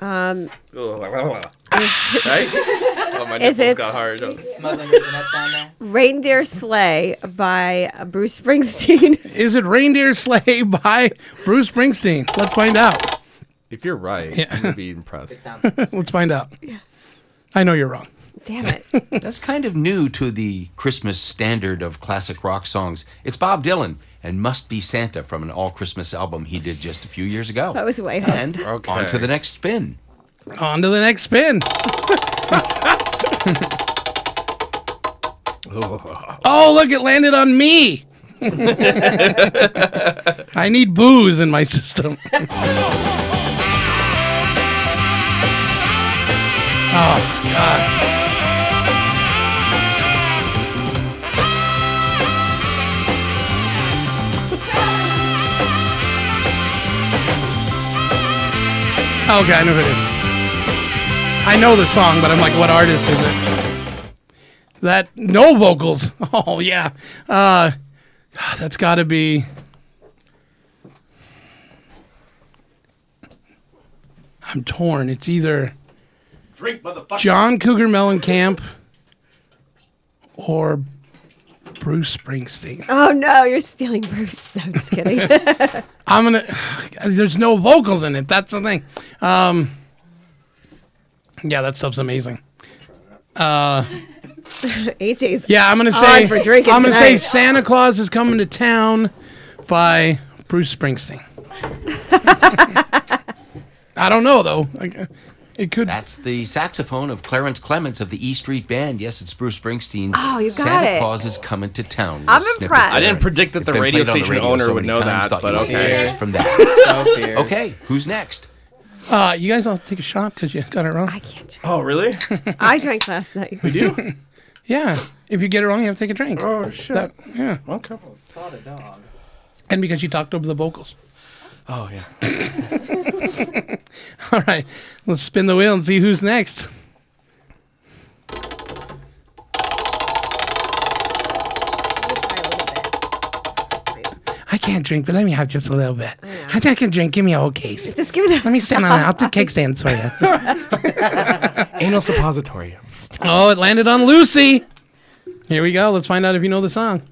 Speaker 4: Um,
Speaker 6: right? Oh, my nipples
Speaker 4: Is it-
Speaker 6: got hard. Oh.
Speaker 26: Smuggling that's down there.
Speaker 4: Reindeer Sleigh by uh, Bruce Springsteen.
Speaker 5: Is it Reindeer Sleigh by Bruce Springsteen? Let's find out.
Speaker 6: If you're right,
Speaker 5: Yeah.
Speaker 6: I'm gonna be impressed. It sounds
Speaker 5: Let's find out. I know you're wrong.
Speaker 4: Damn it.
Speaker 28: That's kind of new to the Christmas standard of classic rock songs. It's Bob Dylan and Must Be Santa from an all Christmas album he did just a few years ago.
Speaker 4: That was way hard.
Speaker 28: And on to the next spin.
Speaker 5: On to the next spin. oh, look, it landed on me. I need booze in my system. oh, God. Okay, I know who it is. I know the song, but I'm like, what artist is it? That no vocals. Oh yeah, uh, that's got to be. I'm torn. It's either
Speaker 6: Drink, motherfucker.
Speaker 5: John Cougar Mellencamp or Bruce Springsteen.
Speaker 4: Oh no, you're stealing Bruce. No, I'm just kidding.
Speaker 5: I'm gonna. There's no vocals in it. That's the thing. Um, yeah, that stuff's amazing. Uh,
Speaker 4: AJ's.
Speaker 5: yeah, I'm gonna
Speaker 4: on
Speaker 5: say.
Speaker 4: for drinking
Speaker 5: I'm gonna say
Speaker 4: tonight.
Speaker 5: Santa Claus is coming to town by Bruce Springsteen. I don't know though. I, it could.
Speaker 28: That's the saxophone of Clarence Clements of the E Street Band. Yes, it's Bruce Springsteen's.
Speaker 4: Oh, you got
Speaker 28: Santa
Speaker 4: it.
Speaker 28: Claus is coming to town.
Speaker 4: I'm
Speaker 28: Little snippet
Speaker 4: impressed.
Speaker 28: there.
Speaker 4: I didn't
Speaker 6: predict that
Speaker 28: It's
Speaker 6: the
Speaker 28: been
Speaker 6: radio
Speaker 28: played on
Speaker 6: station
Speaker 28: radio
Speaker 6: owner
Speaker 28: so
Speaker 6: would
Speaker 28: many
Speaker 6: know
Speaker 28: times,
Speaker 6: that,
Speaker 28: thought
Speaker 6: but
Speaker 28: you might
Speaker 6: okay.
Speaker 28: know just from that. okay, who's next?
Speaker 5: Uh, you guys all take a shot because you got it wrong. I
Speaker 4: can't drink.
Speaker 6: Oh really?
Speaker 4: I drank last night.
Speaker 6: We do?
Speaker 5: yeah. If you get it wrong, you have to take a drink.
Speaker 6: Oh shit.
Speaker 5: That- yeah.
Speaker 6: Okay.
Speaker 26: Saw the dog.
Speaker 5: And because you talked over the vocals.
Speaker 6: Oh yeah.
Speaker 5: All right. Let's spin the wheel and see who's next. I can't drink, but let me have just a little bit. I think I can drink. Give me a whole case.
Speaker 4: Just give me the.
Speaker 5: Let me stand on it. I'll do cake stands for you.
Speaker 6: Anal suppository.
Speaker 5: oh, it landed on Lucy. Here we go. Let's find out if you know the song.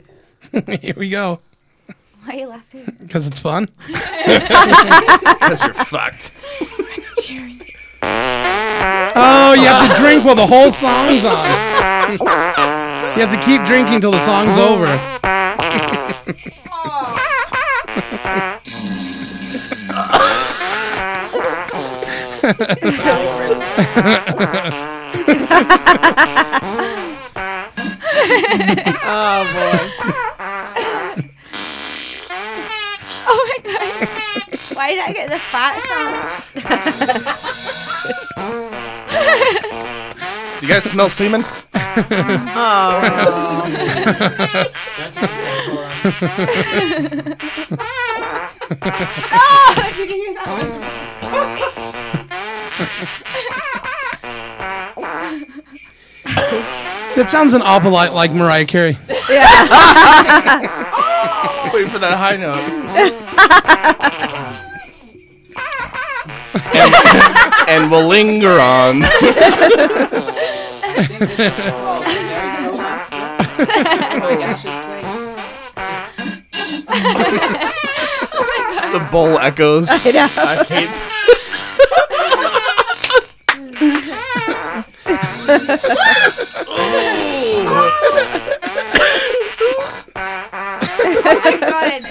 Speaker 5: Here we go.
Speaker 7: Why are you laughing?
Speaker 5: Because it's fun.
Speaker 7: Because
Speaker 6: you're fucked.
Speaker 7: Let's cheers.
Speaker 5: Oh, you have to drink while the whole song's on. you have to keep drinking till the song's over.
Speaker 7: oh boy. Oh my god. Why did I get the fat song?
Speaker 6: Do you guys smell semen?
Speaker 24: Oh.
Speaker 7: oh, you can hear that one.
Speaker 5: That sounds an awful lot like Mariah Carey.
Speaker 6: Yeah. Wait for that high note. and, and we'll linger on. the bowl echoes.
Speaker 24: I know.
Speaker 6: I hate.
Speaker 7: oh my god.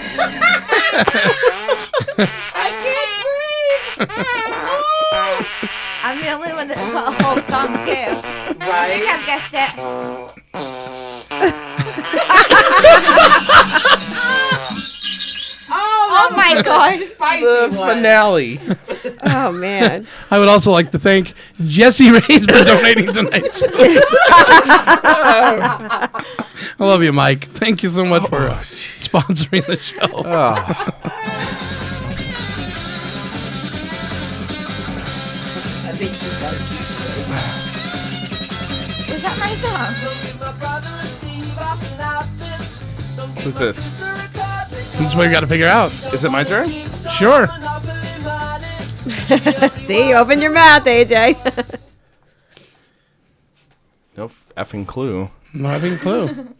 Speaker 7: I can't breathe. I'm the only one that put a whole song too. I think I've guessed it. oh, my god.
Speaker 6: the finale.
Speaker 4: Oh man.
Speaker 5: I would also like to thank Jesse Ray's for donating tonight's food. I love you, Mike. Thank you so much for
Speaker 6: Oh,
Speaker 5: uh, sponsoring the show.
Speaker 24: At least we got it.
Speaker 7: Is that my song?
Speaker 6: Who's this?
Speaker 5: That's what we got to figure out.
Speaker 6: Is it my turn?
Speaker 5: Sure.
Speaker 4: See, open your mouth, AJ.
Speaker 6: No effing clue.
Speaker 5: No having a clue.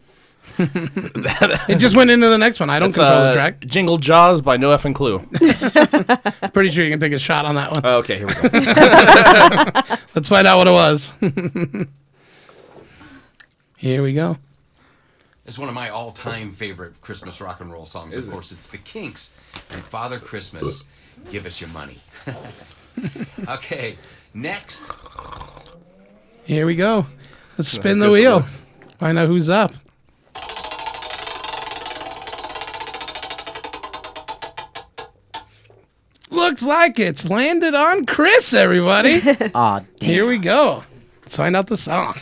Speaker 5: it just went into the next one. I don't
Speaker 6: It's,
Speaker 5: control
Speaker 6: uh,
Speaker 5: the track.
Speaker 6: Jingle Jaws by No Effing Clue. Oh,
Speaker 5: Pretty sure you can take a shot on that one.
Speaker 6: Okay, here we go.
Speaker 5: Let's find out what it was. here we go.
Speaker 28: It's one of my all-time favorite Christmas rock and roll songs. of course, it's The Kinks and Father Christmas. Give us your money. okay, next.
Speaker 5: Here we go. Let's
Speaker 28: Yeah,
Speaker 5: spin
Speaker 28: I
Speaker 5: the
Speaker 28: guess it
Speaker 5: wheel.
Speaker 28: works.
Speaker 5: Find out who's up. Looks like it's landed on Chris, everybody.
Speaker 26: Aw, damn.
Speaker 5: Here we go. Let's find out the song.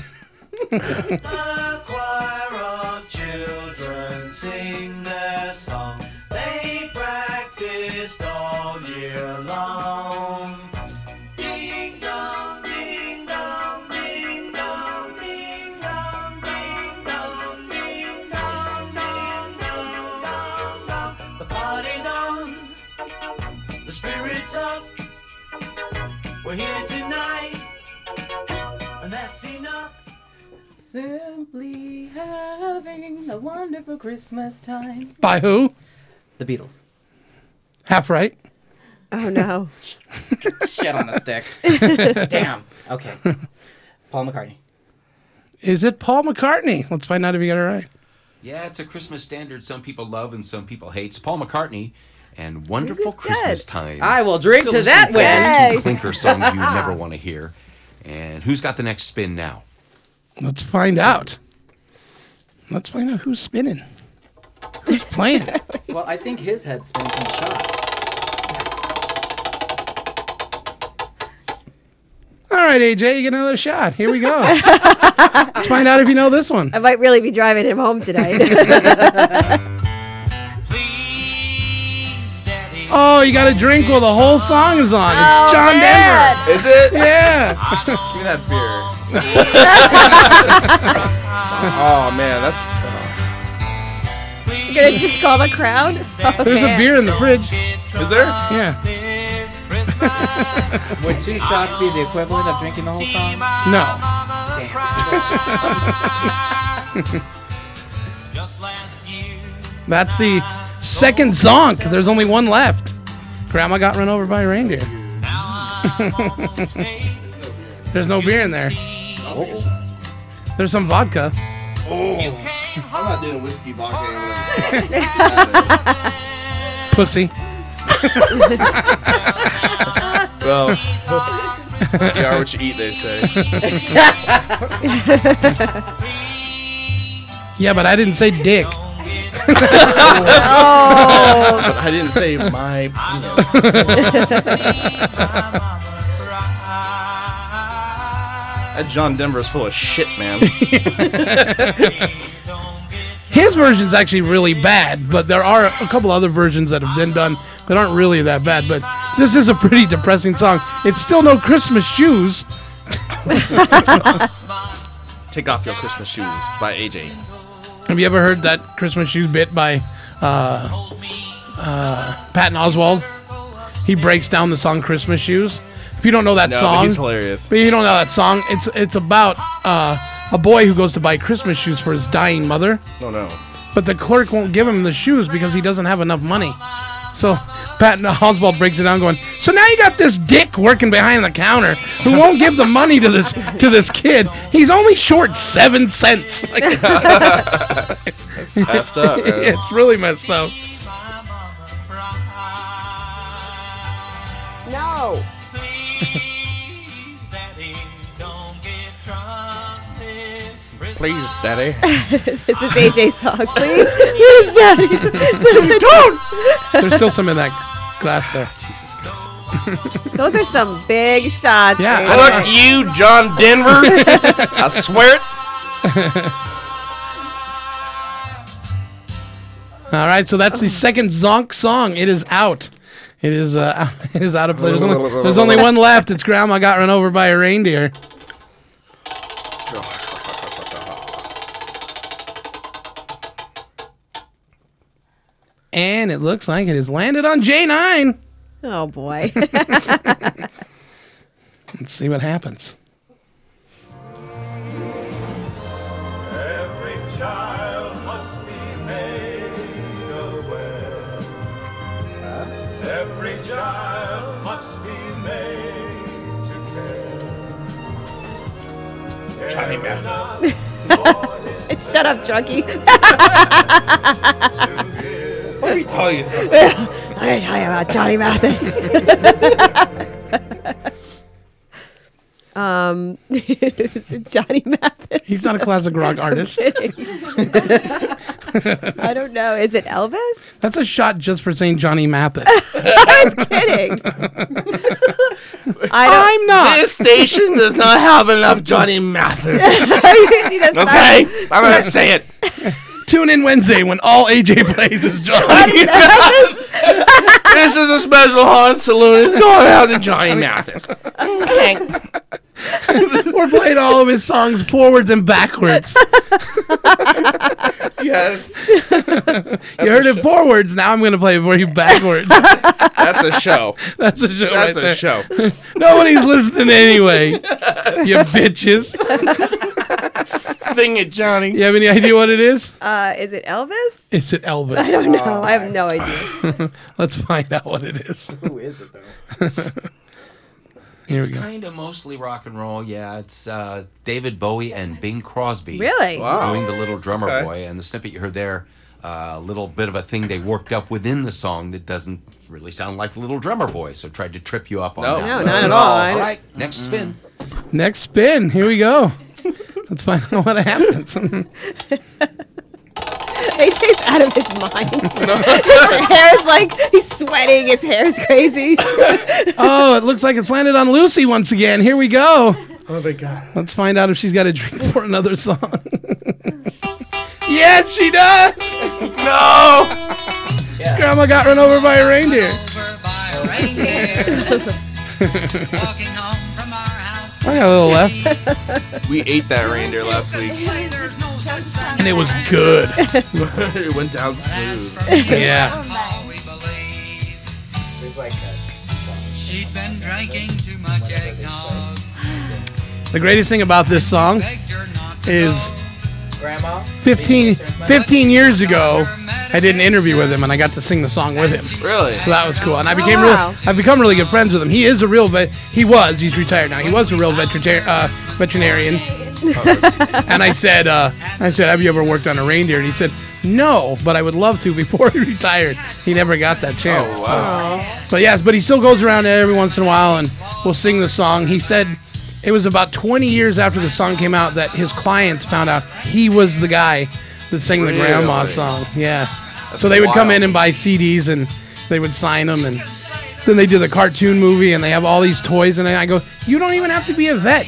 Speaker 24: Children sing their song. They practiced all year long. Ding dong, ding dong, ding dong, ding dong, ding dong, ding dong, ding dong, dong, dong. The party's on. The spirit's up. We're here tonight. And that's enough.
Speaker 26: Simply having a wonderful Christmas time.
Speaker 5: By who?
Speaker 26: The Beatles.
Speaker 5: Half right.
Speaker 4: Oh no.
Speaker 26: Shit on a stick. Damn. Okay. Paul McCartney.
Speaker 5: Is it Paul McCartney? Let's find out if you got it right.
Speaker 28: Yeah, it's a Christmas standard some people love and some people hate. It's Paul McCartney and Wonderful Christmas Time.
Speaker 26: I will drink
Speaker 28: Still
Speaker 26: to that
Speaker 28: listening to
Speaker 26: win.
Speaker 28: Two clinker songs you never want to hear. And who's got the next spin now?
Speaker 5: Let's find out. Let's find out who's spinning. Who's playing?
Speaker 26: Well, I think his head spins from the shot.
Speaker 5: All right, AJ, you get another shot. Here we go. Let's find out if you know this one.
Speaker 4: I might really be driving him home tonight.
Speaker 5: Oh, you got to drink while the whole song is on. It's
Speaker 24: Oh,
Speaker 5: John
Speaker 24: man.
Speaker 5: Denver.
Speaker 6: Is it?
Speaker 5: Yeah.
Speaker 6: Give me that beer.
Speaker 5: oh,
Speaker 6: man, that's. uh,
Speaker 4: You're gonna just call the crowd? Oh,
Speaker 5: There's a
Speaker 4: man.
Speaker 5: beer in the fridge.
Speaker 6: Is there?
Speaker 5: Yeah.
Speaker 26: Would two shots be the equivalent of drinking the whole song?
Speaker 5: No.
Speaker 26: Damn.
Speaker 5: That's the Second zonk. There's only one left. Grandma got run over by a reindeer. There's no beer in there. There's some vodka. Oh.
Speaker 6: I'm not doing whiskey vodka.
Speaker 5: Pussy.
Speaker 6: well, you are what you eat, they say.
Speaker 5: yeah, but I didn't say dick.
Speaker 6: But I didn't say my That John Denver is full of shit, man.
Speaker 5: His version's actually really bad, but there are a couple other versions that have been done that aren't really that bad. But this is a pretty depressing song. It's still no Christmas shoes.
Speaker 6: Take off your Christmas shoes by AJ.
Speaker 5: Have you ever heard that Christmas shoes bit by uh, uh, Patton Oswald? He breaks down the song "Christmas Shoes." If you don't know that
Speaker 6: No, but
Speaker 5: song,
Speaker 6: he's hilarious.
Speaker 5: But if you don't know that song, it's it's about uh, a boy who goes to buy Christmas shoes for his dying mother.
Speaker 6: Oh no.
Speaker 5: But the clerk won't give him the shoes because he doesn't have enough money. So Patton Oswald breaks it down, going, "So now you got this dick working behind the counter who won't give the money to this to this kid. He's only short seven cents." Like-
Speaker 6: That's effed up, man.
Speaker 5: it's really messed up.
Speaker 7: No.
Speaker 6: Please, Daddy.
Speaker 4: this is AJ's song, please. Yes, Daddy.
Speaker 5: There's still some in that glass there.
Speaker 6: Ah,
Speaker 5: Jesus
Speaker 4: Those are some big shots.
Speaker 5: Yeah.
Speaker 4: AJ.
Speaker 6: Fuck you, John Denver. I swear it.
Speaker 5: All right, so that's the second Zonk song. It is out. It is uh, it is out of play. There's only, there's only one left. It's Grandma got run over by a reindeer. And it looks like it has landed on J9.
Speaker 4: Oh boy.
Speaker 5: Let's see what happens.
Speaker 11: Every child must be made aware. Every child must be made to care.
Speaker 6: Johnny
Speaker 11: Mathis.
Speaker 4: Shut up, drunkie.
Speaker 6: Let me tell you something.
Speaker 4: Let me tell you about Johnny Mathis. um, is it Johnny Mathis?
Speaker 5: He's not a classic rock
Speaker 4: I'm
Speaker 5: artist.
Speaker 4: kidding. I don't know. Is it Elvis?
Speaker 5: That's a shot just for saying Johnny Mathis.
Speaker 4: I was kidding. I don't-
Speaker 5: I'm not.
Speaker 6: This station does not have enough Johnny Mathis.
Speaker 4: He does not-
Speaker 6: Okay, I'm gonna say it.
Speaker 5: Tune in Wednesday when all AJ plays is Johnny.
Speaker 6: this is a special haunted saloon. It's going out to Johnny Mathis.
Speaker 5: We're playing all of his songs forwards and backwards.
Speaker 6: Yes,
Speaker 5: you heard it forwards. Now I'm going to play it for you backwards.
Speaker 6: that's a show.
Speaker 5: That's a show.
Speaker 6: That's
Speaker 5: right
Speaker 6: a
Speaker 5: there.
Speaker 6: show.
Speaker 5: Nobody's listening anyway. You bitches.
Speaker 6: Sing it, Johnny.
Speaker 5: You have any idea what it is?
Speaker 4: Uh, is it Elvis?
Speaker 5: Is it Elvis?
Speaker 4: I don't know. I have no idea.
Speaker 5: Let's find out what it is.
Speaker 26: Who is it though?
Speaker 5: Here
Speaker 28: it's
Speaker 5: we go.
Speaker 28: kind of mostly rock and roll. Yeah, it's uh, David Bowie and Bing Crosby.
Speaker 4: Really? Wow.
Speaker 28: Doing the little drummer
Speaker 6: Okay.
Speaker 28: boy, and the snippet you heard there, uh, a little bit of a thing they worked up within the song that doesn't really sound like the little drummer boy. So tried to trip you up on
Speaker 6: No.
Speaker 28: that.
Speaker 6: No,
Speaker 28: But-
Speaker 4: not at all. I
Speaker 28: All
Speaker 4: don't-
Speaker 28: right, next spin.
Speaker 5: Next spin. Here we go. Let's find out what happens.
Speaker 4: AJ's out of his mind. his hair's like he's sweating. His hair's crazy.
Speaker 5: oh, it looks like it's landed on Lucy once again. Here we go.
Speaker 6: Oh my god.
Speaker 5: Let's find out if she's got a drink for another song. yes, she does.
Speaker 6: No.
Speaker 5: Grandma got run over by a reindeer. I got a little left,
Speaker 6: We ate that reindeer last week,
Speaker 5: and it was good.
Speaker 6: it went down smooth.
Speaker 5: Yeah.
Speaker 24: She'd been drinking too much eggnog.
Speaker 5: The greatest thing about this song
Speaker 24: Begged her not to
Speaker 5: is
Speaker 24: go.
Speaker 26: Grandma.
Speaker 5: 15, 15 years ago, I did an interview with him, and I got to sing the song with him.
Speaker 6: Really?
Speaker 5: So that was cool. And I
Speaker 6: Oh,
Speaker 5: became
Speaker 6: wow.
Speaker 5: real. I've become really good friends with him. He is a real vet. He was. He's retired now. He was a real veterinar- uh, veterinarian. and I said, uh, I said, have you ever worked on a reindeer? And he said, no, but I would love to before he retired. He never got that chance.
Speaker 6: Oh, wow.
Speaker 5: So yes, but he still goes around every once in a while and will sing the song. He said it was about 20 years after the song came out that his clients found out he was the guy that sang the grandma
Speaker 6: Really?
Speaker 5: song. Yeah.
Speaker 6: That's
Speaker 5: so they would come
Speaker 6: wild.
Speaker 5: in and buy CDs and they would sign them and then they do the cartoon movie and they have all these toys and I go, "You don't even have to be a vet."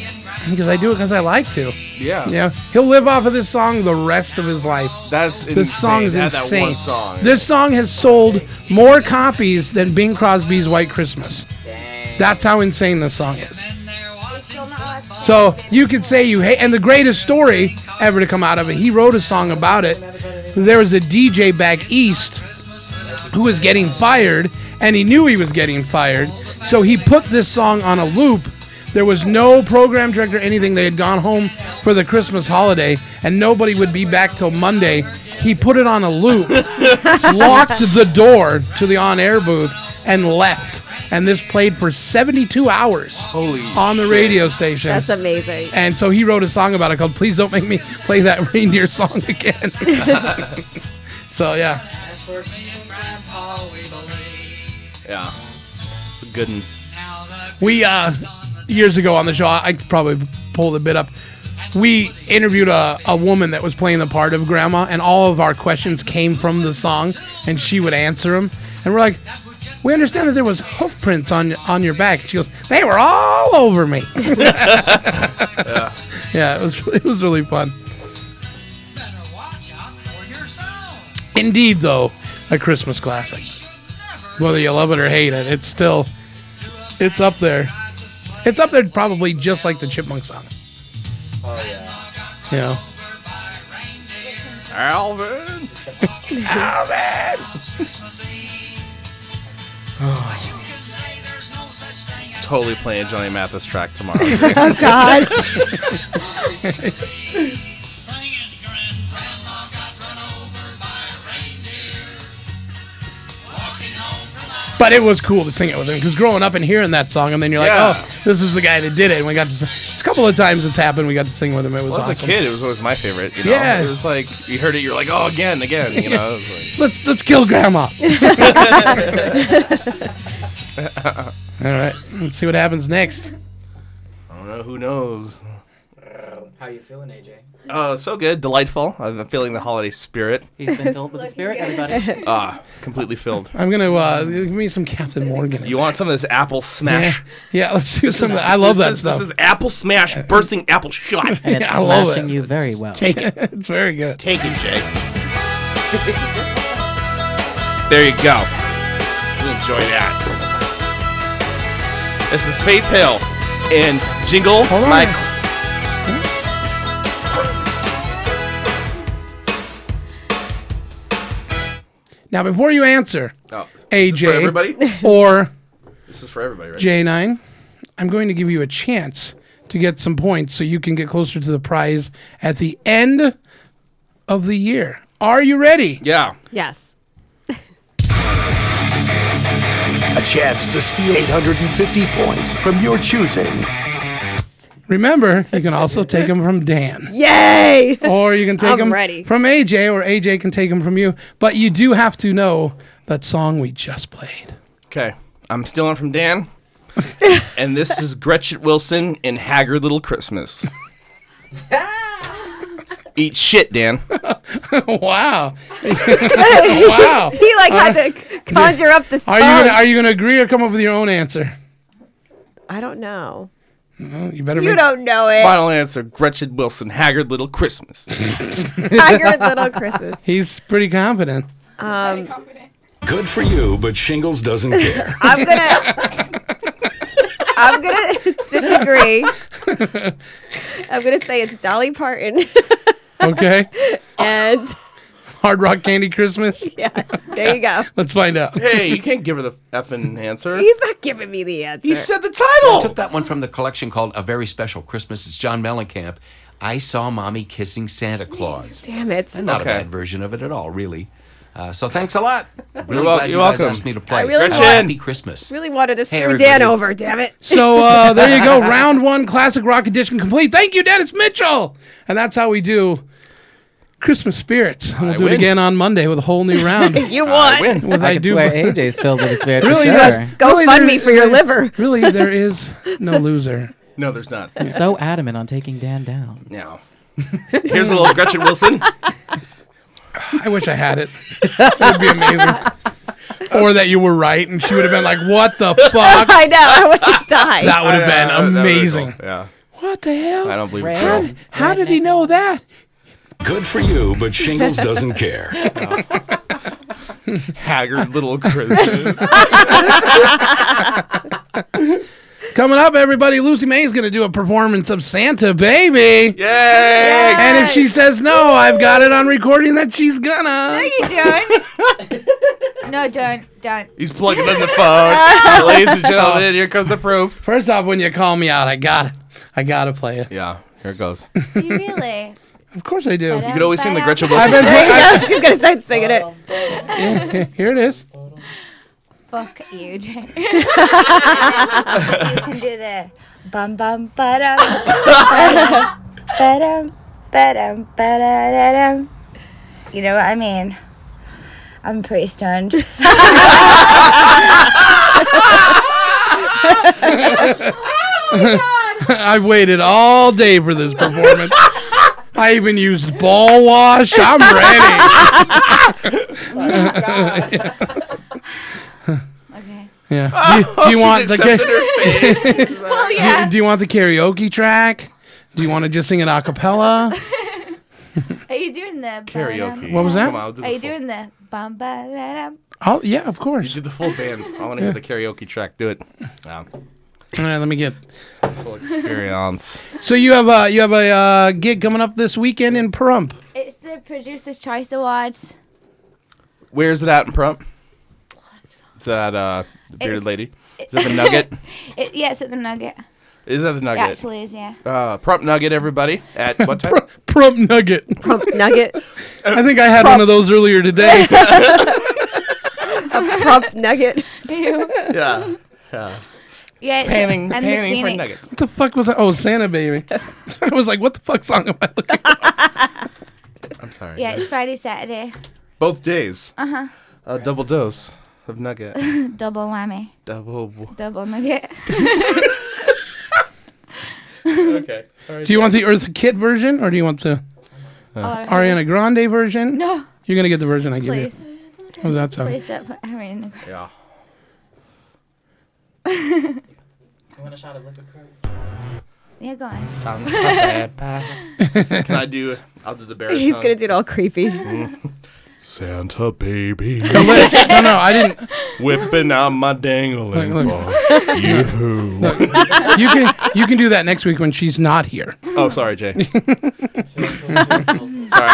Speaker 5: Because I do it because I like to.
Speaker 6: Yeah.
Speaker 5: Yeah. He'll live off of this song the rest of his life.
Speaker 6: That's
Speaker 5: This song is
Speaker 6: insane. That- that one
Speaker 5: insane.
Speaker 6: song.
Speaker 5: This song has sold more copies than Bing Crosby's White Christmas. That's how insane this song is. So you could say you hate, and the greatest story ever to come out of it. He wrote a song about it. There was a DJ back east who was getting fired, and he knew he was getting fired, so he put this song on a loop. There was no program director, anything. They had gone home for the Christmas holiday, and nobody would be back till Monday. He put it on a loop, locked the door to the on-air booth, and left. And this played for 72 hours on the radio station.
Speaker 4: That's amazing.
Speaker 5: And so he wrote a song about it called "Please Don't Make Me Play That Reindeer Song Again." so yeah,
Speaker 6: Yeah. Good one.
Speaker 5: we uh, years ago on the show, I I could probably pulled a bit up. We interviewed a, a woman that was playing the part of Grandma, and all of our questions came from the song, and she would answer them. And we're like, "We understand that there was hoof prints on on your back." She goes, "They were all over me."
Speaker 6: Yeah.
Speaker 5: yeah, it was it was really fun. Indeed, though, a Christmas classic. Whether you love it or hate it, it's still, it's up there. It's up there probably just like the Chipmunk song. You know,
Speaker 6: Alvin. totally playing Johnny Mathis track tomorrow.
Speaker 24: Oh, God.
Speaker 5: but it was cool to sing it with him because growing up and hearing that song, and then you're like,
Speaker 6: Yeah.
Speaker 5: oh, this is the guy that did it. And we got to, sing. it's a couple of times it's happened. We got to sing with him. It was
Speaker 6: Well, as
Speaker 5: awesome.
Speaker 6: a kid, it was always my favorite. You know?
Speaker 5: Yeah.
Speaker 6: It was like you heard it, you're like, oh, again, again. You know. It was like,
Speaker 5: Let's let's kill Grandma.
Speaker 6: I
Speaker 5: All right, let's see what happens next.
Speaker 6: don't know. Who knows?
Speaker 26: How you feeling, AJ?
Speaker 6: Oh, so good, delightful. I'm feeling the holiday spirit.
Speaker 26: He's been filled with the spirit, everybody.
Speaker 6: Ah, completely filled.
Speaker 5: I'm gonna uh, give me some Captain Morgan.
Speaker 6: You want some of this apple smash?
Speaker 5: Yeah, let's do
Speaker 6: This
Speaker 5: some.
Speaker 6: is-
Speaker 5: I love
Speaker 6: this
Speaker 5: that
Speaker 6: is-
Speaker 5: stuff.
Speaker 6: This is apple smash bursting apple shot.
Speaker 5: And it's Yeah, I love smashing it.
Speaker 26: you very well.
Speaker 5: Take it. It's very good.
Speaker 6: Take it, Jake. There you go. You enjoy that. This is Faith Hill and Jingle My
Speaker 5: Now, before you answer,
Speaker 6: Oh,
Speaker 5: AJ,
Speaker 6: is this for everybody?
Speaker 5: or
Speaker 6: This is for everybody, right?
Speaker 5: J9, I'm going to give you a chance to get some points so you can get closer to the prize at the end of the year. Are you ready?
Speaker 6: Yeah.
Speaker 4: Yes.
Speaker 21: A chance to steal 850 points from your choosing.
Speaker 5: Remember, you can also take them from Dan.
Speaker 4: Yay!
Speaker 5: Or you can take
Speaker 4: I'm
Speaker 5: them
Speaker 4: ready.
Speaker 5: from AJ, or AJ can take them from you. But you do have to know that song we just played.
Speaker 6: Okay, I'm stealing from Dan, and this is Gretchen Wilson in Haggard Little Christmas. Eat shit, Dan.
Speaker 5: wow. wow.
Speaker 4: He, like, had
Speaker 5: Uh,
Speaker 4: to c- conjure up the
Speaker 5: Are you gonna,
Speaker 4: song.
Speaker 5: are you going to agree or come up with your own answer?
Speaker 4: I don't know.
Speaker 5: Well, you better.
Speaker 4: You
Speaker 5: make-
Speaker 4: don't know it.
Speaker 6: Final answer: Gretchen Wilson, Haggard Little Christmas.
Speaker 4: Haggard Little Christmas.
Speaker 5: He's pretty confident.
Speaker 4: Um,
Speaker 9: Good for you, but Shingles doesn't care.
Speaker 4: I'm gonna. I'm gonna disagree. I'm gonna say it's Dolly Parton.
Speaker 5: Okay.
Speaker 4: and
Speaker 5: Hard Rock Candy Christmas.
Speaker 4: yes, there you go.
Speaker 5: Let's find out.
Speaker 6: Hey, you can't give her the effing answer.
Speaker 4: He's not giving me the answer.
Speaker 6: He said the title.
Speaker 28: I took that one from the collection called A Very Special Christmas. It's John Mellencamp. I saw mommy kissing Santa Claus.
Speaker 4: Damn it!
Speaker 28: And not a bad version of it at all, really. Uh, so thanks a lot. Really
Speaker 6: wel-
Speaker 28: glad
Speaker 6: you're
Speaker 28: you guys
Speaker 6: welcome.
Speaker 28: asked me to play.
Speaker 4: I really
Speaker 28: Have a
Speaker 4: want-
Speaker 28: happy Christmas.
Speaker 4: Really wanted to
Speaker 28: Hey,
Speaker 4: screw Dan
Speaker 28: everybody.
Speaker 4: over, damn it.
Speaker 5: So uh, there you go. Round one, classic rock edition complete. Thank you, Dennis Mitchell. And that's how we do Christmas spirits. And we'll
Speaker 4: I
Speaker 5: do it
Speaker 4: win.
Speaker 5: again on Monday with a whole new round.
Speaker 4: You won.
Speaker 5: With
Speaker 26: I,
Speaker 5: I
Speaker 26: could
Speaker 5: do.
Speaker 26: swear AJ's filled with a spirit for
Speaker 5: Really,
Speaker 26: sure.
Speaker 5: that's-
Speaker 4: Go
Speaker 5: Really,
Speaker 4: fund
Speaker 5: there-
Speaker 4: me for your liver.
Speaker 5: Really, there is no loser.
Speaker 6: No, there's not.
Speaker 26: So adamant on taking Dan down.
Speaker 6: Now, here's a little Gretchen Wilson.
Speaker 5: I wish I had it. It would be amazing. Or that you were right, and she would have been like, "What the fuck?"
Speaker 4: I know. I would have died.
Speaker 5: That would have
Speaker 6: I know,
Speaker 5: been
Speaker 6: that would've been
Speaker 5: amazing.
Speaker 6: cool. Yeah.
Speaker 5: What the hell?
Speaker 6: I don't believe it's
Speaker 5: How,
Speaker 6: real.
Speaker 5: how did he know that?
Speaker 7: Good for you, but Shingles doesn't care.
Speaker 6: Haggard little Christmas.
Speaker 5: Coming up, everybody, Lucy May is going to do a performance of Santa Baby.
Speaker 6: Yay! And
Speaker 5: if she says no, I've got it on recording that she's
Speaker 29: No,
Speaker 5: gonna.
Speaker 29: you don't. no, don't, don't.
Speaker 6: He's plugging in the phone. Ladies and gentlemen, here comes the proof.
Speaker 5: Oh. First off, when you call me out, I got to I got to play it.
Speaker 6: Yeah, here it goes.
Speaker 29: You really?
Speaker 5: Of course I do.
Speaker 6: You could always sing the Gretchen
Speaker 5: I've
Speaker 6: Wilson.
Speaker 5: been
Speaker 6: song.
Speaker 5: playing.
Speaker 4: She's gonna start singing it.
Speaker 5: Yeah, here it is.
Speaker 10: Fuck you, Jay. you can do the bum bum ba-dum, ba-dum, ba-dum, ba-dum, ba-da-da-dum. You know, I mean, I'm pretty stoned.
Speaker 6: Oh,
Speaker 5: I waited all day for this performance. I even used ball wash. I'm
Speaker 6: Oh,
Speaker 5: ready.
Speaker 10: okay.
Speaker 5: Yeah. Do you, do you
Speaker 6: Oh, She's
Speaker 5: want the
Speaker 6: accepted her fate.
Speaker 5: do,
Speaker 6: Well,
Speaker 5: you-
Speaker 6: yeah.
Speaker 5: do you want the karaoke track? Do you want to just sing it a cappella?
Speaker 10: Are you doing the
Speaker 6: Karaoke.
Speaker 5: What was that?
Speaker 6: Come on, I'll do
Speaker 10: Are
Speaker 6: the
Speaker 10: you
Speaker 6: full-
Speaker 10: doing the bum ba-da-dum?
Speaker 5: Oh yeah, of course.
Speaker 6: You did the full band. I want to hear the karaoke track. Do it. Yeah.
Speaker 5: All right, let me get.
Speaker 6: Full experience.
Speaker 5: So you have a you have a uh, gig coming up this weekend in Pahrump.
Speaker 10: It's the Producers' Choice Awards.
Speaker 6: Where's it at in Prump? Is that uh, the bearded
Speaker 10: It's-
Speaker 6: lady? Is that the Nugget?
Speaker 10: It, yeah, it's at the Nugget.
Speaker 6: Is that the
Speaker 10: It
Speaker 6: Nugget?
Speaker 10: actually is, yeah.
Speaker 6: Uh, Prump Nugget, everybody. At what time?
Speaker 5: Prump Nugget.
Speaker 6: Uh,
Speaker 4: Prump Nugget.
Speaker 5: I think I had one of those earlier today.
Speaker 4: A prump nugget.
Speaker 6: yeah. Yeah.
Speaker 10: Yeah, it's
Speaker 6: Panning-
Speaker 10: and
Speaker 6: panning
Speaker 10: the
Speaker 6: for
Speaker 10: Phoenix.
Speaker 6: nuggets.
Speaker 5: What the fuck was that? Oh, Santa Baby. I was like, what the fuck song am I looking for?
Speaker 6: I'm sorry.
Speaker 10: Yeah, it's Friday, Saturday.
Speaker 6: Both days.
Speaker 10: Uh huh.
Speaker 6: A double dose of Nugget.
Speaker 10: Double whammy.
Speaker 6: double. w-
Speaker 10: Double nugget.
Speaker 6: okay. Sorry.
Speaker 5: Do you want the Earth Kid version or do you want the
Speaker 10: Uh,
Speaker 5: Ariana Grande version?
Speaker 10: No.
Speaker 5: You're going to get the version I give
Speaker 10: Please.
Speaker 5: you. Oh, What was that song?
Speaker 10: Please don't put her in the car.
Speaker 6: Yeah.
Speaker 10: Yeah, go on.
Speaker 6: Sounds like bad. Can I do? I'll do the bear.
Speaker 4: He's gonna do it all creepy.
Speaker 6: Santa baby.
Speaker 5: no, no, I didn't.
Speaker 6: Whipping out my dangling
Speaker 5: Look,
Speaker 6: for you.
Speaker 5: you can you can do that next week when she's not here.
Speaker 6: oh, sorry, Jay. sorry, I,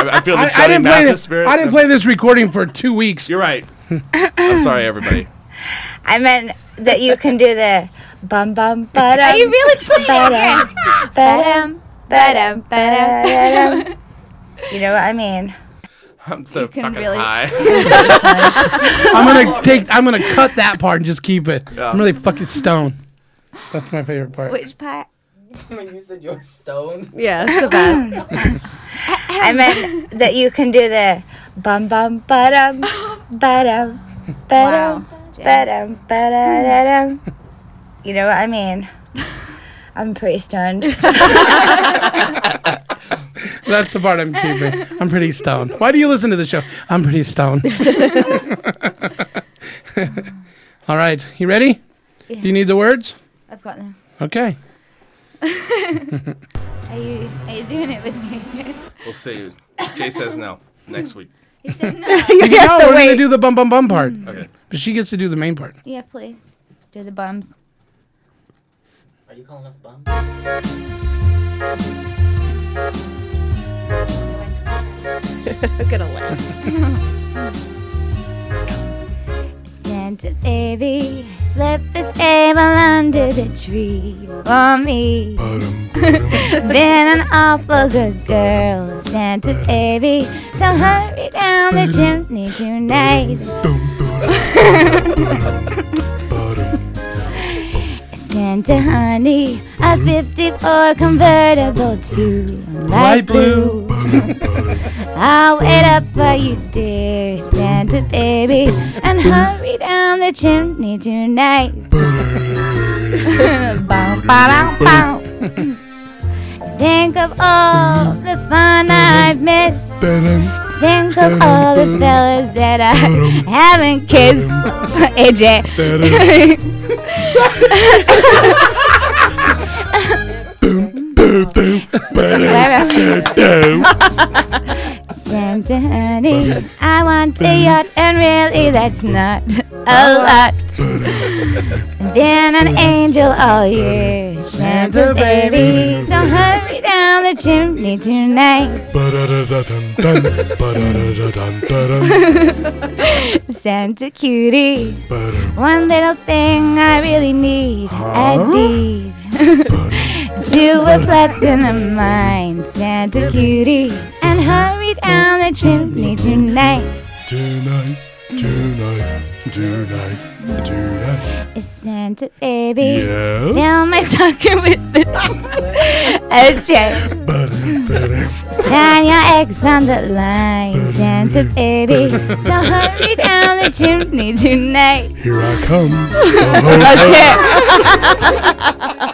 Speaker 6: I feel the
Speaker 5: I,
Speaker 6: Johnny
Speaker 5: I didn't play
Speaker 6: Mathis
Speaker 5: this.
Speaker 6: spirit.
Speaker 5: I didn't play this recording for two weeks.
Speaker 6: You're right. I'm sorry, everybody.
Speaker 10: I meant that you can do the bum bum ba Are you really playing ba-dum, it? Ba-dum, ba-dum, ba-dum. You know what I mean?
Speaker 6: I'm so
Speaker 10: You can
Speaker 6: fucking
Speaker 10: really-
Speaker 6: high.
Speaker 5: I'm gonna take. I'm gonna cut that part and just keep it.
Speaker 6: Yeah.
Speaker 5: I'm really fucking stoned. That's my favorite part.
Speaker 10: Which part?
Speaker 26: when you said you're stoned.
Speaker 4: Yeah, it's the best.
Speaker 10: I meant that you can do the bum bum ba-dum, ba-dum, ba-dum, ba-dum, ba-dum. You know what I mean? I'm pretty stoned.
Speaker 5: That's the part I'm keeping. I'm pretty stoned. Why do you listen to the show? I'm pretty stoned. All right, you ready? Do you need the words?
Speaker 10: I've got them.
Speaker 5: Okay.
Speaker 10: Are you are you doing it with me?
Speaker 6: we'll see. Jay says no next week.
Speaker 10: You said no.
Speaker 5: no, we're gonna do the bum bum bum part.
Speaker 10: Mm.
Speaker 6: Okay.
Speaker 5: But she gets to do the main part.
Speaker 10: Yeah, please. Do the bums.
Speaker 26: Are you calling us bum?
Speaker 4: I'm gonna laugh.
Speaker 10: Santa baby, it's slip a stable under the tree for me. Been an awful good girl, Santa baby. So hurry down the chimney tonight. Santa honey, a 54 convertible to light blue. I'll wait up for you, dear Santa baby, and hurry down the chimney tonight. Bow, bow, bow, bow. Think of all the fun I've missed. Think of all the fellas that I haven't kissed. AJ. Santa honey, I want the yacht, and really that's not a lot. Been an angel all year, Santa baby. So hurry down the chimney tonight, Santa cutie. One little thing I really need,
Speaker 24: Huh?
Speaker 10: I need to reflect in the mind, Santa cutie, and hurry down the chimney tonight.
Speaker 8: Tonight, tonight, tonight, tonight.
Speaker 10: Santa baby,
Speaker 8: Yes?
Speaker 10: fill my socket with the okay. Sign your eggs on the line, Santa baby. So hurry down the chimney tonight.
Speaker 8: Here I come.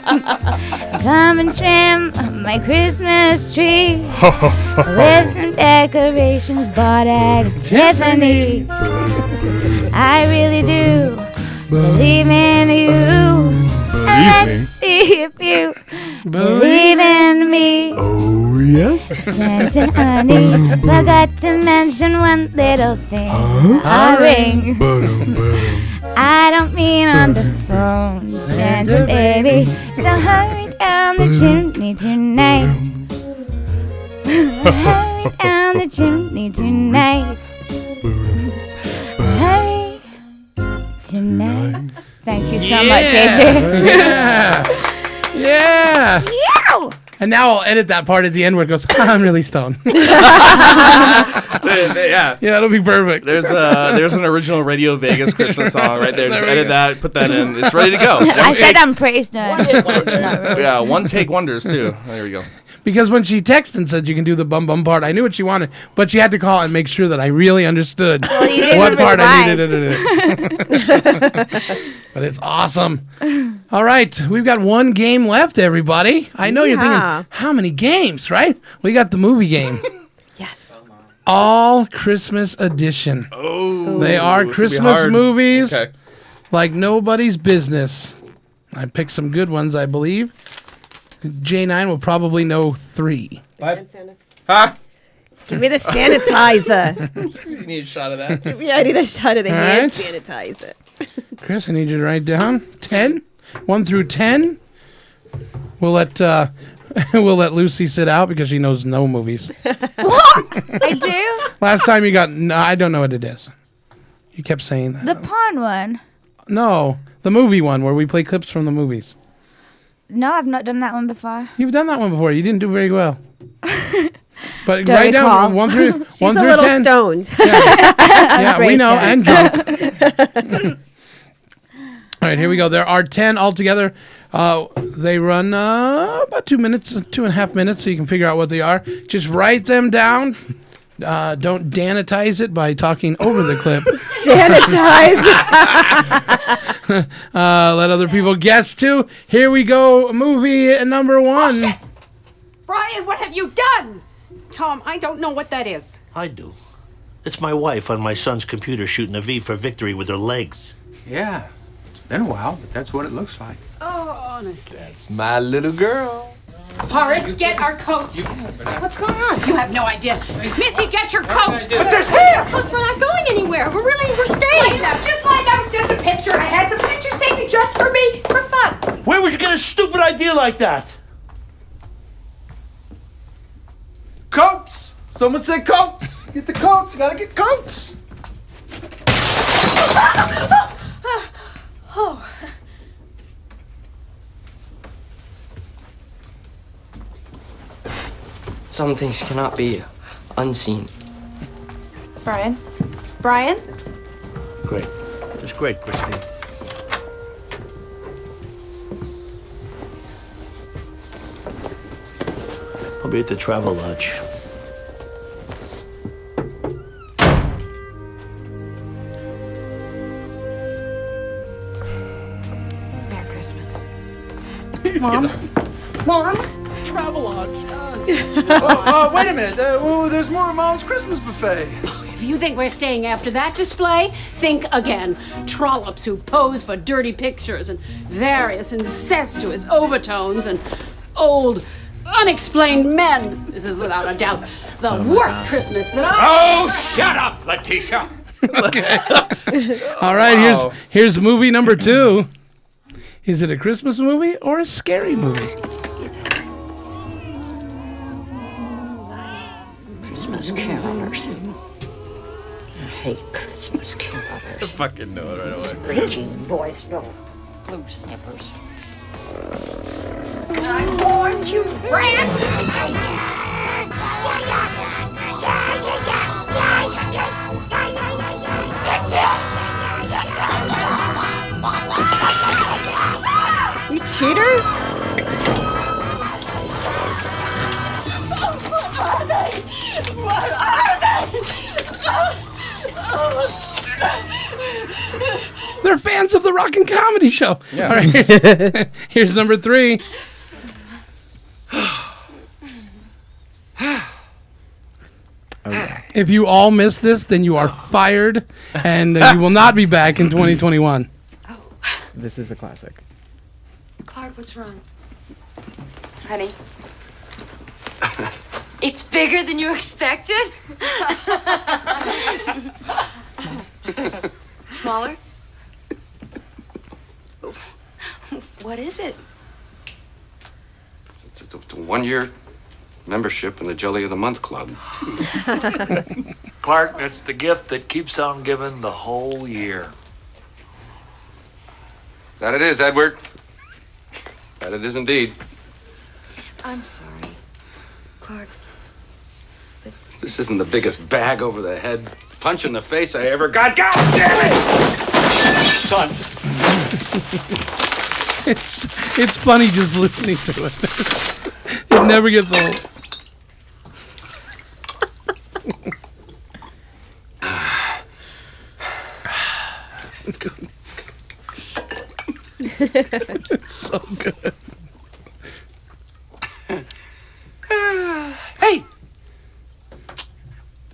Speaker 10: Oh shit! Come and trim my Christmas tree with some decorations bought at Tiffany's. I really do believe in you.
Speaker 24: me.
Speaker 10: Let's see if you believe in me.
Speaker 8: Oh, yes?
Speaker 10: Santa honey, forgot to mention one little thing. Our ring. I don't mean on the phone, Santa baby. So hurry down the chimney tonight. hurry down the chimney tonight. hurry tonight. Thank you so much, AJ.
Speaker 5: Yeah. yeah.
Speaker 10: Yeah.
Speaker 5: And now I'll edit that part at the end where it goes, I'm really stoned.
Speaker 6: yeah.
Speaker 5: Yeah, that'll be perfect.
Speaker 6: There's uh there's an original Radio Vegas Christmas song right there. Just
Speaker 5: There we
Speaker 6: edit
Speaker 5: go.
Speaker 6: that, put that in. It's ready to go.
Speaker 13: I said
Speaker 6: One take-
Speaker 13: I'm pretty stoned.
Speaker 6: yeah, one take wonders too. There we go.
Speaker 5: Because when she texted and said you can do the bum bum part, I knew what she wanted, but she had to call and make sure that I really understood
Speaker 13: you didn't
Speaker 5: what part I
Speaker 13: reply.
Speaker 5: needed. but it's awesome. All right, we've got one game left, everybody. I know you're
Speaker 4: Yeah.
Speaker 5: thinking, how many games, right? We got the movie game.
Speaker 4: Yes.
Speaker 5: All Christmas edition.
Speaker 6: Oh,
Speaker 5: They are
Speaker 6: this will be
Speaker 5: Christmas
Speaker 6: hard.
Speaker 5: movies
Speaker 6: Okay.
Speaker 5: like nobody's business. I picked some good ones, I believe. J9 will probably know three.
Speaker 6: Huh?
Speaker 4: Give me the sanitizer.
Speaker 6: you need a shot of that.
Speaker 4: yeah, I need a shot of the
Speaker 5: All
Speaker 4: hand
Speaker 5: right.
Speaker 4: sanitizer.
Speaker 5: Chris, I need you to write down 10, 1 through 10. We'll let uh, we'll let Lucy sit out because she knows no movies.
Speaker 13: I do.
Speaker 5: Last time you got no, I don't know what it is. You kept saying that.
Speaker 13: The porn one.
Speaker 5: No, the movie one where we play clips from the movies.
Speaker 13: No, I've not done that one before.
Speaker 5: You've done that one before. You didn't do very well. But
Speaker 13: Don't
Speaker 5: right
Speaker 13: recall.
Speaker 5: down one through
Speaker 4: She's
Speaker 5: one
Speaker 4: a
Speaker 5: through
Speaker 4: little
Speaker 5: ten.
Speaker 4: stoned.
Speaker 5: yeah, we know, and drunk. All right, here we go. There are ten altogether. Uh, they run uh, about two minutes, two and a half minutes, so you can figure out what they are. Just write them down. Uh, don't danitize it by talking over the clip. uh, let other people guess too. Here we go. Movie number one.
Speaker 14: Brian, what have you done? Tom, I don't know what that is.
Speaker 23: I do. It's my wife on my son's computer shooting a V for victory with her legs.
Speaker 30: Yeah, it's been a while, but that's what it looks like.
Speaker 14: Oh, honestly.
Speaker 30: It's my little girl.
Speaker 14: Horace, get our coats. What's going on? You have no idea. Missy, get your coat.
Speaker 24: But there's hair.
Speaker 14: Coats, we're not going anywhere. We're really, we're staying. Just like that was just a picture. I had some pictures taken just for me, for fun.
Speaker 23: Where would you get a stupid idea like that?
Speaker 30: Coats! Someone said coats! Get the coats! Gotta get coats!
Speaker 13: Oh.
Speaker 14: Some things cannot be unseen.
Speaker 13: Brian? Brian?
Speaker 17: Great. That's great, Christine. I'll be at the travel lodge.
Speaker 13: Merry Christmas. Mom? Mom?
Speaker 31: Travel
Speaker 32: oh, wait a minute. Uh, ooh, there's more at Mom's Christmas buffet.
Speaker 30: If you think we're staying after that display, think again. Trollops who pose for dirty pictures and various incestuous overtones and old, unexplained men. This is without a doubt the worst Christmas that I.
Speaker 16: Oh, shut up, Letitia!
Speaker 5: All right, here's here's movie number two. Is it a Christmas movie or a scary movie?
Speaker 18: Christmas carolers. I hate Christmas carolers.
Speaker 6: I fucking know it right away.
Speaker 18: Preaching boys don't blue snippers.
Speaker 24: I warned you, Brad!
Speaker 4: You cheater?
Speaker 24: What are they? What are they? Oh, oh shit.
Speaker 5: They're fans of the rock and comedy show.
Speaker 24: Yeah.
Speaker 5: All right. Here's number three. If you all miss this, then you are fired, and uh, you will not be back in 2021.
Speaker 26: This is a classic.
Speaker 18: Clark, what's wrong?
Speaker 30: Honey. It's bigger than you expected?
Speaker 18: Smaller? What is it?
Speaker 28: It's a, it's a one-year membership in the Jelly of the Month Club.
Speaker 16: Clark, it's the gift that keeps on giving the whole year.
Speaker 28: That it is, Edward. That it is indeed.
Speaker 18: I'm sorry. Clark,
Speaker 28: This isn't the biggest bag over the head punch in the face I ever got. God damn it! Son.
Speaker 5: It's it's funny just listening to it. it never gets old.
Speaker 28: It's good. It's good.
Speaker 5: it's so good.
Speaker 28: hey! If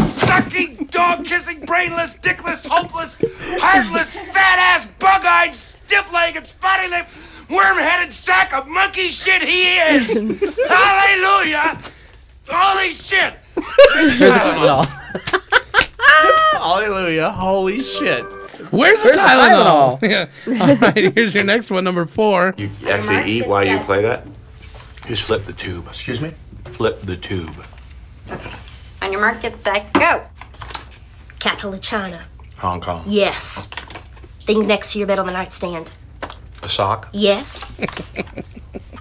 Speaker 28: sucking, dog kissing, brainless, dickless, hopeless, heartless, fat ass, bug eyed, stiff legged, spotty lipped, worm headed sack of monkey shit he is! Hallelujah! Holy shit!
Speaker 6: Hallelujah. Holy shit.
Speaker 5: Where's the
Speaker 6: Where's the
Speaker 5: Tylenol? Yeah. All right, here's your next one, number four. You
Speaker 28: actually eat while you play that?
Speaker 17: Just flip the tube. Excuse me? Flip the tube.
Speaker 7: On your mark, get set, go. Catalachana.
Speaker 17: Hong Kong.
Speaker 7: Yes. Thing next to your bed on the nightstand.
Speaker 17: A sock.
Speaker 7: Yes.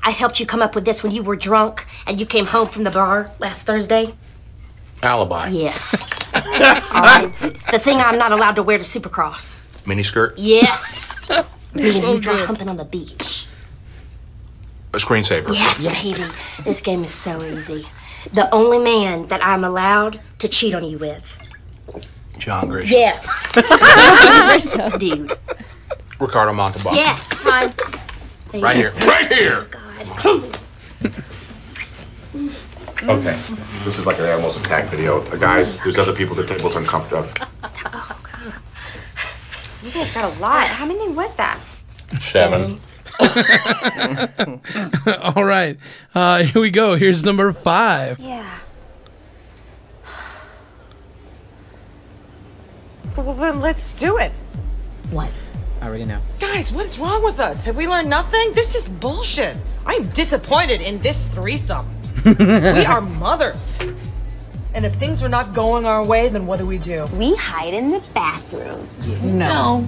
Speaker 7: I helped you come up with this when you were drunk and you came home from the bar last Thursday.
Speaker 17: Alibi.
Speaker 7: Yes. All right. The thing I'm not allowed to wear to Supercross.
Speaker 17: Miniskirt.
Speaker 7: Yes. Meaning
Speaker 17: So
Speaker 7: you dry
Speaker 17: good.
Speaker 7: humping on the beach.
Speaker 17: A screensaver.
Speaker 7: Yes, baby. This game is so easy. The only man that I'm allowed to cheat on you with.
Speaker 17: John Grisham.
Speaker 7: Yes. Dude.
Speaker 17: Ricardo Montalban.
Speaker 7: Yes.
Speaker 17: Right here. Right here!
Speaker 33: Okay. This is like an animals attack video. Uh, Guys, there's other people at the table's
Speaker 7: Oh,
Speaker 33: uncomfortable.
Speaker 7: You guys got a lot. How many was that?
Speaker 34: Seven.
Speaker 5: All right. Uh, here we go. Here's number five.
Speaker 13: Yeah. Well, then let's do it.
Speaker 26: What? I already know.
Speaker 7: Guys, what is wrong with us? Have we learned nothing? This is bullshit. I'm disappointed in this threesome. we are mothers. And if things are not going our way, then what do we do? We hide in the bathroom. No.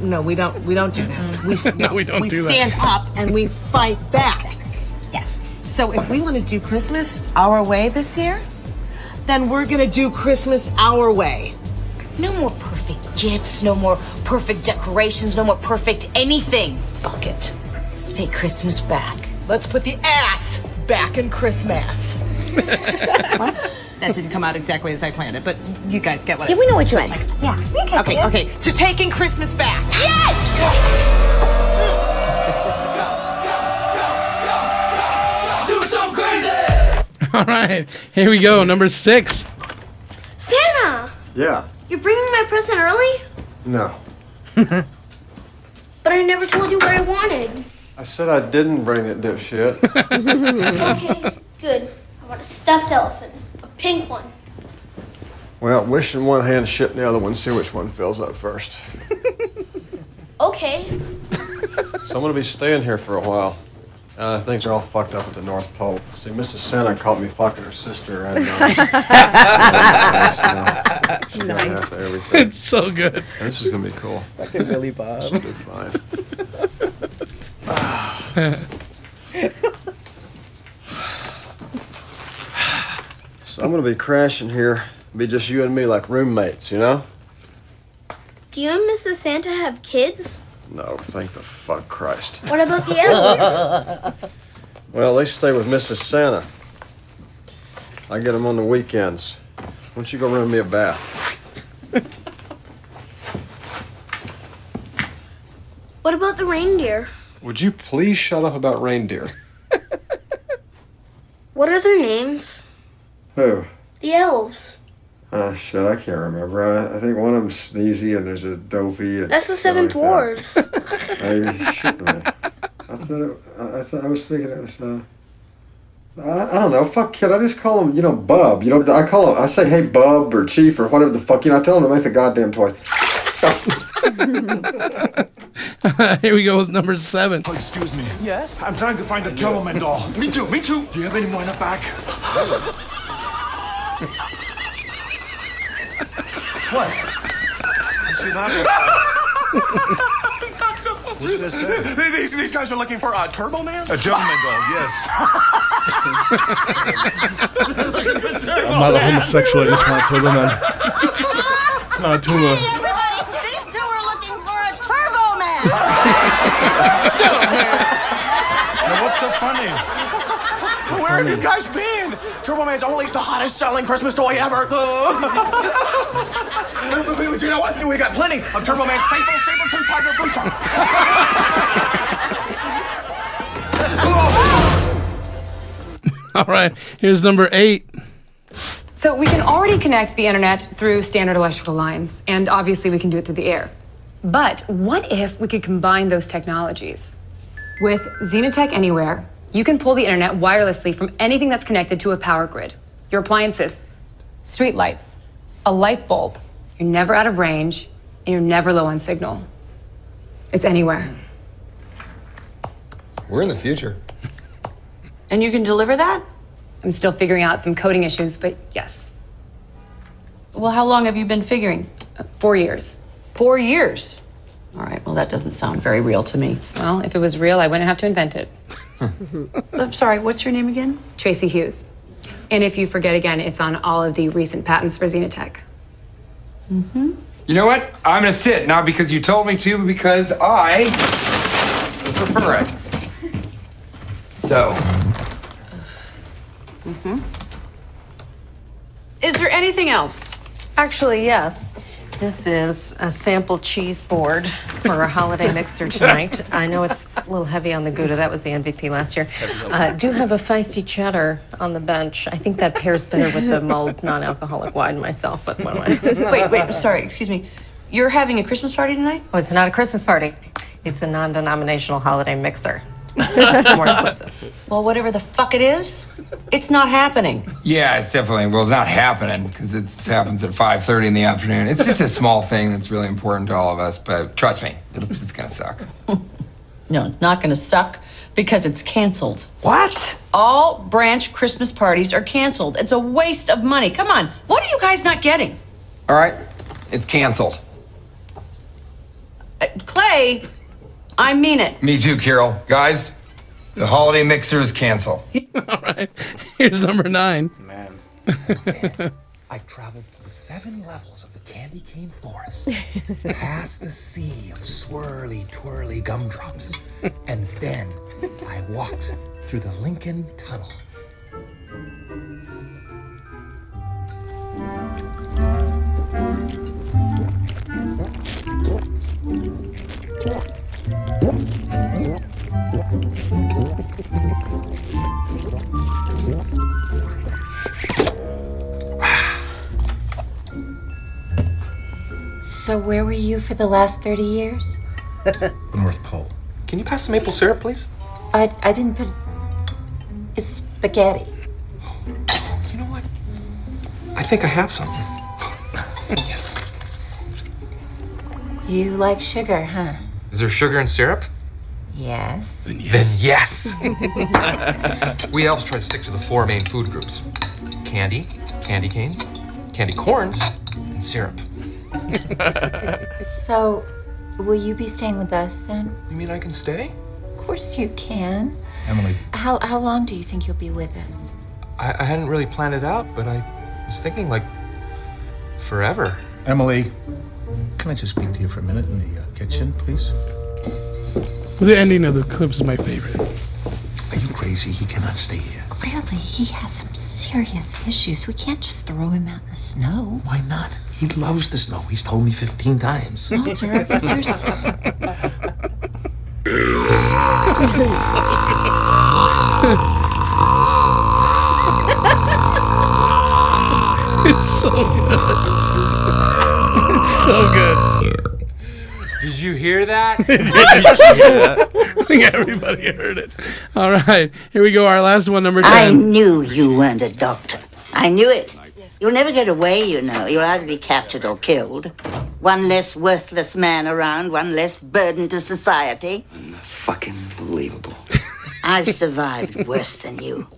Speaker 7: No, we don't. We don't do that. We,
Speaker 35: No, we don't do that.
Speaker 7: stand up and we fight back. Yes. So if we want to do Christmas our way this year, then we're going to do Christmas our way.
Speaker 13: No more perfect gifts, no more perfect decorations, no more perfect anything. Fuck it. Let's take Christmas back.
Speaker 7: Let's put the ass back in Christmas. That didn't come out exactly as I planned it, but you guys get what
Speaker 13: Yeah,
Speaker 7: I
Speaker 13: we know what you meant.
Speaker 7: Yeah. Okay, okay. To taking Christmas back.
Speaker 35: Do some crazy.
Speaker 5: All right. Here we go. Number six.
Speaker 7: Santa,
Speaker 5: Yeah.
Speaker 7: you're bringing my present early,
Speaker 9: No.
Speaker 7: but I never told you what I wanted.
Speaker 9: I said I didn't bring it, dipshit.
Speaker 7: okay, good. I want a stuffed elephant, a pink one.
Speaker 9: well, wish in one hand, shit in the other one. See which one fills up first.
Speaker 7: Okay.
Speaker 9: So I'm gonna be staying here for a while. Uh, things are all fucked up at the North Pole. See, Mrs. Santa caught me fucking her sister. And, uh, she got
Speaker 35: Nice.
Speaker 9: half of everything.
Speaker 5: It's so good.
Speaker 9: This is gonna be cool.
Speaker 5: Fucking Billy Bob.
Speaker 9: This is a good find. So I'm gonna be crashing here. Be just you and me, like roommates, you know?
Speaker 7: Do you and Mrs. Santa have kids?
Speaker 9: No, thank the fuck Christ.
Speaker 7: What about the elves?
Speaker 9: Well, they stay with Mrs. Santa. I get them on the weekends. Why don't you go run me a bath?
Speaker 7: what about the reindeer?
Speaker 9: Would you please shut up about reindeer?
Speaker 7: What are their names?
Speaker 9: Who?
Speaker 7: The elves.
Speaker 9: Oh, shit, I can't remember. I, I think one of them's Sneezy and there's a Dopey. And
Speaker 7: That's the seven dwarves.
Speaker 9: Are you shitting me? I thought, it, I, I thought I was thinking it was. Uh, I, I don't know. Fuck, kid. I just call him, you know, Bub. You know, I call him. I say, hey, Bub or Chief or whatever the fuck. You know, I tell him to make the goddamn toy.
Speaker 5: Here we go with number seven.
Speaker 7: Oh,
Speaker 6: Excuse me. Yes? I'm trying to find a gentleman doll. me too, me too. Do you have any more in the back? what? You see that? What did I say? These, these guys are looking for a Turbo Man?
Speaker 36: A gentleman doll, yes.
Speaker 24: I'm not a homosexual. I just want a turbo man. It's not a turbo.
Speaker 7: Everybody, these two are looking for a turbo man.
Speaker 6: Now, what's so funny?
Speaker 24: So
Speaker 6: Where have
Speaker 24: funny.
Speaker 6: you guys been? Turbo Man's only the hottest selling Christmas toy ever. But you know what? We got plenty of Turbo Man's faithful Sabertooth Tiger booster.
Speaker 5: All right. Here's number eight.
Speaker 37: So we can already connect the internet through standard electrical lines, and obviously we can do it through the air. But what if we could combine those technologies? With Xenotech Anywhere, you can pull the internet wirelessly from anything that's connected to a power grid. Your appliances, street lights, a light bulb. You're never out of range, and you're never low on signal. It's anywhere.
Speaker 9: We're in the future.
Speaker 37: And you can deliver that? I'm still figuring out some coding issues, but yes. Well, how long have you been figuring? Four years. Four years?
Speaker 21: All right, well, that doesn't sound very real to me.
Speaker 37: Well, if it was real, I wouldn't have to invent it.
Speaker 21: I'm sorry, what's your name again?
Speaker 37: Tracy Hughes. And if you forget again, it's on all of the recent patents for Xenotech.
Speaker 21: Mm-hmm.
Speaker 38: You know what? I'm gonna sit, not because you told me to, but because I prefer it. So,
Speaker 21: Is there anything else? Actually, yes. This is a sample cheese board for a holiday mixer tonight. I know it's a little heavy on the Gouda. That was the MVP last year. Uh, do have a feisty cheddar on the bench. I think that pairs better with the mulled non-alcoholic wine myself. But what am I? wait, wait, sorry, excuse me. You're having a Christmas party tonight?
Speaker 37: Oh, it's not a Christmas party.
Speaker 39: It's a non denominational holiday mixer.
Speaker 21: Well, whatever the fuck it is, it's not happening.
Speaker 38: Yeah, it's definitely well, it's not happening because it happens at 5:30 in the afternoon. It's just a small thing that's really important to all of us, but trust me, it's, it's gonna suck.
Speaker 21: No, it's not going to suck because it's canceled. What? All branch Christmas parties are canceled. It's a waste of money. Come on, what are you guys not getting?
Speaker 38: All right, it's canceled.
Speaker 21: Uh, Clay, I mean it.
Speaker 38: Me too, Carol. Guys, the holiday mixer is canceled.
Speaker 5: All right. Here's number nine. Man.
Speaker 7: I traveled through the seven levels of the candy cane forest, past the sea of swirly twirly gumdrops, and then I walked through the Lincoln Tunnel.
Speaker 40: So where were you for the last 30 years?
Speaker 7: North Pole.
Speaker 41: Can you pass the maple syrup, please?
Speaker 40: I, I didn't put... It's spaghetti.
Speaker 41: I think I have some.
Speaker 40: yes. You like sugar, huh?
Speaker 41: Is there sugar in syrup?
Speaker 40: Yes.
Speaker 41: Then yes. we elves try to stick to the four main food groups candy, candy canes, candy corns, and syrup.
Speaker 40: so, will you be staying with us then?
Speaker 41: You mean I can stay?
Speaker 40: Of course you can.
Speaker 41: Emily.
Speaker 40: How, how long do you think you'll be with us?
Speaker 41: I, I hadn't really planned it out, but I was thinking like forever.
Speaker 7: Emily, can I just speak to you for a minute in the uh, kitchen, please?
Speaker 5: The ending of the clip is my favorite.
Speaker 7: Are you crazy? He cannot stay here.
Speaker 17: Clearly, he has some serious issues. We can't just throw him out in the snow.
Speaker 7: Why not? He loves the snow. He's told me 15 times.
Speaker 17: Walter, is there some-
Speaker 5: it's so good. It's so good.
Speaker 41: Did you hear that?
Speaker 5: I think everybody heard it. All right. Here we go. Our last one, number 10.
Speaker 33: I knew you weren't a doctor. I knew it. You'll never get away, you know. You'll either be captured or killed. One less worthless man around, one less burden to society.
Speaker 7: Fucking believable.
Speaker 33: I've survived worse than you.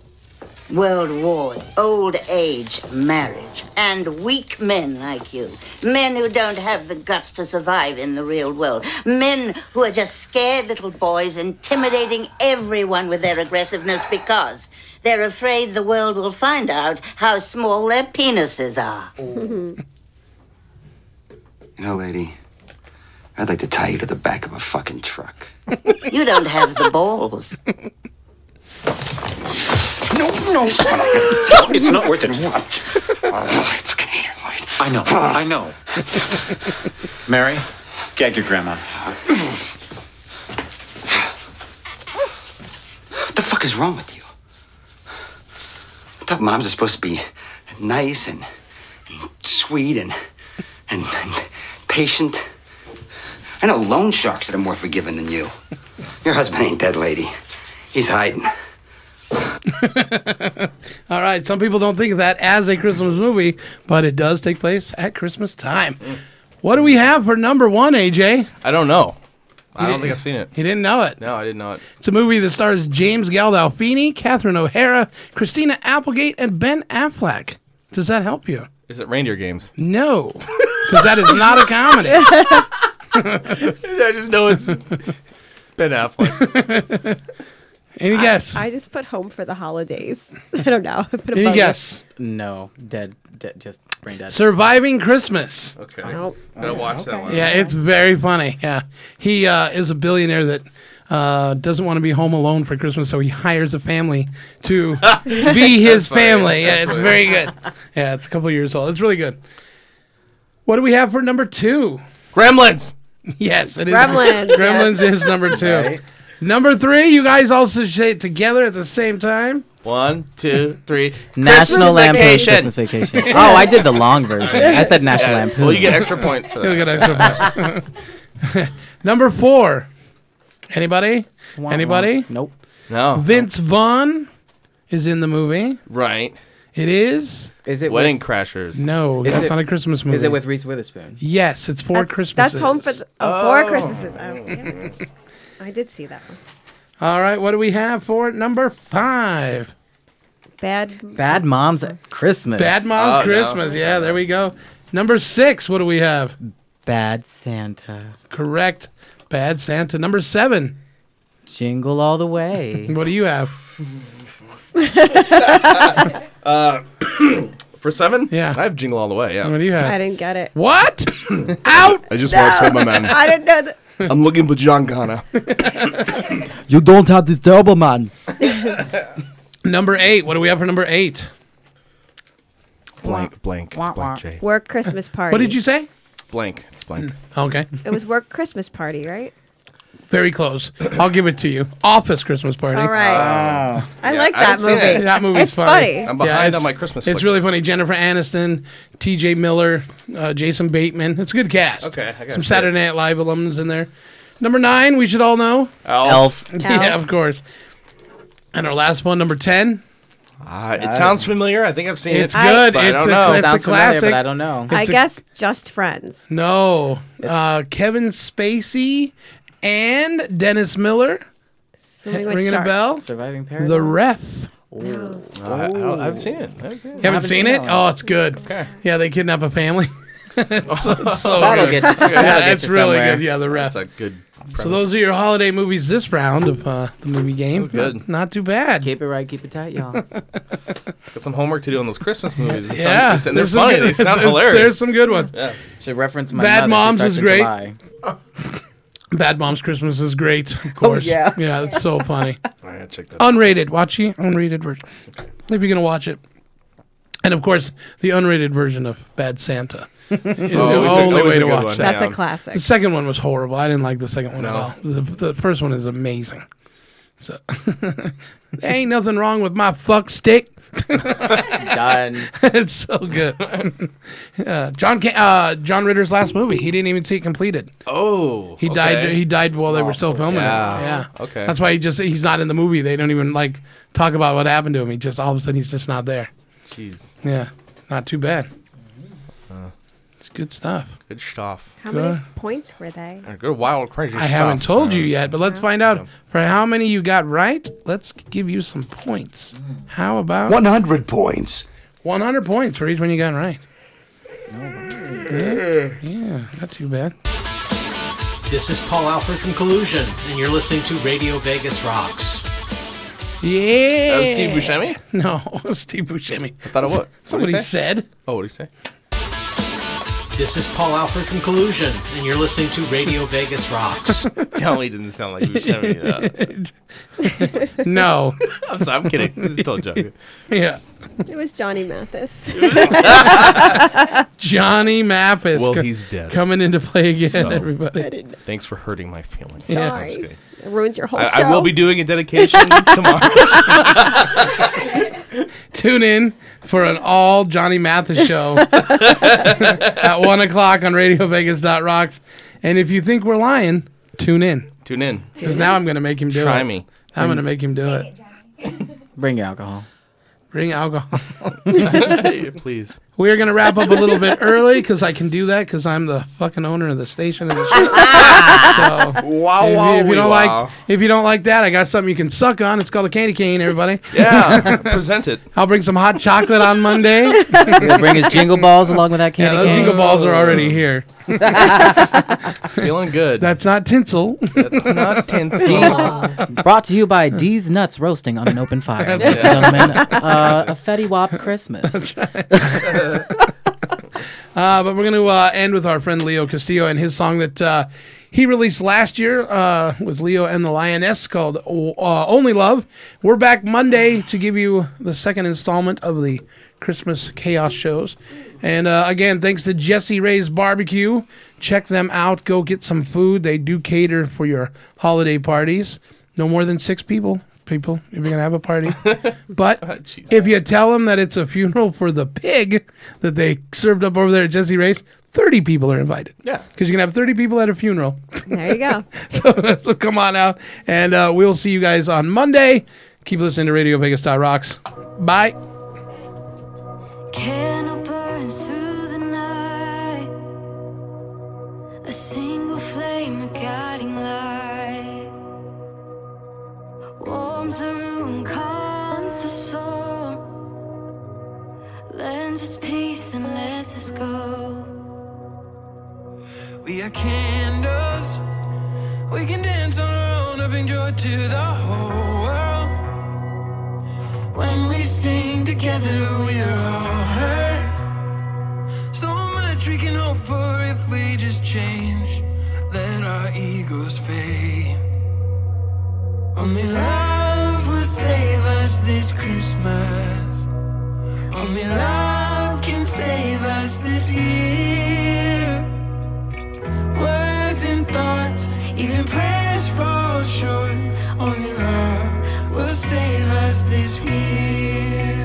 Speaker 33: World wars, old age, marriage, and weak men like you. Men who don't have the guts to survive in the real world. Men who are just scared little boys intimidating everyone with their aggressiveness because they're afraid the world will find out how small their penises are.
Speaker 7: You know, lady, I'd like to tie you to the back of a fucking truck.
Speaker 33: you don't have the balls.
Speaker 7: No, no, Oh,
Speaker 41: it's not worth it. I know. I know. Mary, gag your grandma. what
Speaker 7: What the fuck is wrong with you? I thought moms are supposed to be nice and, and sweet and, and and patient. I know loan sharks that are more forgiving than you. Your husband ain't dead, lady. He's hiding.
Speaker 5: All right. Some people don't think of that as a Christmas movie, but it does take place at Christmas time. What do we have for number one, AJ?
Speaker 6: I don't know.
Speaker 5: He
Speaker 6: I don't
Speaker 5: didn't-
Speaker 6: think I've seen it.
Speaker 5: He didn't know it.
Speaker 6: No, I didn't know it.
Speaker 5: It's a movie that stars James Gandolfini, Catherine O'Hara, Christina Applegate, and Ben Affleck. Does that help you?
Speaker 6: Is it Reindeer Games?
Speaker 5: No, because that is not a comedy.
Speaker 6: I just know it's Ben Affleck.
Speaker 5: Any guess?
Speaker 4: I just put home for the holidays. I don't know. I put a
Speaker 5: Any
Speaker 4: bonus.
Speaker 5: guess?
Speaker 26: No, dead, dead, just brain dead.
Speaker 5: Surviving Christmas.
Speaker 6: Okay. Gotta watch that one.
Speaker 5: Yeah, it's very funny. Yeah, he uh, is a billionaire that uh, doesn't want to be home alone for Christmas, so he hires a family to be his
Speaker 6: That's funny.
Speaker 5: family. Yeah,
Speaker 6: That's
Speaker 5: it's
Speaker 6: funny.
Speaker 5: very good. Yeah, it's a couple years old. It's really good. What do we have for number two?
Speaker 6: Gremlins.
Speaker 5: Yes, it is.
Speaker 42: Gremlins, yeah.
Speaker 5: Gremlins is number two.
Speaker 6: Right.
Speaker 5: Number three, you guys also say it together at the same time.
Speaker 6: One, two, three. Christmas
Speaker 26: National Lampoon
Speaker 6: Vacation.
Speaker 26: Christmas Vacation. Oh, I did the long version. I said National
Speaker 6: Yeah.
Speaker 26: Lampoon.
Speaker 6: Well, you get extra point for that.
Speaker 5: You'll get extra point. Number four. Anybody?
Speaker 6: Wah,
Speaker 5: Anybody?
Speaker 6: wah. Nope. No.
Speaker 5: Vince Vaughn is in the movie.
Speaker 6: Right.
Speaker 5: It is.
Speaker 6: Is it Wedding Crashers?
Speaker 5: No, that's not a Christmas movie.
Speaker 3: Is it with Reese Witherspoon?
Speaker 5: Yes, it's Four Christmas.
Speaker 4: That's home for the, oh, four
Speaker 3: Oh.
Speaker 4: Christmases. Oh, yeah. I did see that one.
Speaker 5: All right, what do we have for number five?
Speaker 4: Bad.
Speaker 3: Bad Moms at Christmas.
Speaker 5: Bad
Speaker 6: Oh,
Speaker 5: Mom's Christmas. Yeah, there we go. Number six, what do we have?
Speaker 3: Bad Santa.
Speaker 5: Correct. Bad Santa. Number seven.
Speaker 3: Jingle all the way.
Speaker 5: what do you have?
Speaker 6: Uh, for seven? Yeah. I have Jingle All the Way. Yeah.
Speaker 5: What do you
Speaker 4: I didn't get it.
Speaker 5: What?
Speaker 4: Out.
Speaker 6: I just wanna tell my man.
Speaker 4: I didn't know that.
Speaker 6: I'm looking for John Connor.
Speaker 3: You don't have this double man.
Speaker 5: Number eight. What do we have for number eight?
Speaker 6: Blank, blank, it's blank, Jay.
Speaker 4: Work Christmas party.
Speaker 5: What did you say?
Speaker 6: Blank, it's blank.
Speaker 5: Okay.
Speaker 4: It was work Christmas party, right?
Speaker 5: Very close. I'll give it to you. Office Christmas Party.
Speaker 4: All right. Wow. I like
Speaker 5: I've
Speaker 4: that
Speaker 5: seen
Speaker 4: movie.
Speaker 5: it. That movie's
Speaker 4: It's
Speaker 5: funny.
Speaker 4: funny. I'm behind
Speaker 5: it's-
Speaker 6: on my Christmas
Speaker 5: It's
Speaker 6: flicks.
Speaker 5: really funny. Jennifer Aniston, T.J. Miller, uh, Jason Bateman. It's a good cast.
Speaker 6: Okay, I gotta
Speaker 5: some
Speaker 6: see
Speaker 5: Saturday Night Live alums in there. Number nine, we should all know.
Speaker 6: Elf. Elf.
Speaker 5: yeah,
Speaker 6: Elf.
Speaker 5: of course. And our last one, number ten.
Speaker 6: Uh, it sounds familiar. I think I've seen
Speaker 5: It's
Speaker 6: it.
Speaker 5: good.
Speaker 6: but
Speaker 5: it's
Speaker 6: I don't
Speaker 5: a,
Speaker 6: know.
Speaker 5: It's a classic.
Speaker 4: I
Speaker 5: It's a-
Speaker 4: guess just friends.
Speaker 5: No. Uh, Kevin Spacey and Dennis Miller.
Speaker 4: Swimming with
Speaker 5: Ringing a
Speaker 4: sharks.
Speaker 5: bell.
Speaker 3: Surviving
Speaker 5: The
Speaker 3: Paradise?
Speaker 5: Ref.
Speaker 6: I, I don't, I've seen it. I've seen it.
Speaker 5: You haven't, seen, it? Oh, it's good. Yeah, they kidnap a family. it's, it's so
Speaker 3: That'll
Speaker 5: good.
Speaker 3: get you- that'll
Speaker 5: yeah,
Speaker 3: get
Speaker 5: it's
Speaker 3: you
Speaker 5: really
Speaker 3: somewhere.
Speaker 5: good. Yeah, the ref.
Speaker 6: That's a good.
Speaker 5: So those are your holiday movies this round of uh, the movie game.
Speaker 6: good.
Speaker 5: Not, not too bad.
Speaker 3: Keep it right, keep it tight, y'all.
Speaker 6: Got some homework to do on those Christmas movies. They
Speaker 5: Yeah,
Speaker 6: sound, they sound- they're
Speaker 5: there's some
Speaker 6: funny.
Speaker 5: good-
Speaker 6: they sound
Speaker 5: there's-
Speaker 6: hilarious.
Speaker 5: there's some good ones.
Speaker 6: Yeah.
Speaker 3: Should reference my
Speaker 5: Bad
Speaker 3: mother.
Speaker 5: Moms
Speaker 3: She starts
Speaker 5: is
Speaker 3: in
Speaker 5: great.
Speaker 3: July.
Speaker 5: Bad Mom's Christmas is great, of course.
Speaker 3: yeah.
Speaker 5: yeah, it's so funny.
Speaker 6: Oh, All right, check that. out.
Speaker 5: unrated. Watch the unrated version if you're gonna watch it. And of course, the unrated version of Bad Santa is
Speaker 6: Oh,
Speaker 5: the
Speaker 6: Always a-
Speaker 5: only
Speaker 6: always
Speaker 5: way
Speaker 6: a
Speaker 5: to
Speaker 6: good
Speaker 5: watch
Speaker 6: one,
Speaker 5: that.
Speaker 6: That's a yeah.
Speaker 4: classic.
Speaker 5: The second one was horrible. I didn't like the second one at
Speaker 6: No.
Speaker 5: all. The, the first one is amazing. So there ain't nothing wrong with my fuck stick.
Speaker 3: Done.
Speaker 5: it's so good. uh, John Ca- uh, John Ritter's last movie. He didn't even see it completed.
Speaker 6: Oh,
Speaker 5: He died.
Speaker 6: okay.
Speaker 5: He died while they were still filming
Speaker 6: Yeah.
Speaker 5: it. Yeah.
Speaker 6: Okay.
Speaker 5: That's why he just he's not in the movie. They don't even like talk about what happened to him. He just all of a sudden he's just not there.
Speaker 6: Jeez. uh,
Speaker 5: Yeah. Not too bad. It's good stuff.
Speaker 6: Good stuff.
Speaker 4: How many points were they?
Speaker 6: All right, Good wild crazy.
Speaker 5: I haven't
Speaker 6: stuff. Uh,
Speaker 5: told you yet, but let's find out for how many you got right. Let's give you some points. How about
Speaker 13: 100 points.
Speaker 5: 100 points for each one you got right?
Speaker 6: uh,
Speaker 5: Yeah. yeah, not too bad.
Speaker 14: This is Paul Alford from Collusion, and you're listening to Radio Vegas Rocks.
Speaker 5: Yeah.
Speaker 6: That was Steve Buscemi?
Speaker 5: No, Steve Buscemi. I
Speaker 6: thought it was. What'd he
Speaker 5: Somebody
Speaker 6: say?
Speaker 5: said.
Speaker 6: Oh, what do you say?
Speaker 14: This is Paul Alford from Collusion, and you're listening to Radio Vegas Rocks.
Speaker 6: Tell me it doesn't sound like you were telling me that.
Speaker 5: No.
Speaker 6: I'm sorry. I'm kidding. This is a total joke.
Speaker 5: Yeah.
Speaker 4: It was Johnny Mathis.
Speaker 5: Johnny Mathis.
Speaker 6: Well,
Speaker 5: co-
Speaker 6: he's dead.
Speaker 5: Coming into play again,
Speaker 6: So,
Speaker 5: everybody.
Speaker 6: Thanks for hurting my feelings.
Speaker 5: Yeah.
Speaker 6: I'm just
Speaker 4: Sorry.
Speaker 6: kidding.
Speaker 4: It ruins your whole
Speaker 6: I,
Speaker 4: show.
Speaker 6: I will be doing a dedication tomorrow.
Speaker 5: Tune in for an all Johnny Mathis show at 1 o'clock on RadioVegas.rocks. And if you think we're lying, tune in.
Speaker 6: Tune in.
Speaker 5: Because now I'm going to make him do it.
Speaker 6: Try me.
Speaker 5: I'm going to make him do it.
Speaker 3: Bring alcohol.
Speaker 5: Bring alcohol.
Speaker 6: Please.
Speaker 5: We are going to wrap up a little bit early because I can do that because I'm the fucking owner of the station. And the show. so
Speaker 6: Wow,
Speaker 5: if
Speaker 6: wow,
Speaker 5: you, if you
Speaker 6: wee,
Speaker 5: don't
Speaker 6: wow.
Speaker 5: like if you don't like that, I got something you can suck on. It's called a candy cane, everybody.
Speaker 6: Yeah. present it.
Speaker 5: I'll bring some hot chocolate on Monday.
Speaker 3: He'll bring his jingle balls along with that candy
Speaker 5: yeah, those
Speaker 3: cane.
Speaker 5: jingle balls are already here.
Speaker 6: Feeling good.
Speaker 5: That's not tinsel.
Speaker 6: That's not
Speaker 3: D's- Brought to you by D's Nuts Roasting on an Open Fire.
Speaker 5: That's
Speaker 3: Ladies and
Speaker 5: right.
Speaker 3: gentlemen, uh, a Fetty Wap Christmas.
Speaker 5: Uh, but we're going to uh, end with our friend Leo Castillo and his song that uh, he released last year uh, with Leo and the Lioness called uh, Only Love. We're back Monday to give you the second installment of the Christmas Chaos shows. And uh, again, thanks to Jesse Ray's Barbecue. Check them out. Go get some food. They do cater for your holiday parties. No more than six people, people, if you're going to have a party. But if you tell them that it's a funeral for the pig that they served up over there at Jesse Ray's, 30 people are invited.
Speaker 6: Yeah.
Speaker 5: Because you can have 30 people at a funeral.
Speaker 4: There you go.
Speaker 5: so, so come on out, and uh, we'll see you guys on Monday. Keep listening to Radio Vegas Rocks. Bye.
Speaker 13: Candle burns through the night. A single flame, a guiding light. Warms the room, calms the storm. Lends us peace and lets us go.
Speaker 24: We are candles. We can dance on our own, bring joy to the whole world. When we sing together, we are all heard. So much we can hope for if we just change. Let our egos fade. Only love will save us this Christmas. Only love can save us this year. Words and thoughts, even prayers fall short. Only love will save us this year.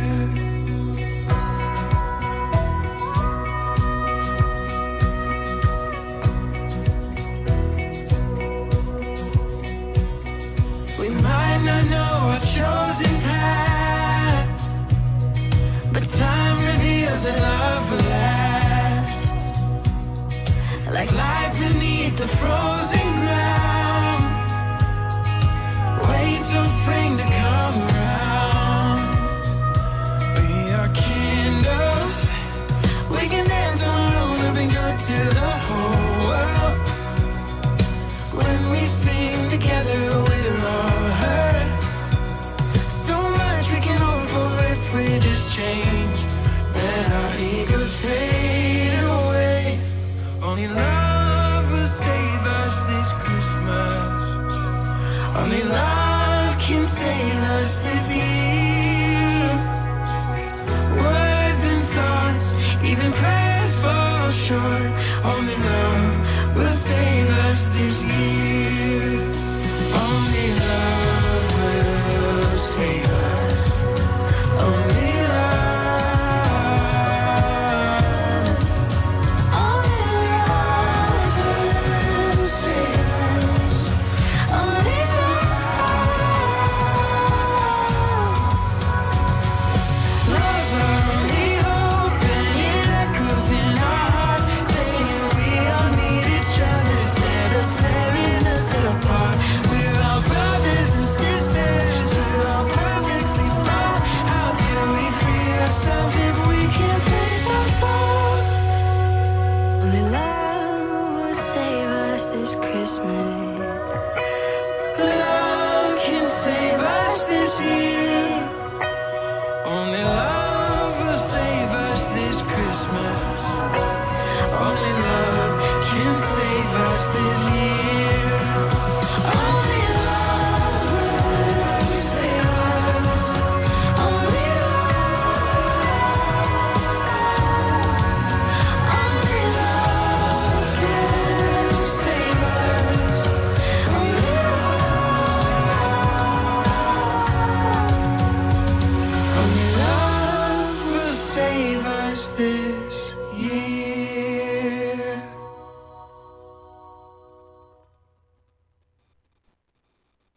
Speaker 24: We might not know our chosen path, but time reveals that love will last. Like life beneath the frozen ground Waits on spring to come around We are candles We can dance on our own and bring joy to the whole world When we sing together we're all heard So much we can hold for if we just change Let our egos fade away only love will save us this Christmas. Only love can save us this year. Words and thoughts, even prayers fall short. Only love will save us this year. Only love will save us. Only love. If we can't face our faults
Speaker 13: Only love will save us this Christmas.
Speaker 24: Love can save us this year. Only love will save us this Christmas. Only love can save us this year. Only